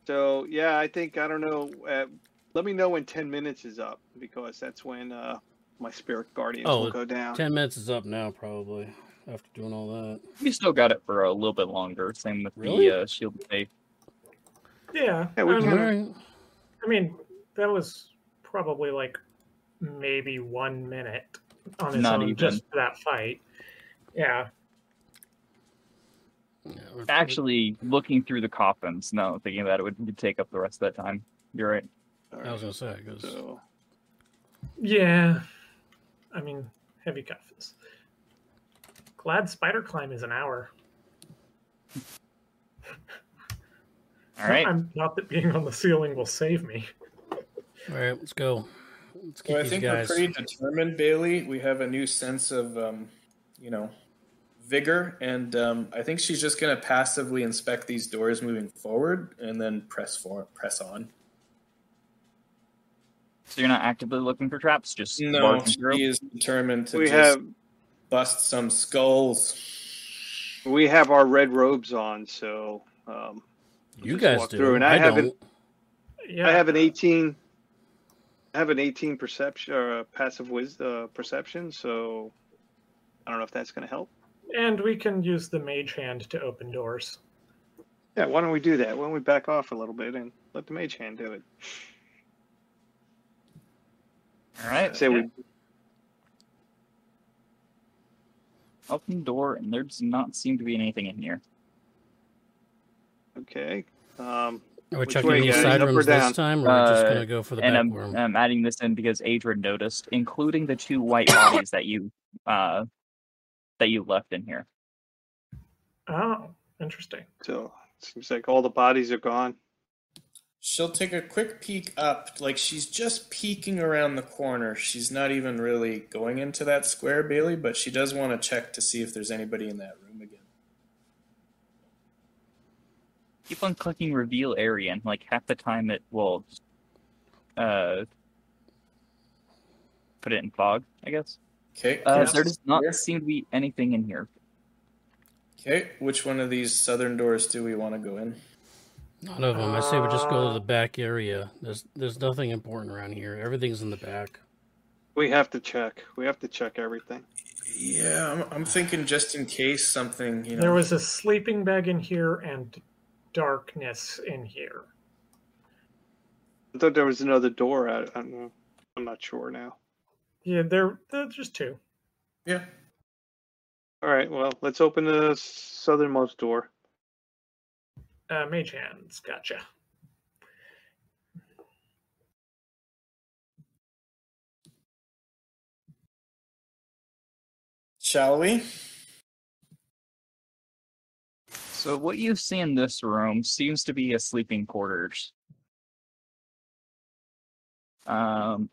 S4: So yeah, I think I don't know. Uh, let me know when ten minutes is up because that's when uh, my spirit guardians
S1: Oh,
S4: will go down.
S1: Ten minutes is up now, probably. After doing all that.
S2: We still got it for a little bit longer. Same with
S1: Really?
S2: the uh, shield of faith.
S3: Yeah.
S4: Yeah, we
S3: I,
S1: All
S4: can-
S3: mean,
S1: right.
S3: I mean, that was probably like maybe one minute on his
S2: Not
S3: own
S2: even.
S3: just for that fight. Yeah.
S1: Yeah, we're-
S2: Actually, looking through the coffins. No, thinking about it would take up the rest of that time. You're right.
S4: All
S1: I was
S4: right,
S1: gonna say because
S4: so
S3: Yeah. I mean, heavy coffins. Glad spider climb is an hour.
S2: All right.
S3: I'm not that being on the ceiling will save me.
S1: all right, let's go. Let's keep
S5: So I
S1: these
S5: think
S1: guys.
S5: we're pretty determined, Bailey. We have a new sense of, um, you know, vigor, and um, I think she's just going to passively inspect these doors moving forward, and then press for press on.
S2: So you're not actively looking for traps, just
S5: No,
S2: barging through?
S5: she is determined to
S4: we
S5: just
S4: have
S5: bust some skulls.
S4: we have our red robes on, so um,
S1: you
S4: just
S1: guys
S4: walk
S1: do.
S4: through, and I haven't-
S1: don't.
S3: Yeah.
S4: I have an eighteen. I have an eighteen perception or uh, passive wis- uh, perception, so I don't know if that's going to help.
S3: And we can use the mage hand to open doors.
S4: Yeah, why don't we do that? Why don't we back off a little bit and let the mage hand do it?
S2: All right.
S4: Say we
S2: Open door, and there does not seem to be anything in here.
S4: okay. Um,
S1: Are we
S4: Which
S1: checking
S4: way,
S1: any
S4: guys?
S1: side
S4: Up or
S1: rooms
S4: down?
S1: this time, or are we just
S2: Uh,
S1: gonna go for the
S2: and
S1: back
S2: I'm,
S1: room?
S2: I'm adding this in because Adrian noticed, including the two white bodies that you uh, that you left in here.
S3: Oh, interesting.
S4: so seems like all the bodies are gone.
S5: She'll take a quick peek up, like she's just peeking around the corner. She's not even really going into that square, Bailey, but she does want to check to see if there's anybody in that room again.
S2: Keep on clicking reveal area, and like half the time it will uh, put it in fog, I guess.
S5: Okay.
S2: Uh,
S5: yes.
S2: There does not
S5: Yes.
S2: seem to be anything in here.
S5: Okay, which one of these southern doors do we want to go in?
S1: None of them. I say we just go to
S3: Uh,
S1: the back area. There's there's nothing important around here. Everything's in the back.
S4: We have to check. We have to check everything.
S5: Yeah, I'm, I'm thinking just in case something, you know.
S3: There was a sleeping bag in here and darkness in here.
S4: I thought there was another door. I, I don't know. I'm not sure now.
S3: Yeah, there, there's just two.
S5: yeah.
S4: All right. Well, let's open the southernmost door.
S3: Uh, mage hands, gotcha.
S5: Shall we?
S2: So what you see in this room seems to be a sleeping quarters. Um,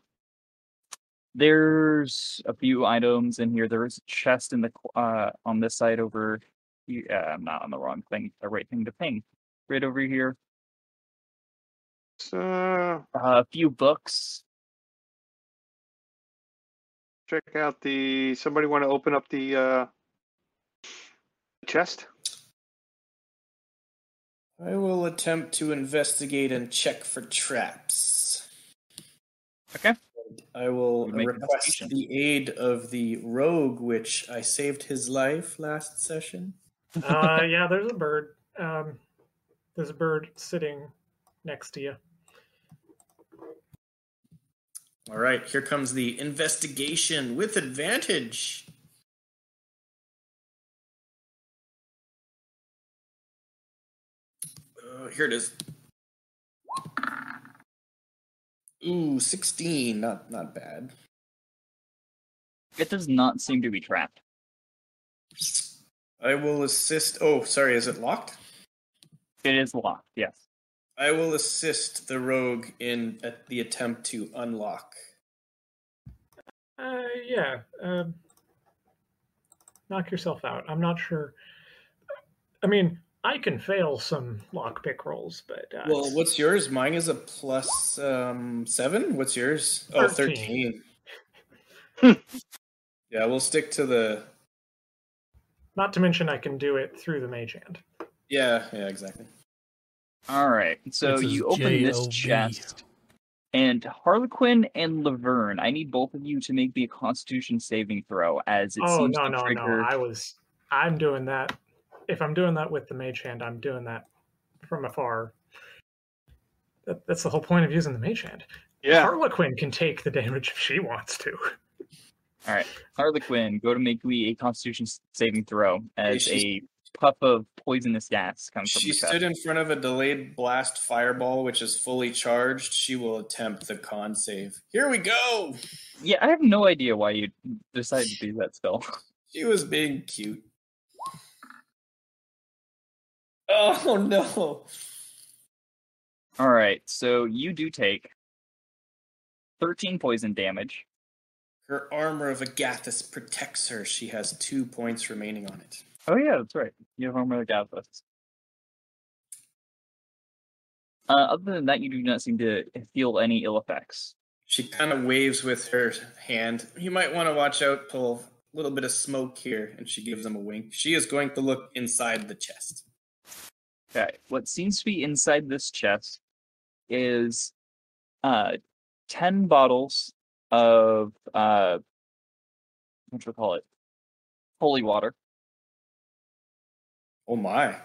S2: There's a few items in here. There is a chest in the co- uh on this side over. he- Uh, I'm not on the wrong thing. The right thing to ping. Right over here.
S4: So
S2: Uh, a few books.
S4: check out the. Somebody want to open up the uh, chest?
S5: I will attempt to investigate and check for traps.
S2: Okay.
S5: And I will
S2: We'll make
S5: request
S2: investigation.
S5: the aid of the rogue, which I saved his life last session.
S3: uh, yeah, there's a bird. Um, there's a bird sitting next to you.
S5: All right, here comes the investigation with advantage. Uh, here it is. Ooh, 16. Not not bad.
S2: It does not seem to be trapped.
S5: I will assist. Oh, sorry, is it locked?
S2: It is locked. Yes.
S5: I will assist the rogue in at the attempt to unlock.
S3: Uh, yeah. Um, knock yourself out. I'm not sure. I mean, I can fail some lockpick rolls, but uh,
S5: Well, what's yours? Mine is a plus um, seven. What's yours? Oh, 13.
S3: Thirteen.
S5: yeah, we'll stick to the.
S3: not to mention I can do it through the mage hand.
S5: Yeah, yeah, exactly.
S2: All right. So
S1: This is
S2: you open this
S1: J-O-V.
S2: chest, and Harlequin and Laverne, I need both of you to make me a Constitution saving throw, as it
S3: oh
S2: seems
S3: no
S2: to
S3: no
S2: trigger.
S3: no! I was. I'm doing that. If I'm doing that with the mage hand, I'm doing that from afar. That, that's the whole point of using the mage hand.
S4: Yeah.
S3: Harlequin can take the damage if she wants to.
S2: Harlequin, go to make me a Constitution s- saving throw, as
S5: she's-
S2: a puff of poisonous gas comes from
S5: She
S2: the chest.
S5: stood in front of a delayed blast fireball, which is fully charged. She will attempt the con save. Here we go!
S2: Yeah, I have no idea why you decided to do that spell.
S5: She was being cute. Oh no!
S2: All right, so you do take 13 poison damage.
S5: Her armor of Agathis protects her. She has two points remaining on it.
S2: Oh yeah, that's right. You have armor gathers. Uh, other than that, you do not seem to feel any ill effects.
S5: She kind of waves with her hand. You might want to watch out, pull a little bit of smoke here. And she gives him a wink. She is going to look inside the chest.
S2: Okay, what seems to be inside this chest is uh, 10 bottles of, uh, what should we call it? Holy water,
S5: Oh my.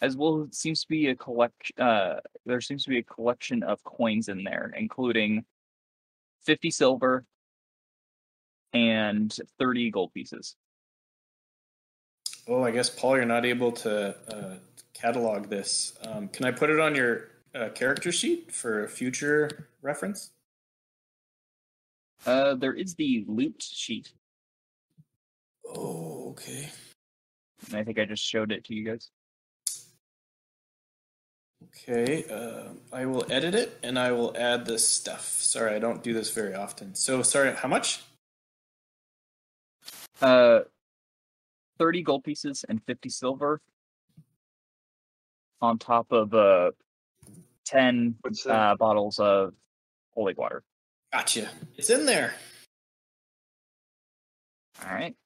S2: as well as seems to be a collection, uh, there seems to be a collection of coins in there, including 50 silver and 30 gold pieces.
S5: Oh, I guess, Paul, you're not able to uh, catalog this. Um, can I put it on your uh, character sheet for future reference?
S2: Uh, there is the loot sheet,
S5: Oh, okay.
S2: and I think I just showed it to you guys.
S5: Okay, um, I will edit it and I will add this stuff. Sorry, I don't do this very often. So, sorry, how much?
S2: Uh, 30 gold pieces and 50 silver on top of uh 10
S4: What's that?
S2: uh, bottles of holy water.
S5: Gotcha. It's in there.
S2: All right.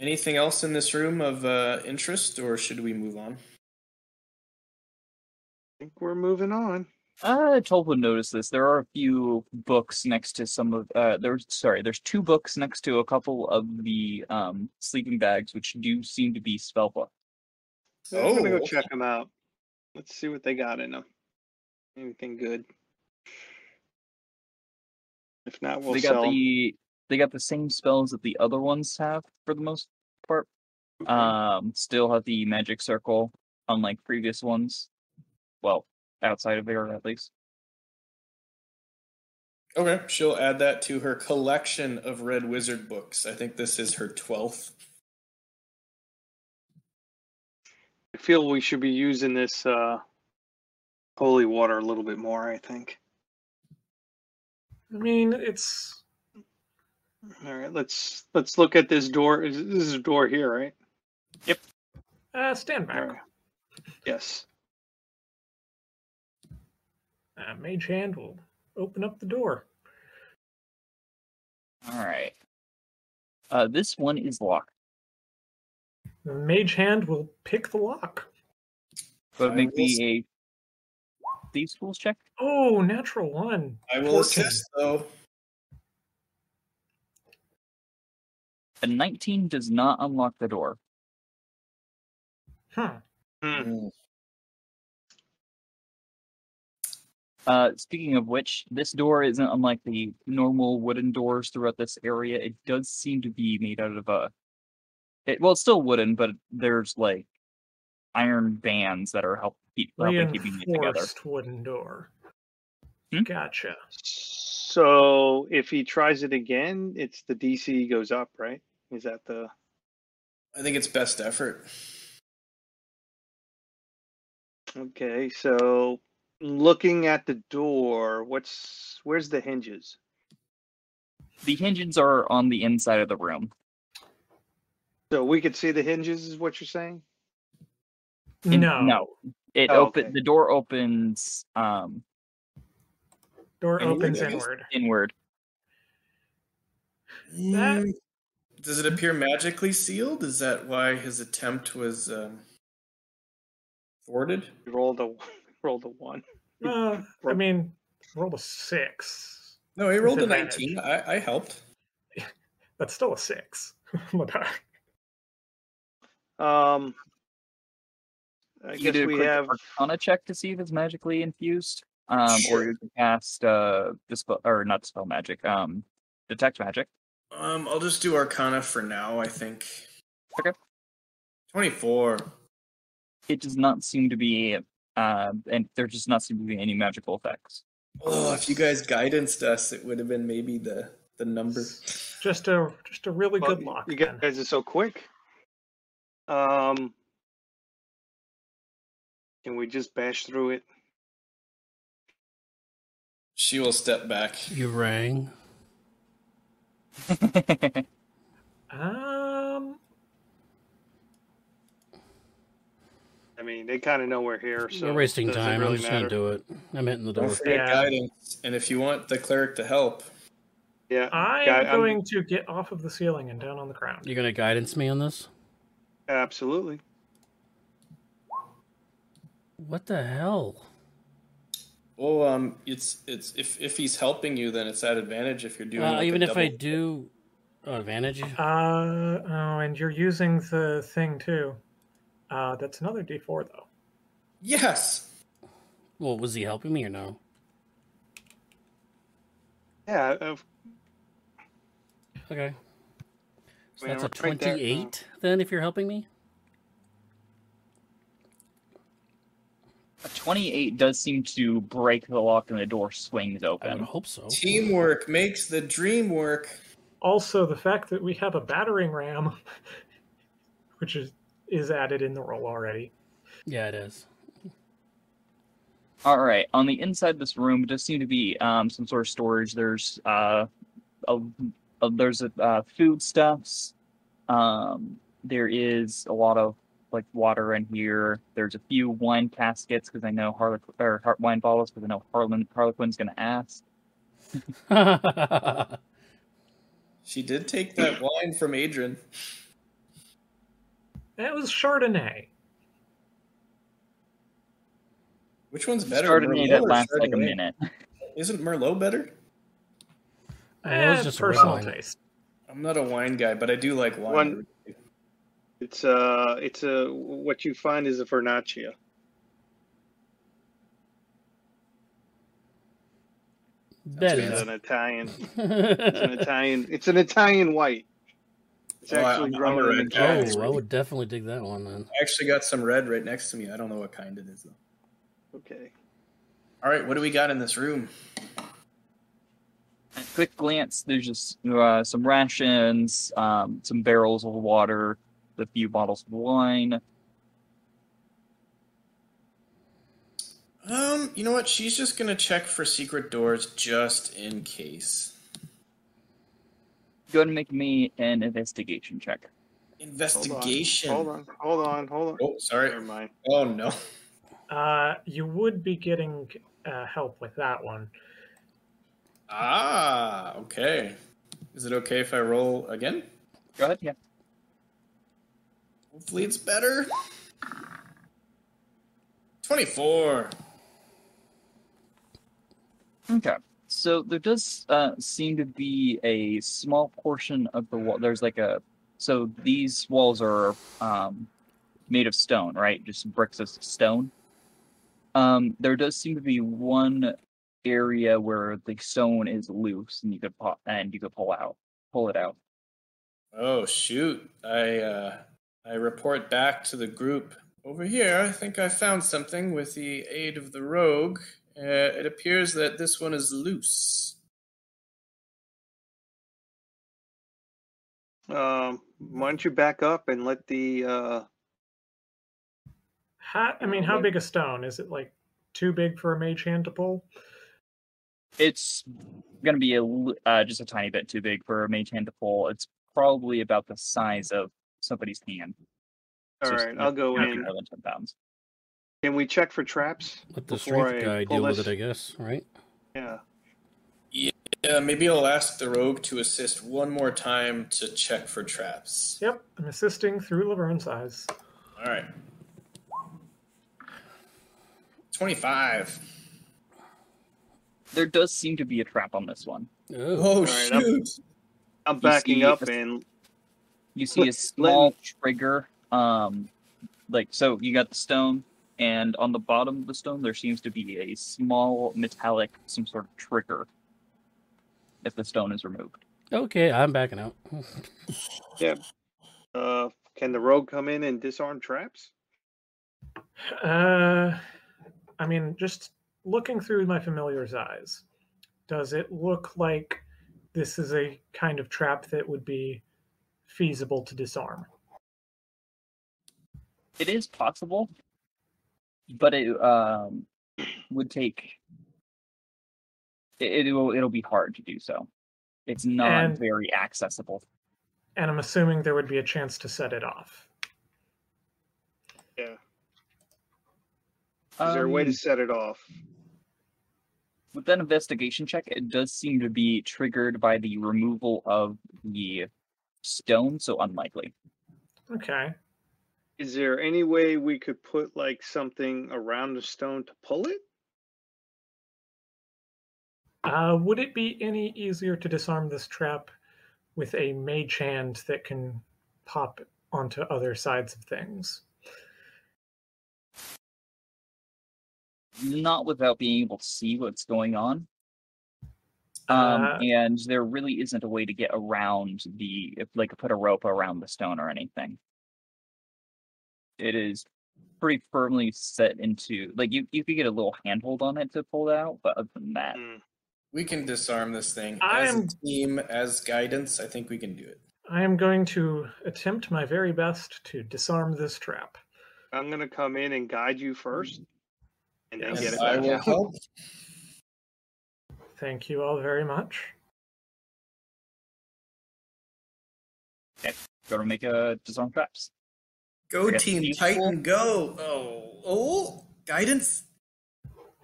S5: Anything else in this room of uh, interest, or should we move on?
S4: I think we're moving on.
S2: Uh, Tolkien noticed this. There are a few books next to some of uh, there's sorry, there's two books next to a couple of the um sleeping bags, which do seem to be spell book.
S4: Yeah, I'm gonna
S5: Oh,
S4: go
S5: okay.
S4: check them out. Let's see what they got in them. Anything good? If not, we'll
S2: they got
S4: sell. 'em.
S2: the they got the same spells that the other ones have for the most part.
S4: Okay.
S2: Um, still have the magic circle, unlike previous ones. Well, outside of there at least.
S5: Okay, she'll add that to her collection of Red Wizard books. I think this is her 12th.
S4: I feel we should be using this uh, holy water a little bit more. I think.
S3: I mean, it's
S4: All right, let's let's look at this door. Is- This is a door here, right?
S3: uh, stand
S4: All
S3: back.
S4: right. Yes.
S3: Uh, Mage Hand will open up the door.
S2: All right. Uh, this one is locked,
S3: Mage Hand will pick the lock.
S2: but
S5: I
S2: make
S5: will
S2: me a thieves' tools check.
S3: Oh, natural one.
S5: I will
S3: 14.
S5: assist though.
S2: A 19 does not unlock the door.
S3: Huh.
S4: Hmm.
S2: Uh, speaking of which, this door isn't unlike the normal wooden doors throughout this area. It does seem to be made out of a. It, well, it's still wooden, but there's like iron bands that are help keep, helping keeping it together.
S3: Reinforced wooden door.
S2: Hmm?
S3: Gotcha.
S4: So if he tries it again, it's the DC goes up, right? Is that the
S5: I think it's best effort.
S4: okay? So looking at the door, what's where's the hinges?
S2: The hinges are on the inside of the room.
S4: So we could see the hinges, is what you're saying?
S2: In-
S3: no.
S2: no. It
S4: Oh,
S2: open
S4: okay.
S2: the door opens um
S3: Door
S5: Inward,
S3: opens
S5: I guess.
S3: inward.
S2: inward.
S3: That-
S5: Does it appear magically sealed? Is that why his attempt was um, thwarted?
S4: You rolled a rolled a one.
S3: Uh, I mean, rolled a six.
S5: No, he rolled a
S3: advantage.
S5: 19. I, I helped.
S3: That's still a six. uh, on the die.
S4: Um, I
S2: You can
S4: guess
S2: do a
S4: we
S2: quick
S4: have
S2: Arcana check to see if it's magically infused. Um,
S5: Sure.
S2: or you can cast uh dispel or not dispel magic. Um, detect magic.
S5: Um, I'll just do Arcana for now, I think.
S2: Okay.
S5: 24.
S2: It does not seem to be uh, and there does not seem to be any magical effects.
S5: Oh, if you guys guidanced us, it would have been maybe the, the number.
S3: Just a just a really
S4: Well,
S3: good lock.
S4: You
S3: then.
S4: guys are so quick. Um, can we just bash through it?
S5: She will step back.
S1: You rang.
S3: Um,
S4: I mean, they kind of know we're here, so
S1: We're wasting
S4: does it
S1: time.
S4: really
S1: I'm just gonna
S4: matter?
S1: do it. I'm hitting the
S5: Don't
S1: door.
S5: forget
S3: Yeah.
S5: guidance. And if you want the cleric to help,
S4: Yeah,
S3: I
S4: guy-
S3: am
S4: I'm-
S3: going to get off of the ceiling and down on the ground.
S1: You're gonna guidance me on this?
S4: absolutely.
S1: What the hell?
S5: well, um, it's it's if if he's helping you, then it's at advantage if you're doing.
S1: Uh,
S5: like, a
S1: even if I
S5: double-
S1: do oh, advantage,
S3: Uh oh, and you're using the thing too. Uh, that's another D4 though.
S5: Yes.
S1: well, was he helping me or no?
S4: Yeah, of-
S1: Okay. So
S4: Man,
S1: that's a
S4: we're right there, uh,
S1: 28 then if you're helping me?
S2: A twenty-eight does seem to break the lock and the door swings
S1: I
S4: Um,
S1: would
S2: open.
S1: hope so.
S5: Teamwork makes the dream work.
S3: Also, the fact that we have a battering ram, which is is added in the roll already.
S1: Yeah, it is.
S2: All right. On the inside of this room, it does seem to be um, some sort of storage. There's uh, a, a, there's a, uh, foodstuffs. Um, there is a lot of like water in here. There's a few wine caskets because I know Harlequin or har- wine bottles because I know Harlan Harlequin's gonna ask.
S1: I
S5: She did take that wine from Adrian.
S3: That was Chardonnay.
S5: Which one's better?
S2: Chardonnay that
S5: or
S2: lasts like a
S5: Chardonnay?
S2: minute.
S5: Isn't Merlot better?
S1: mean, it was
S3: Eh,
S1: just a red
S3: personal
S1: wine.
S3: taste.
S5: I'm not a wine guy, but I do like wine.
S4: One- it's uh, it's a what you find is a vernaccia.
S1: That
S5: Yeah.
S4: It's an Italian. It's an
S1: is.
S4: Italian. It's an Italian white. It's
S5: Oh, I-
S4: actually
S5: I'm- I'm a
S4: grown in
S5: red guy.
S4: Italy.
S1: oh, I would definitely dig that one then.
S5: I actually got some red right next to me. I don't know what kind it is though.
S4: Okay.
S5: All right, what do we got in this room?
S2: At quick glance, there's just uh, some rations, um, some barrels of water, a few bottles of wine.
S5: Um, gonna, you know what? She's just gonna check for secret doors just in case.
S2: Go ahead and make me an investigation check.
S5: Investigation.
S4: Hold on. Hold on. Hold on.
S5: Oh,
S4: Never
S5: sorry.
S4: mind.
S5: Oh no.
S3: Uh, you would be getting uh, help with that one.
S5: Ah, okay. Is it okay if I roll again?
S2: Go ahead. Yeah.
S5: Hopefully it's better. 24.
S2: Okay. So there does uh, seem to be a small portion of the wall. There's like a. So these walls are um, made of stone, right? Just bricks of stone. Um, there does seem to be one area where the stone is loose, and you could pop, and you could pull out, pull it out.
S5: Oh shoot. I uh I report back to the group. Over here, I think I found something with the aid of the rogue. Uh, it appears that this one is loose.
S4: Um, why don't you back up and let the uh,
S3: How, I mean, how
S4: Okay.
S3: big a stone? Is it like too big for a mage hand to pull?
S2: It's going to be a, li- uh, just a tiny bit too big for a mage hand to pull. It's probably about the size of somebody's hand.
S4: all right, I'll go in.
S2: Ten pounds.
S4: uh, Can we check for traps?
S1: Let the
S4: Before
S1: strength
S4: I
S1: guy
S4: pull
S1: deal with
S4: this-
S1: it, I guess, right?
S4: Yeah.
S5: Yeah, maybe I'll ask the rogue to assist one more time to check for traps.
S3: Yep, I'm assisting through Laverne's eyes.
S5: All right. 25.
S2: There does seem to be a trap on this one.
S1: Oh,
S5: Oh,
S4: right, I'm-
S5: shoot.
S4: I'm
S2: You
S4: backing
S2: see
S4: up
S2: this-
S4: and
S2: You see a
S4: Let-
S2: small trigger. Um, like so, you got the stone, and on the bottom of the stone, there seems to be a small metallic, some sort of trigger. If the stone is removed,
S1: okay, I'm backing out.
S4: uh, can the rogue come in and disarm traps?
S3: Uh, I mean, just looking through my familiar's eyes, does it look like this is a kind of trap that would be feasible to disarm?
S2: it is possible, but it um would take. It, it will. It'll be hard to do so. It's not
S3: And-
S2: very accessible.
S3: And I'm assuming there would be a chance to set it off.
S4: Yeah. Is there a way to
S2: Um,
S4: set it off?
S2: With that investigation check, it does seem to be triggered by the removal of the stone, so unlikely.
S3: Okay.
S4: Is there any way we could put like something around the stone to pull it?
S3: Uh, would it be any easier to disarm this trap with a mage hand that can pop onto other sides of things?
S2: Not without being able to see what's going on. Um,
S3: Uh,
S2: and there really isn't a way to get around the, if, like, put a rope around the stone or anything. It is pretty firmly set into, like, you, you could get a little handhold on it to pull it out, but other than that,
S4: Mm. Hmm.
S5: We can disarm this thing.
S3: I'm-
S5: As a team, as guidance, I think we can do it.
S3: I am going to attempt my very best to disarm this trap.
S4: I'm gonna come in and guide you first, and then
S3: Yes,
S4: get it
S5: I
S4: back
S5: will
S4: out.
S5: help.
S3: Thank you all very much.
S2: go to make a disarm traps.
S5: Go,
S2: Yes,
S5: Team
S2: you-
S5: Titan, go! Oh, oh, guidance.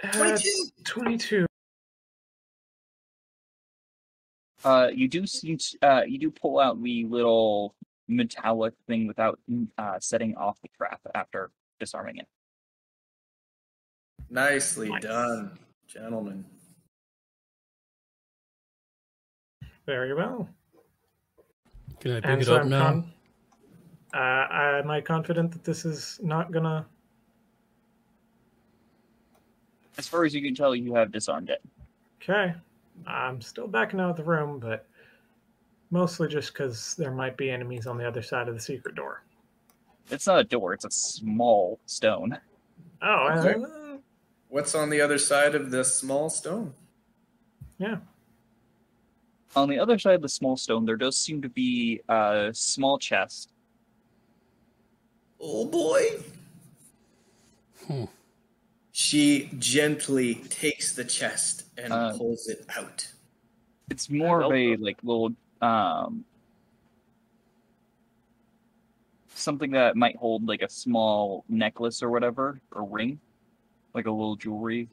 S3: Uh,
S5: 22.
S3: 22.
S2: Uh, you do seem to, uh, you do pull out the little metallic thing without mm, uh, setting off the trap after disarming it.
S5: Nicely done, gentlemen.
S3: Very well.
S1: Can I pick
S3: And
S1: it
S3: so
S1: up
S3: I'm
S1: now?
S3: con- uh, I- am I confident that this is not gonna?
S2: As far as you can tell, you have disarmed it.
S3: Okay. I'm still backing out of the room, but mostly just because there might be enemies on the other side of the secret door.
S2: It's not a door; it's a small stone.
S3: Oh,
S5: Okay.
S3: uh,
S5: What's on the other side of this small stone?
S3: yeah.
S2: On the other side of the small stone, there does seem to be a small chest.
S5: Oh boy.
S1: Hmm.
S5: She gently takes the chest and
S2: Uh,
S5: pulls it out.
S2: It's more of a like little um something that might hold like a small necklace or whatever or ring, like a little jewelry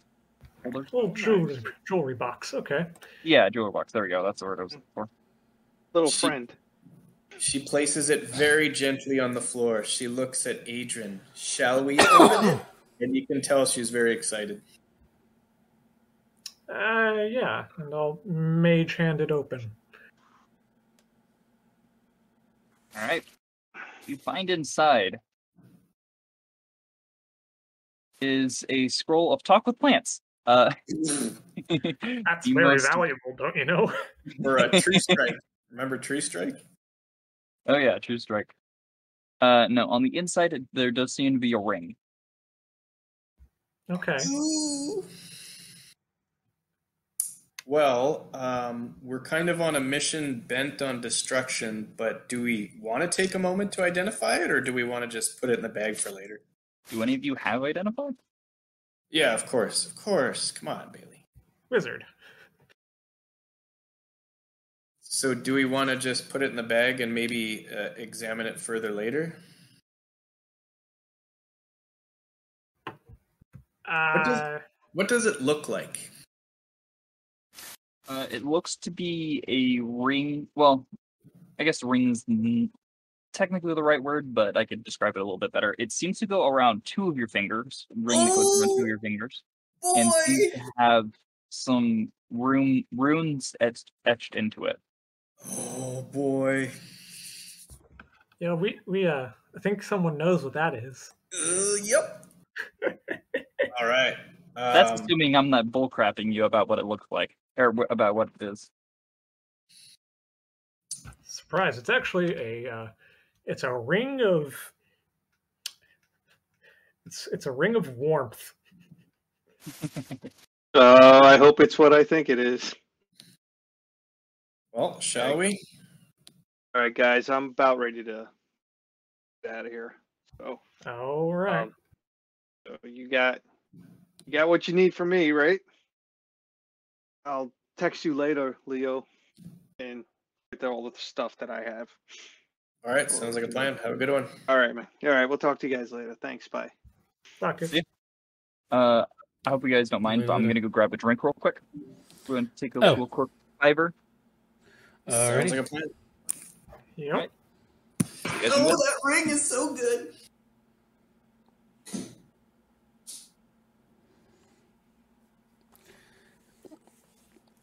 S2: holder.
S3: Little jewelry, jewelry box. Okay.
S2: Yeah, jewelry box. There we go. That's the word I was looking for.
S4: Little
S5: She-
S4: friend.
S5: She places it very gently on the floor. She looks at Adrian. Shall we open it? And you can tell she's very excited.
S3: Uh, yeah, and I'll mage hand it open.
S2: All right. You find inside is a scroll of talk with plants. Uh,
S3: That's
S2: you
S3: very
S2: must-
S3: valuable, don't you know?
S5: Or a tree strike. Remember tree strike?
S2: Oh yeah, true strike. Uh, no, on the inside it- there does seem to be a ring.
S3: Okay.
S5: Well, um, we're kind of on a mission bent on destruction, but do we want to take a moment to identify it, or do we want to just put it in the bag for later?
S2: Do any of you have identified?
S5: Yeah, of course, of course. Come on, Bailey.
S3: Wizard.
S5: So, do we want to just put it in the bag and maybe uh, examine it further later?
S3: Uh,
S5: does- What does it look like?
S2: Uh, it looks to be a ring. Well, I guess ring's n- technically the right word, but I could describe it a little bit better. It seems to go around two of your fingers, ring that goes around two of your fingers, and seems to have some rune runes etched etched into it.
S5: Oh boy.
S3: yeah, we, we, uh, I think someone knows what that is.
S5: Uh, yep. All right. Um,
S2: That's assuming I'm not bullcrapping you about what it looks like or wh- about what it is.
S3: Surprise! It's actually a uh, it's a ring of it's it's a ring of warmth.
S4: Uh, I hope it's what I think it is.
S5: well, shall we?
S4: All right, guys, I'm about ready to get out of here. So,
S3: All right.
S4: um, so you got you got what you need from me, right? I'll text you later, Leo, and get there all the stuff that I have.
S5: All right. Sounds like a plan. Have a good one.
S4: All right, man. All right, we'll talk to you guys later. Thanks. Bye.
S3: Doctor,
S2: see? Uh, I hope you guys don't mind,
S1: Wait,
S2: but I'm
S1: wait,
S2: gonna go grab a drink real quick. We're gonna take a little quick fiber.
S1: Alrighty.
S5: Sounds like a plan.
S3: yep.
S2: right. You guys can go.
S5: Oh, that ring is so good.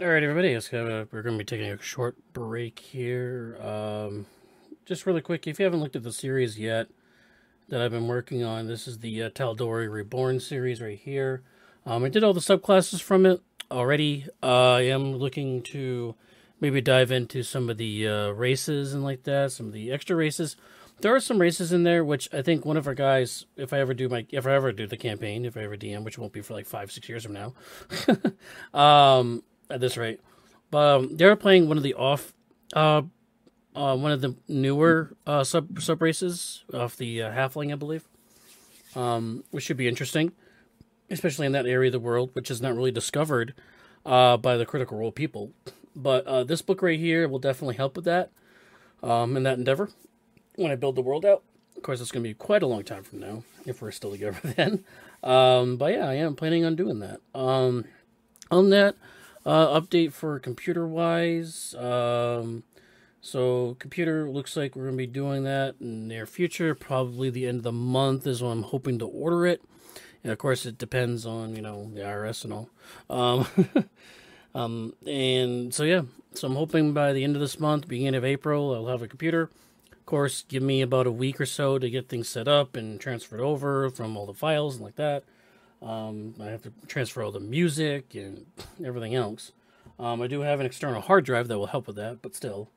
S1: All right, everybody. It's gonna, we're going to be taking a short break here. Um, just really quick, if you haven't looked at the series yet that I've been working on, this is the uh, Taldori Reborn series right here. Um, I did all the subclasses from it already. Uh, I am looking to maybe dive into some of the uh, races and like that, some of the extra races. There are some races in there which I think one of our guys, if I ever do my, if I ever do the campaign, if I ever DM, which won't be for like five, six years from now, um, at this rate. But um, they were playing one of the off, uh, uh, one of the newer uh, sub sub races off the uh, halfling, I believe, um, which should be interesting, especially in that area of the world which is not really discovered uh, by the critical role people. But uh, this book right here will definitely help with that um, in that endeavor when I build the world out. Of course, it's going to be quite a long time from now if we're still together then. Um, but yeah, I am planning on doing that. Um, on that uh, update for computer wise um, so computer looks like we're going to be doing that in the near future probably the end of the month is when i'm hoping to order it and of course it depends on you know the irs and all um, um, and so yeah so i'm hoping by the end of this month beginning of april i'll have a computer of course give me about a week or so to get things set up and transferred over from all the files and like that um, I have to transfer all the music and everything else. Um, I do have an external hard drive that will help with that, but still.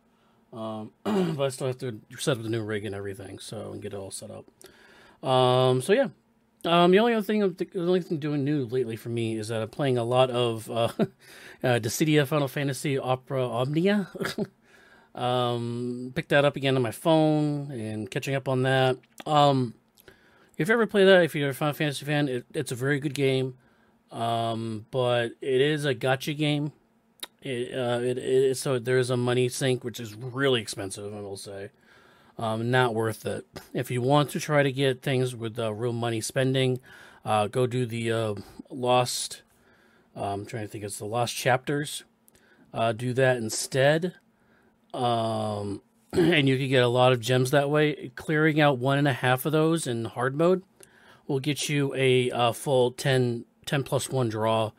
S1: Um, but I still have to set up the new rig and everything, so and get it all set up. Um, so yeah. Um, the only other thing, I'm th- the only thing doing new lately for me is that I'm playing a lot of uh, uh, Dissidia Final Fantasy Opera Omnia. um, picked that up again on my phone and catching up on that. Um, If you ever play that, if you're a Final Fantasy fan, it, it's a very good game. Um, but it is a gotcha game. It, uh, it, it so there is a money sink, which is really expensive. I will say, um, not worth it. If you want to try to get things with uh, real money spending, uh, go do the uh, Lost. Um, I'm trying to think, it's the Lost Chapters. Uh, do that instead, um, and you can get a lot of gems that way. Clearing out one and a half of those in hard mode will get you a, uh full 10, 10 plus one draw,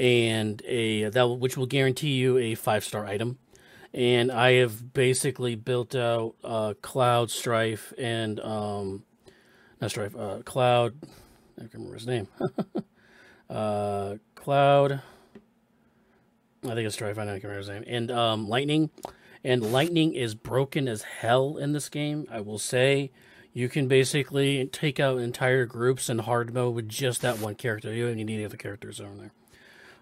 S1: and a that will- which will guarantee you a five star item. And I have basically built out uh, Cloud Strife and um, not Strife, uh, Cloud. I can't remember his name. uh, Cloud. I think it's Strife. I know I can't remember his name. And um, Lightning. And Lightning is broken as hell in this game. I will say, you can basically take out entire groups in hard mode with just that one character. You don't even need any other characters on there.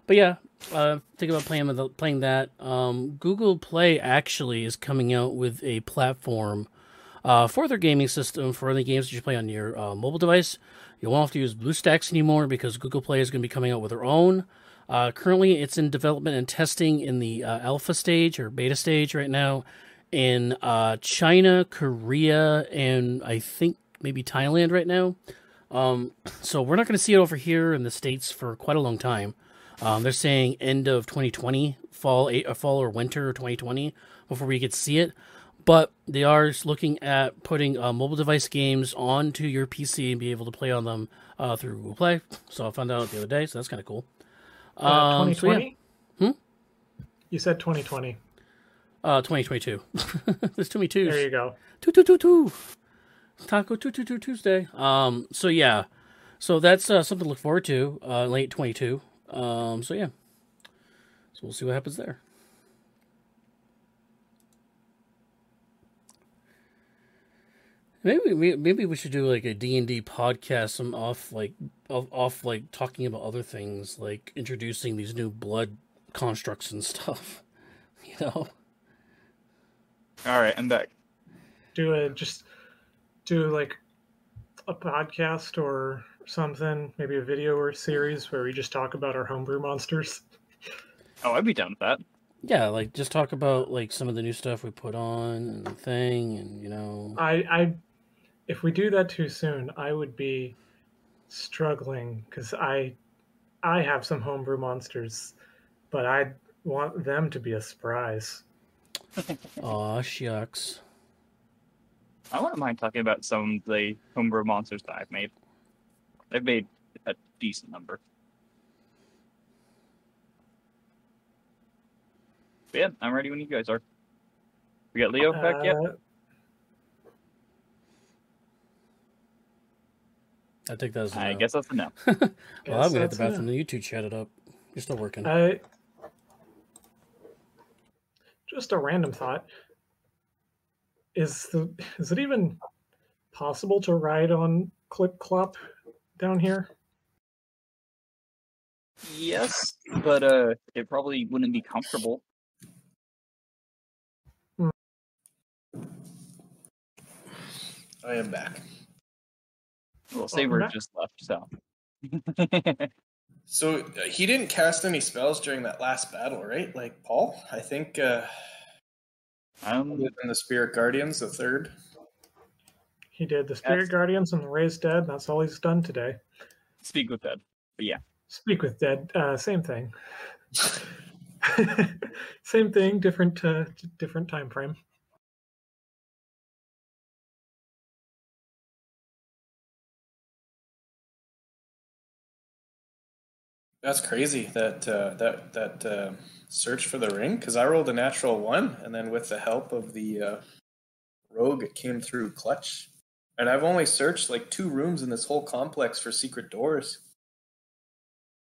S1: But yeah, uh, think about playing with- playing that. Um, Google Play actually is coming out with a platform uh, for their gaming system for any games that you play on your uh, mobile device. You won't have to use BlueStacks anymore because Google Play is going to be coming out with their own. Uh, currently, it's in development and testing in the uh, alpha stage or beta stage right now in uh, China, Korea, and I think maybe Thailand right now. Um, so we're not going to see it over here in the states for quite a long time. Um, they're saying end of 2020, fall, eh, uh, fall or winter of 2020 before we could see it. But they are s- looking at putting uh, mobile device games onto your PC and be able to play on them uh, through Google Play. So I found out the other day, so that's kind of cool.
S3: Uh,
S1: Um, so yeah.
S3: 2020?
S1: Hmm?
S3: You said 2020.
S1: Uh, 2022. There's too many twos.
S3: There you go.
S1: Two two two two. Taco two two two Tuesday. Um. So yeah. So that's uh, something to look forward to. Uh, late twenty two. Um. So yeah. So we'll see what happens there. Maybe we maybe we should do like a D and D podcast. Some off like off, off like talking about other things, like introducing these new blood constructs and stuff. You know.
S7: All right, I'm back.
S3: Do a just do like a podcast or something, maybe a video or series where we just talk about our homebrew monsters.
S2: Oh, I'd be done with that.
S1: Yeah, like just talk about like some of the new stuff we put on and the thing, and you know,
S2: Uh,
S3: I, I, if we do that too soon, I would be struggling because I, I have some homebrew monsters, but I want them to be a surprise.
S1: aw shucks.
S2: I wouldn't mind talking about some of the homebrew monsters that I've made. I've made a decent number. But yeah, I'm ready when you guys are. We got Leo back yet?
S3: Uh,
S1: I think that's.
S2: I guess that's a no.
S1: Well, I'm gonna hit the
S3: guess that's
S1: bathroom. You two chat it up. You're still working.
S3: it. Uh, I, just a random thought. Is the is it even possible to ride on Clip Clop down here?
S2: Yes, but uh, it probably wouldn't be comfortable.
S5: I am back.
S2: We'll say
S3: Welcome
S2: we're
S3: back.
S2: just left, so.
S5: So uh, he didn't cast any spells during that last battle, right? Like Paul, I think. Uh,
S2: um,
S5: other than the Spirit Guardians, the third.
S3: He did the Spirit
S2: Yes.
S3: Guardians and the Raised Dead. and That's all he's done today.
S2: speak with that.
S3: Speak with Dead, uh, same thing. same thing, different uh, d- different time frame.
S5: That's crazy. That uh, that that uh, search for the ring, because I rolled a natural one, and then with the help of the uh, rogue, it came through clutch. And I've only searched like two rooms in this whole complex for secret doors.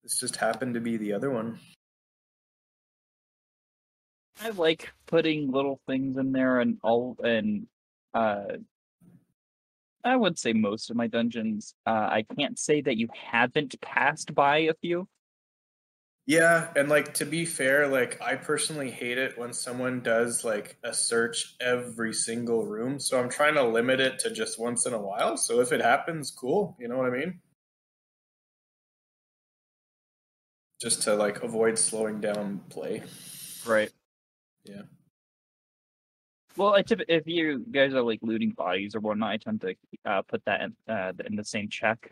S5: This just happened to be the other one.
S2: I like putting little things in there and all and uh I would say most of my dungeons. Uh I can't say that you haven't passed by a few.
S5: Yeah, and like to be fair, like I personally hate it when someone does like a search every single room. So I'm trying to limit it to just once in a while. So if it happens, cool. You know what I mean? Just to like avoid slowing down play.
S7: Right.
S2: Well, I typ- if you guys are like looting bodies or whatnot, I tend to uh, put that in, uh, in the same check.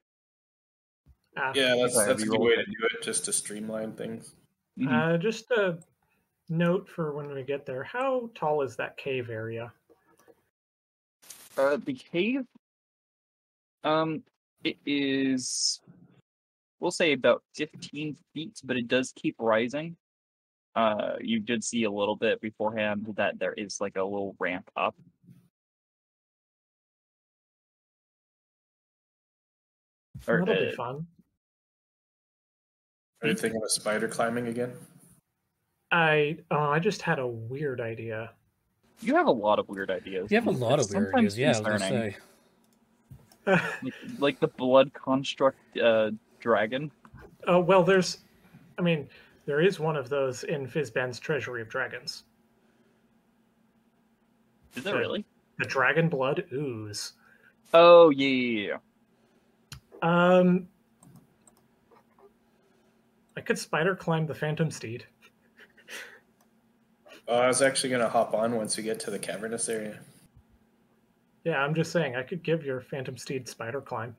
S3: Ah.
S5: Yeah, that's
S2: Sorry,
S5: that's a good
S2: reroll
S5: way
S2: it.
S5: to do it, just to streamline things.
S2: Mhm.
S3: Uh, just a note for when we get there. How tall is that cave area?
S2: Uh, the cave, um, it is, we'll say about 15 feet, but it does keep rising. Uh, you did see a little bit beforehand that there is like a little ramp up. Or,
S3: That'll
S2: uh,
S3: be fun.
S5: Are you thinking of spider climbing again?
S3: I oh, I just had a weird idea.
S2: you have a lot of weird ideas.
S1: You have a
S2: and
S1: lot
S2: it's
S1: of weird
S2: sometimes
S1: ideas. Yeah, I was gonna
S2: concerning.
S1: say.
S3: uh,
S2: like, like the blood construct uh, dragon.
S3: Oh, well, there's, I mean, there is one of those in Fizban's Treasury of Dragons.
S2: Is that
S3: Yeah.
S2: really?
S3: The dragon blood ooze.
S2: Oh yeah, yeah, yeah.
S3: Um, I could spider climb the Phantom Steed.
S5: Oh, I was actually gonna hop on once we get to the cavernous area.
S3: Yeah, I'm just saying I could give your Phantom Steed spider climb.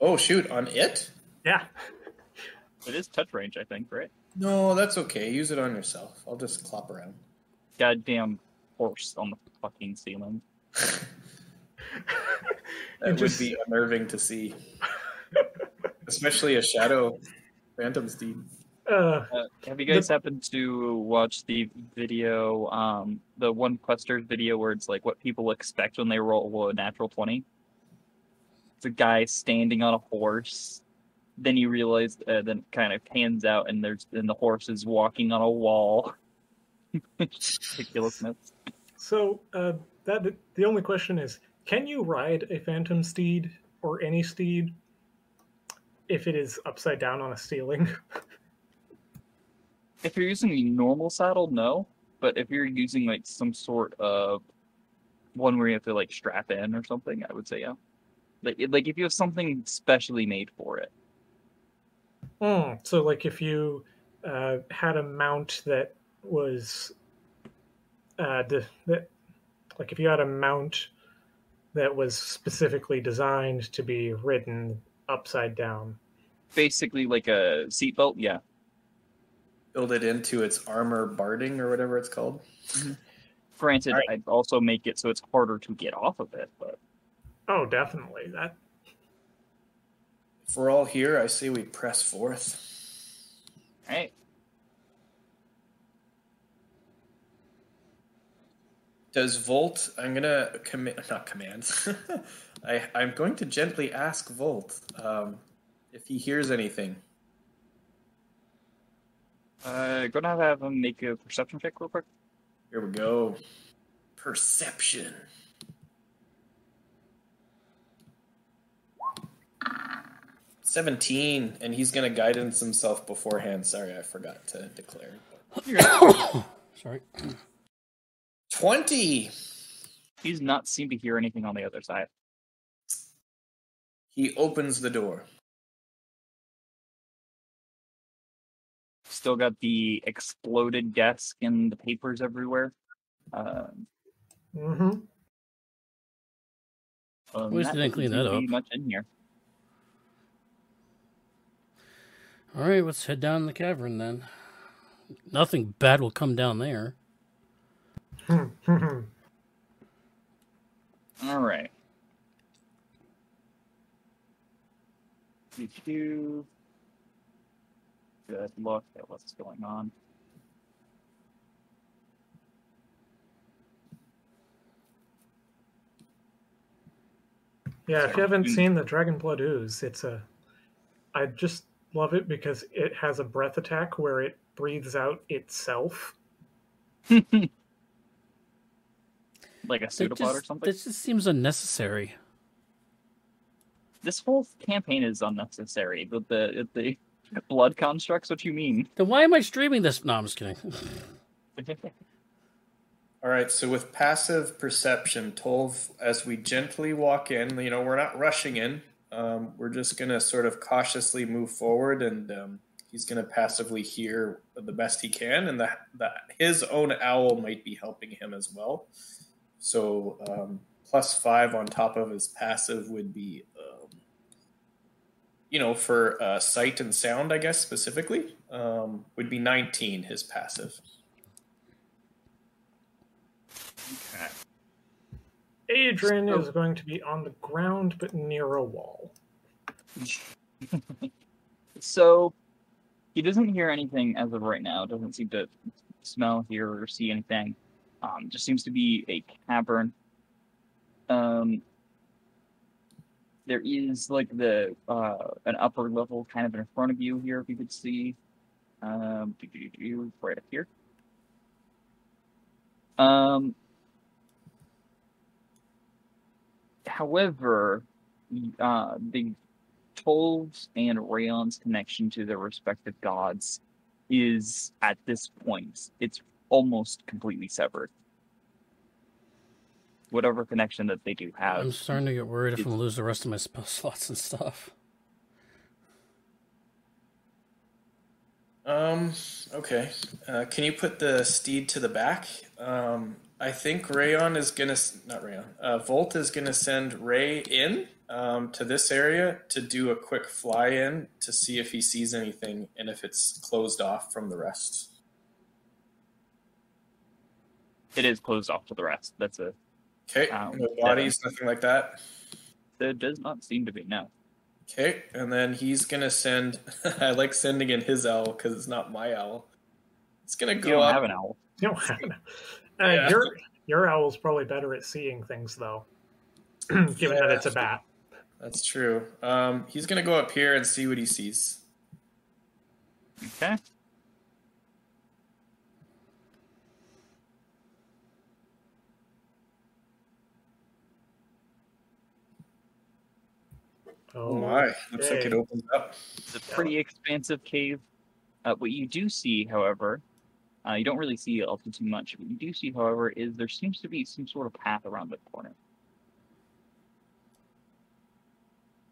S5: Oh shoot, on it?
S3: Yeah,
S2: yeah. It is touch range, I think, right?
S5: No, that's okay. Use it on yourself. I'll just clop around.
S2: Goddamn horse on the fucking ceiling.
S5: That
S3: You
S5: would
S3: just-
S5: be unnerving to see, especially a shadow phantom steed.
S3: uh,
S2: Uh, have you guys happened to watch the video, um, the one questers video where it's like what people expect when they roll a natural twenty? It's a guy standing on a horse. Then you realize, uh, then it kind of pans out, and there's and the horse is walking on a wall. Ridiculousness.
S3: so uh, that the only question is, can you ride a Phantom Steed or any steed if it is upside down on a ceiling?
S2: If you're using a normal saddle, no. But if you're using like some sort of one where you have to like strap in or something, I would say yeah. Like it- like if you have something specially made for it.
S3: Hmm, So, like, if you uh, had a mount that was, uh, de- that, like, if you had a mount that was specifically designed to be ridden upside down.
S2: Basically like a seatbelt, yeah.
S5: Build it into its armor barding or whatever it's called.
S2: Granted,
S5: Alright.
S2: I'd also make it so it's harder to get off of it, but
S3: Oh, definitely. That
S5: If we're all here, I say we press forth.
S2: hey,
S5: Does Volt? I'm gonna commit, not commands. I I'm going to gently ask Volt um, if he hears anything.
S2: uh gonna have him make a perception check real quick.
S5: Here we go. Perception. Seventeen, and he's gonna guidance himself beforehand. Sorry, I forgot to declare.
S1: Sorry.
S5: Twenty.
S2: He's not seem to hear anything on the other side.
S5: He opens the door.
S2: Still got the exploded desk and the papers everywhere. Uh,
S3: hmm
S2: Um,
S1: least
S2: that
S1: they didn't
S2: doesn't
S1: clean
S2: seem
S1: that
S2: to be
S1: up.
S2: Much in here.
S1: All right, let's head down the cavern then. Nothing bad will come down there.
S3: Mm-hmm.
S2: All right. Did you? Good luck at what's going on.
S3: Yeah, if you haven't
S2: Mm.
S3: seen the Dragon Blood Ooze, it's a. I just love it because it has a breath attack where it breathes out itself.
S2: Like a
S1: That
S2: pseudopod or
S1: just,
S2: something.
S1: that
S2: This...
S1: just seems unnecessary.
S2: whole campaign is unnecessary. The the the Blood constructs? What do you mean?
S1: Then why am I streaming this? No, I'm just kidding.
S5: All right, so with passive perception, Tolv, as we gently walk in, you know, we're not rushing in. Um, we're just going to sort of cautiously move forward, and um, he's going to passively hear the best he can, and that his own owl might be helping him as well. So um, plus five on top of his passive would be, um, you know, for uh, sight and sound, I guess specifically, um, would be 19, his passive.
S7: Okay.
S3: Adrian is going to be on the ground but near a wall.
S2: So he doesn't hear anything as of right now. Doesn't seem to smell, hear, or see anything. Um, just seems to be a cavern. Um, there is like the uh, an upper level kind of in front of you here, if you could see. Um, doo-doo-doo-doo, right up here. Um, however, uh, the Tolv's and Rayon's connection to their respective gods is at this point it's almost completely severed. Whatever connection that they do
S1: I'm
S2: have,
S1: starting to get worried if I'm gonna lose the rest of my spell slots and stuff.
S5: Um, okay. Uh, can you put the steed to the back? Um, I think Rayon is gonna, s- not Rayon, uh, Volt is gonna send Ray in um, to this area to do a quick fly in to see if he sees anything and if it's closed off from the rest.
S2: it is closed off to the rest. That's a
S5: Okay,
S2: Ow.
S5: no bodies, nothing like that.
S2: there does not seem to be no.
S5: Okay, and then he's gonna send, I like sending in his owl because it's not my owl. It's gonna
S2: You
S5: go
S2: don't have
S5: up.
S2: an owl.
S3: You don't have to. Uh,
S5: Yeah.
S3: Your your owl's probably better at seeing things though, given that it's a bat.
S5: That's true. Um, he's gonna go up here and see what he sees.
S2: Okay.
S5: Oh my, looks like
S3: Okay.
S5: it opens up.
S2: It's a pretty expansive cave. Uh, what you do see, however, uh, you don't really see all too too much. What you do see, however, is there seems to be some sort of path around the corner.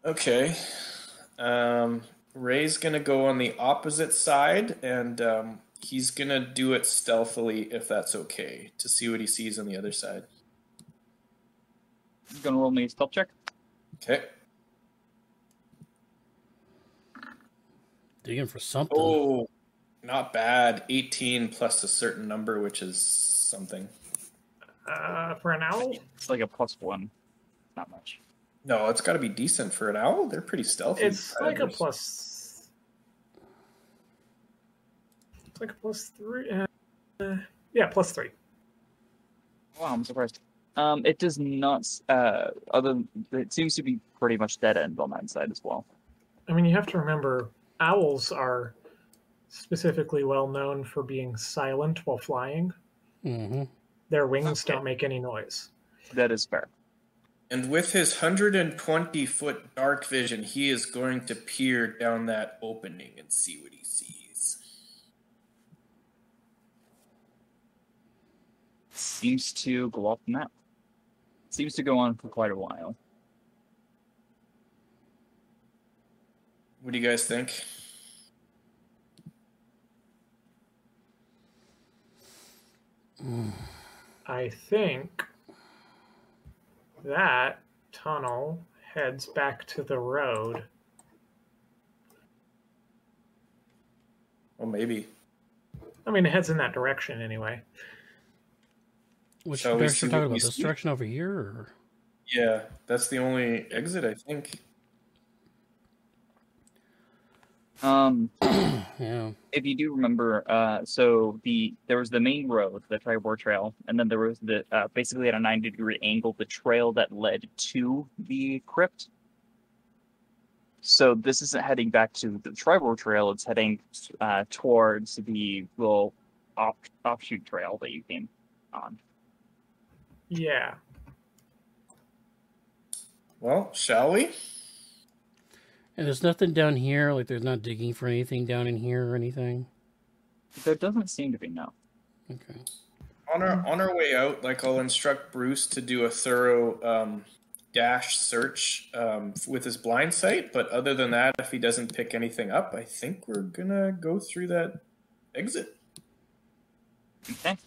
S5: Okay. Um, Ray's gonna go on the opposite side, and um, he's gonna do it stealthily, if that's okay, to see what he sees on the other side.
S2: You gonna roll me a stealth check?
S5: Okay.
S1: Digging for something.
S5: Oh, not bad. 18 plus a certain number, which is something.
S3: Uh, for an owl,
S2: It's like a plus one. Not much.
S5: No, it's got to be decent for an owl. They're pretty stealthy.
S3: it's like a
S5: predators.
S3: plus. It's like a plus three. Uh, uh, yeah, plus three.
S2: Wow, Oh, I'm surprised. Um, it does not. s- Uh, other, it seems to be pretty much dead end on that side as well.
S3: I mean, you have to remember, owls are specifically well known for being silent while flying.
S1: Mm-hmm.
S3: Their wings
S5: Okay.
S3: don't make any noise.
S2: That is fair.
S5: And with his 120 foot dark vision, he is going to peer down that opening and see what he sees.
S2: Seems to go off the map. Seems to go on for quite a while.
S5: What do you guys think?
S3: I think that tunnel heads back to the road.
S5: Well, Oh, maybe.
S3: I mean, it heads in that direction anyway.
S1: Which
S5: Shall we
S1: direction
S5: see
S1: are talking
S5: what we
S1: about? This
S5: see?
S1: direction over here? Or...
S5: Yeah, that's the only exit, I think.
S2: Um,
S1: Yeah.
S2: if you do remember, uh, so the there was the main road, the Tribor Trail, and then there was the uh, basically at a ninety degree angle the trail that led to the crypt. So this isn't heading back to the Tribor Trail; it's heading uh, towards the little off, offshoot trail that you came on.
S3: Yeah.
S5: Well, shall we?
S1: And there's nothing down here. Like there's not digging for anything down in here or anything.
S2: There doesn't seem to be no.
S1: Okay.
S5: On our on our way out, like I'll instruct Bruce to do a thorough um, dash search um, with his blind sight. But other than that, if he doesn't pick anything up, I think we're gonna go through that exit.
S2: Okay.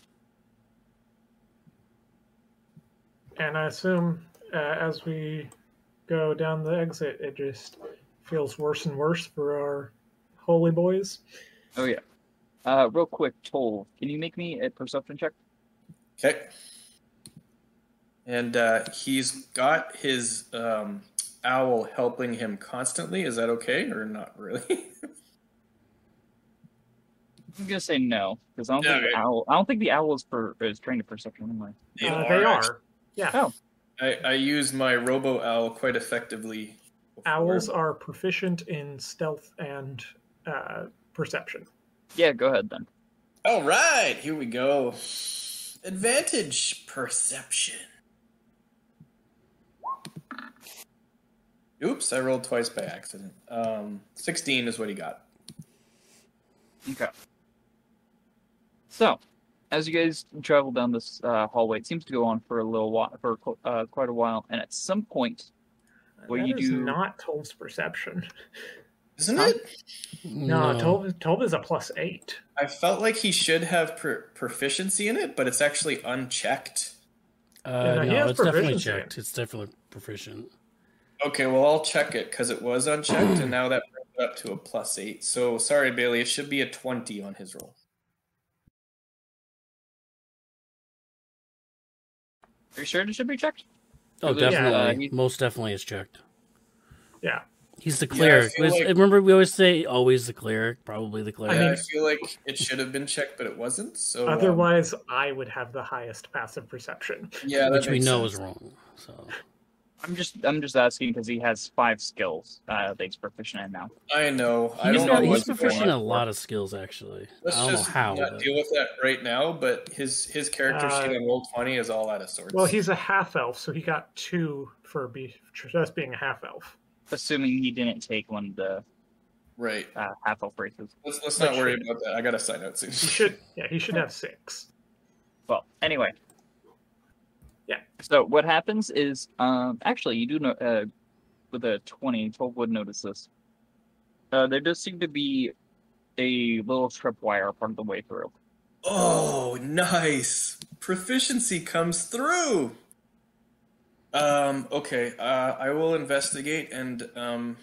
S3: And I assume uh, as we go down the exit, it just feels worse and worse for our holy boys.
S2: Oh yeah. Uh, real quick, Toll, can you make me a perception check?
S5: Okay. And uh, he's got his um, owl helping him constantly. Is that okay or not really?
S2: I'm gonna say no because I don't think the
S5: Okay.
S2: owl. I don't think the owl is for is trained to perception anyway.
S5: They
S3: Uh, they are. Yeah.
S2: Oh,
S5: I, I use my robo owl quite effectively. before.
S3: Owls are proficient in stealth and uh, perception.
S2: yeah. Go ahead then.
S5: All right, here we go. Advantage perception. Oops, I rolled twice by accident. Um, 16 is what he got.
S2: Okay. So, as you guys travel down this uh, hallway, it seems to go on for a little while, for qu- uh, quite a while, and at some point, Well,
S3: That
S2: you
S3: is
S2: do-
S3: not Tolb's perception.
S5: Isn't
S2: Huh?
S5: it?
S3: No, Tolb, Tolb is a plus eight.
S5: I felt like he should have per- proficiency in it, but it's actually unchecked.
S3: Yeah,
S1: Uh,
S3: no, he
S1: no,
S3: has
S1: it's definitely
S3: proficiency.
S1: checked. It's definitely proficient.
S5: Okay, well, I'll check it because it was unchecked, and now that brings it up to a plus eight. So sorry, Bailey, it should be a 20 on his roll.
S2: are you sure it should be checked?
S1: Oh,
S2: Yeah,
S1: definitely.
S2: he-
S1: Most definitely is checked.
S3: Yeah.
S1: He's the
S5: Yeah, I
S1: cleric.
S5: feel
S1: Let's-
S5: like-
S1: Remember, we always say always the cleric, probably the
S5: I,
S1: cleric.
S3: I mean- uh,
S5: I feel like it should have been checked, but it wasn't.
S2: Oh,
S5: So um,
S3: Otherwise, I would have the highest passive perception.
S5: yeah, that
S1: which we
S5: makes
S1: know
S5: sense.
S1: is wrong. So
S2: I'm just, I'm just asking because he has five skills uh, that he's proficient in now.
S5: I know. I
S1: he's,
S5: don't
S1: not-
S5: know.
S1: he's
S5: what's
S1: proficient in a
S5: going on.
S1: lot of skills, actually.
S5: Let's
S1: I don't know
S5: just
S1: how.
S5: not
S1: but-
S5: deal with that right now. But his his character
S3: Uh,
S5: sheet on roll twenty is all out of sorts.
S3: Well, he's a half elf, so he got two for be- just being a half elf.
S2: Assuming he didn't take one of the
S5: right.
S2: uh, half elf races.
S5: Let's let's not worry about that. I gotta sign out soon.
S3: He should, yeah, he should have six.
S2: Well, anyway.
S3: Yeah.
S2: So what happens is, um, actually, you do know uh, with a 20, 12 would notice this. Uh, there does seem to be a little tripwire part of the way through.
S5: Oh, nice. Proficiency comes through. Um, okay, uh, I will investigate and um,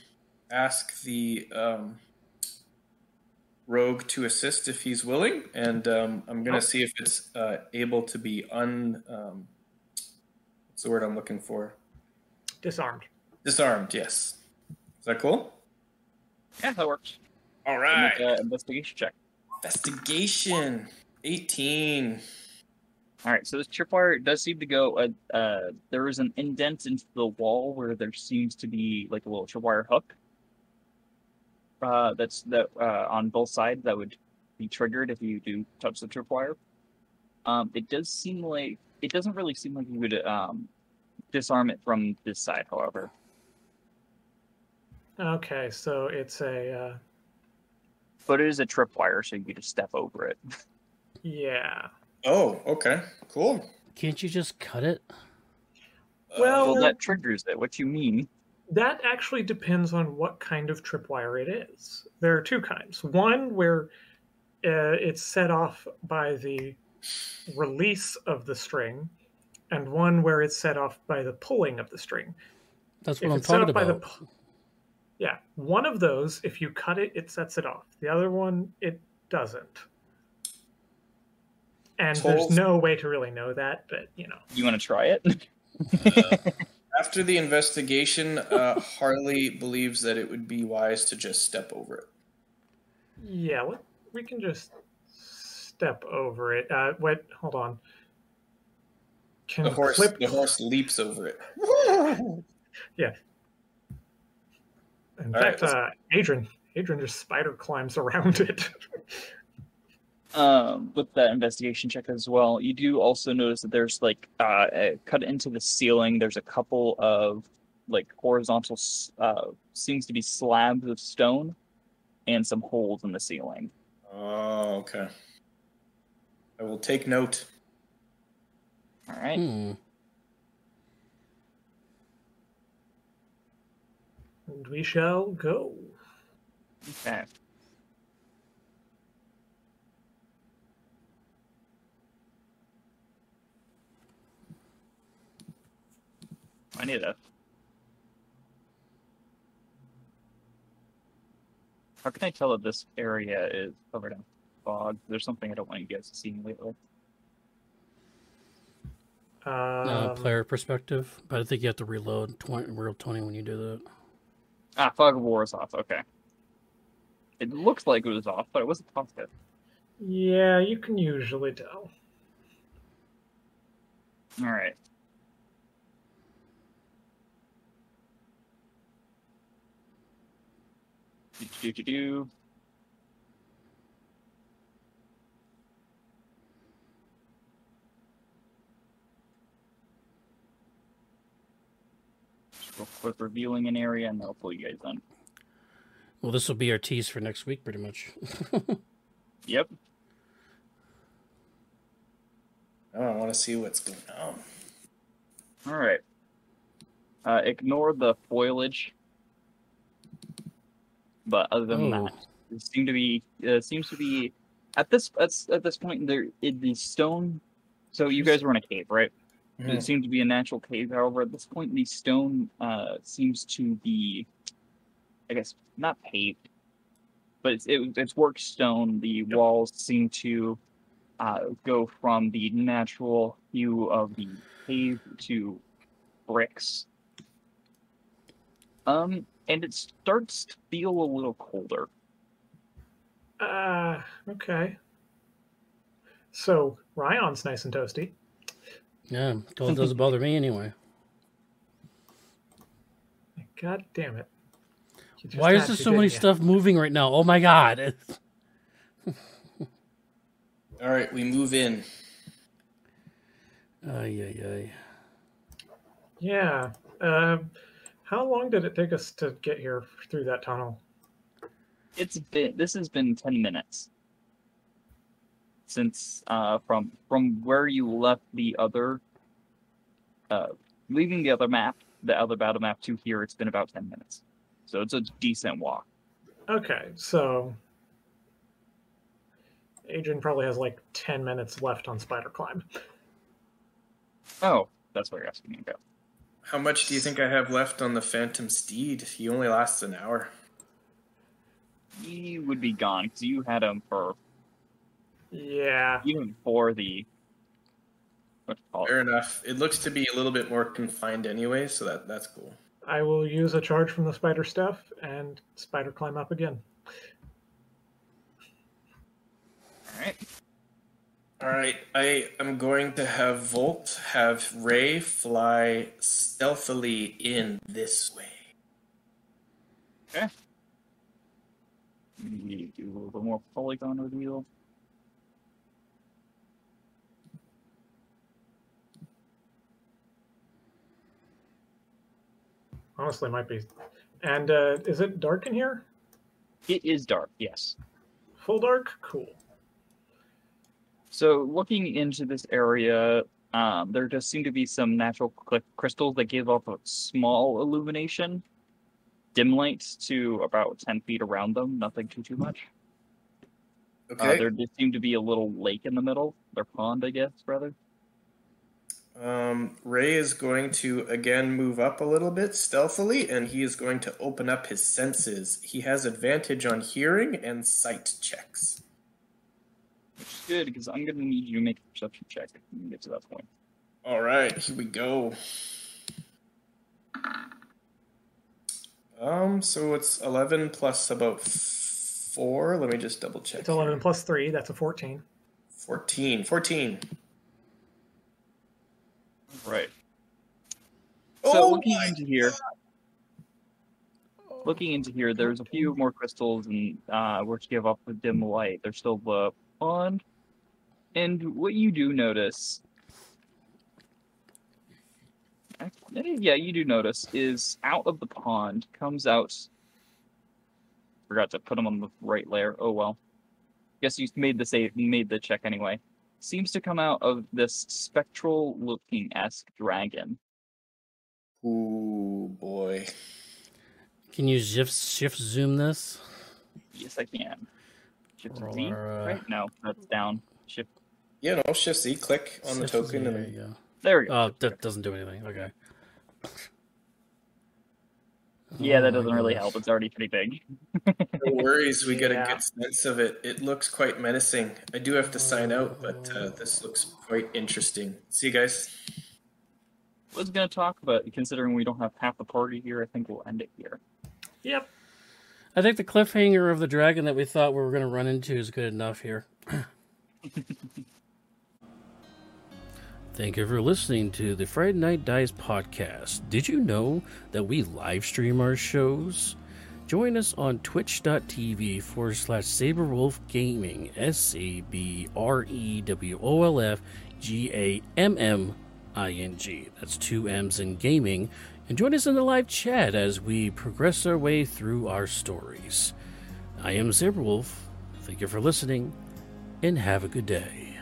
S5: ask the um, rogue to assist if he's willing, and um, I'm gonna see if it's uh, able to be un. Um, what's the word I'm looking for?
S3: Disarmed.
S5: Disarmed. Yes. Is that cool?
S2: Yeah, that works.
S5: All
S2: Make an uh, investigation check.
S5: Investigation. 18.
S2: All right, so this tripwire does seem to go. Uh, uh, there is an indent into the wall where there seems to be like a little tripwire hook. Uh, that's that uh, on both sides that would be triggered if you do touch the tripwire. Um, it does seem like it doesn't really seem like you would um, disarm it from this side. However,
S3: Okay, so it's a uh,
S2: but it is a tripwire, so you could just step over it.
S3: yeah.
S5: Oh, okay. Cool.
S1: Can't you just cut it?
S3: Well-
S2: Well, that triggers it. What you mean?
S3: That actually depends on what kind of tripwire it is. There are two kinds. One where uh, it's set off by the release of the string, and one where it's set off by the pulling of the string.
S1: That's what
S3: If
S1: I'm
S3: it's set
S1: talking
S3: off by
S1: about.
S3: the pu- yeah, one of those, if you cut it, it sets it off. The other one, it doesn't. And there's
S5: Tolls-
S3: no way to really know that, but you know.
S2: You want to try it?
S5: After the investigation, uh, Harley believes that it would be wise to just step over it.
S3: Yeah, let- we can just step over it. Uh, wait, hold on. Can
S5: The horse,
S3: clip?
S5: the horse leaps over it.
S3: In
S5: All right,
S3: fact,
S5: let's-
S3: uh, Adrian, Adrian just spider climbs around it.
S2: um, with that investigation check as well, you do also notice that there's like uh, uh, cut into the ceiling. There's a couple of like horizontal s- uh, seems to be slabs of stone and some holes in the ceiling.
S5: Oh, okay. I will take note.
S2: All right.
S1: Hmm.
S3: And we shall go.
S2: Okay. I need a. How can I tell that this area is covered in fog? There's something I don't want you guys to see lately.
S3: Um,
S1: uh, player perspective, but I think you have to reload 20, real 20 when you do that.
S2: Ah, fog of war is off. Okay. It looks like it was off, but it wasn't positive.
S3: Yeah, you can usually tell.
S2: All right. Do do do. Just real quick revealing an area, and I'll pull you guys in.
S1: Well, this will be our tease for next week, pretty much.
S2: Yep.
S5: Oh, I want to see what's going on.
S2: All right. Uh, ignore the foliage. But other than
S1: Oh.
S2: that, it seem to be uh, seems to be at this at, s- at this point there it, the stone. So you guys were in a cave, right? It
S5: Mhm.
S2: seemed to be a natural cave. However, at this point, the stone uh, seems to be, I guess, not paved, but it's it, it's worked stone. The walls seem to uh, go from the natural hue of the cave to bricks. Um, and it starts to feel a little colder.
S3: Uh, okay. So Ryan's nice and toasty.
S1: yeah, cold doesn't bother me anyway.
S3: God damn it. You just
S1: Why is
S3: had
S1: there
S3: to,
S1: so many
S3: didn't
S1: stuff moving right now? Oh my god.
S5: All right, we move in.
S1: Ay, ay, ay.
S3: ya? Yeah. Um, how long did it take us to get here through that tunnel?
S2: It's been this has been ten minutes since uh, from from where you left the other, uh, leaving the other map, the other battle map to here. It's been about ten minutes, so it's a decent walk.
S3: Okay, so Adrian probably has like ten minutes left on spider climb.
S2: Oh, that's what you're asking me about.
S5: How much do you think I have left on the Phantom Steed? He only lasts an hour.
S2: You would be gone because you had him for
S3: Yeah.
S2: even for the. What you call it?
S5: Fair enough. It looks to be a little bit more confined anyway, so that that's cool.
S3: I will use a charge from the spider stuff and spider climb up again.
S2: All right.
S5: All right, I am going to have Volt have Ray fly stealthily in this way.
S2: Maybe do a little bit more polygon reveal.
S3: Honestly, might be. And uh, is it dark in here?
S2: It is dark. Yes.
S3: Full dark? Cool.
S2: So looking into this area, um, there does seem to be some natural cl- crystals that give off a small illumination, dim lights to about ten feet around them. Nothing too too much. Uh,
S5: Okay.
S2: there does seem to be a little lake in the middle, or pond, I guess, rather.
S5: um, Ray is going to again move up a little bit stealthily, and he is going to open up his senses. He has advantage on hearing and sight checks.
S2: Which is good because I'm gonna need you to make a perception check when we get to that point.
S5: All right, here we go. Um, so it's eleven plus about four. Let me just double check.
S3: It's 11 plus 3, that's a 14.
S5: Fourteen. Fourteen.
S2: Right. So
S5: Oh
S2: looking
S5: my
S2: into here, looking into here, there's a few more crystals and uh, which give off a dim light. There's still the pond, and what you do notice eh, yeah, you do notice is out of the pond comes out. Forgot to put him on the right layer. Oh well. Guess you made the save, made the check anyway. Seems to come out of this spectral-looking esque dragon.
S5: Ooh boy.
S1: Can you shift shift zoom this?
S2: Yes, I can. Shift
S1: Roll
S2: Z.
S1: our, uh,
S2: Right? No, that's down. Shift.
S5: Yeah, no, shift Z, click on the
S1: Shift
S5: token
S1: zoom,
S5: and
S1: There you go.
S2: There we go.
S1: Oh, that doesn't do anything. Okay.
S2: yeah,
S1: Oh
S2: that
S1: my
S2: doesn't really
S1: goodness.
S2: help. It's already pretty big.
S5: No worries, we get a
S3: Yeah.
S5: good sense of it. It looks quite menacing. I do have to sign out, but uh, this looks quite interesting. See you guys.
S2: was gonna talk, but considering we don't have half the party here, I think we'll end it here.
S3: Yep.
S1: I think the cliffhanger of the dragon that we thought we were going to run into is good enough here. Thank you for listening to the Friday Night Dice podcast. Did you know that we live stream our shows? Join us on twitch.tv forward slash Saberwolf Gaming, S A B R E W O L F G A M M I N G. That's two M's in gaming. And join us in the live chat as we progress our way through our stories. I am Saberwolf. Thank you for listening, and have a good day.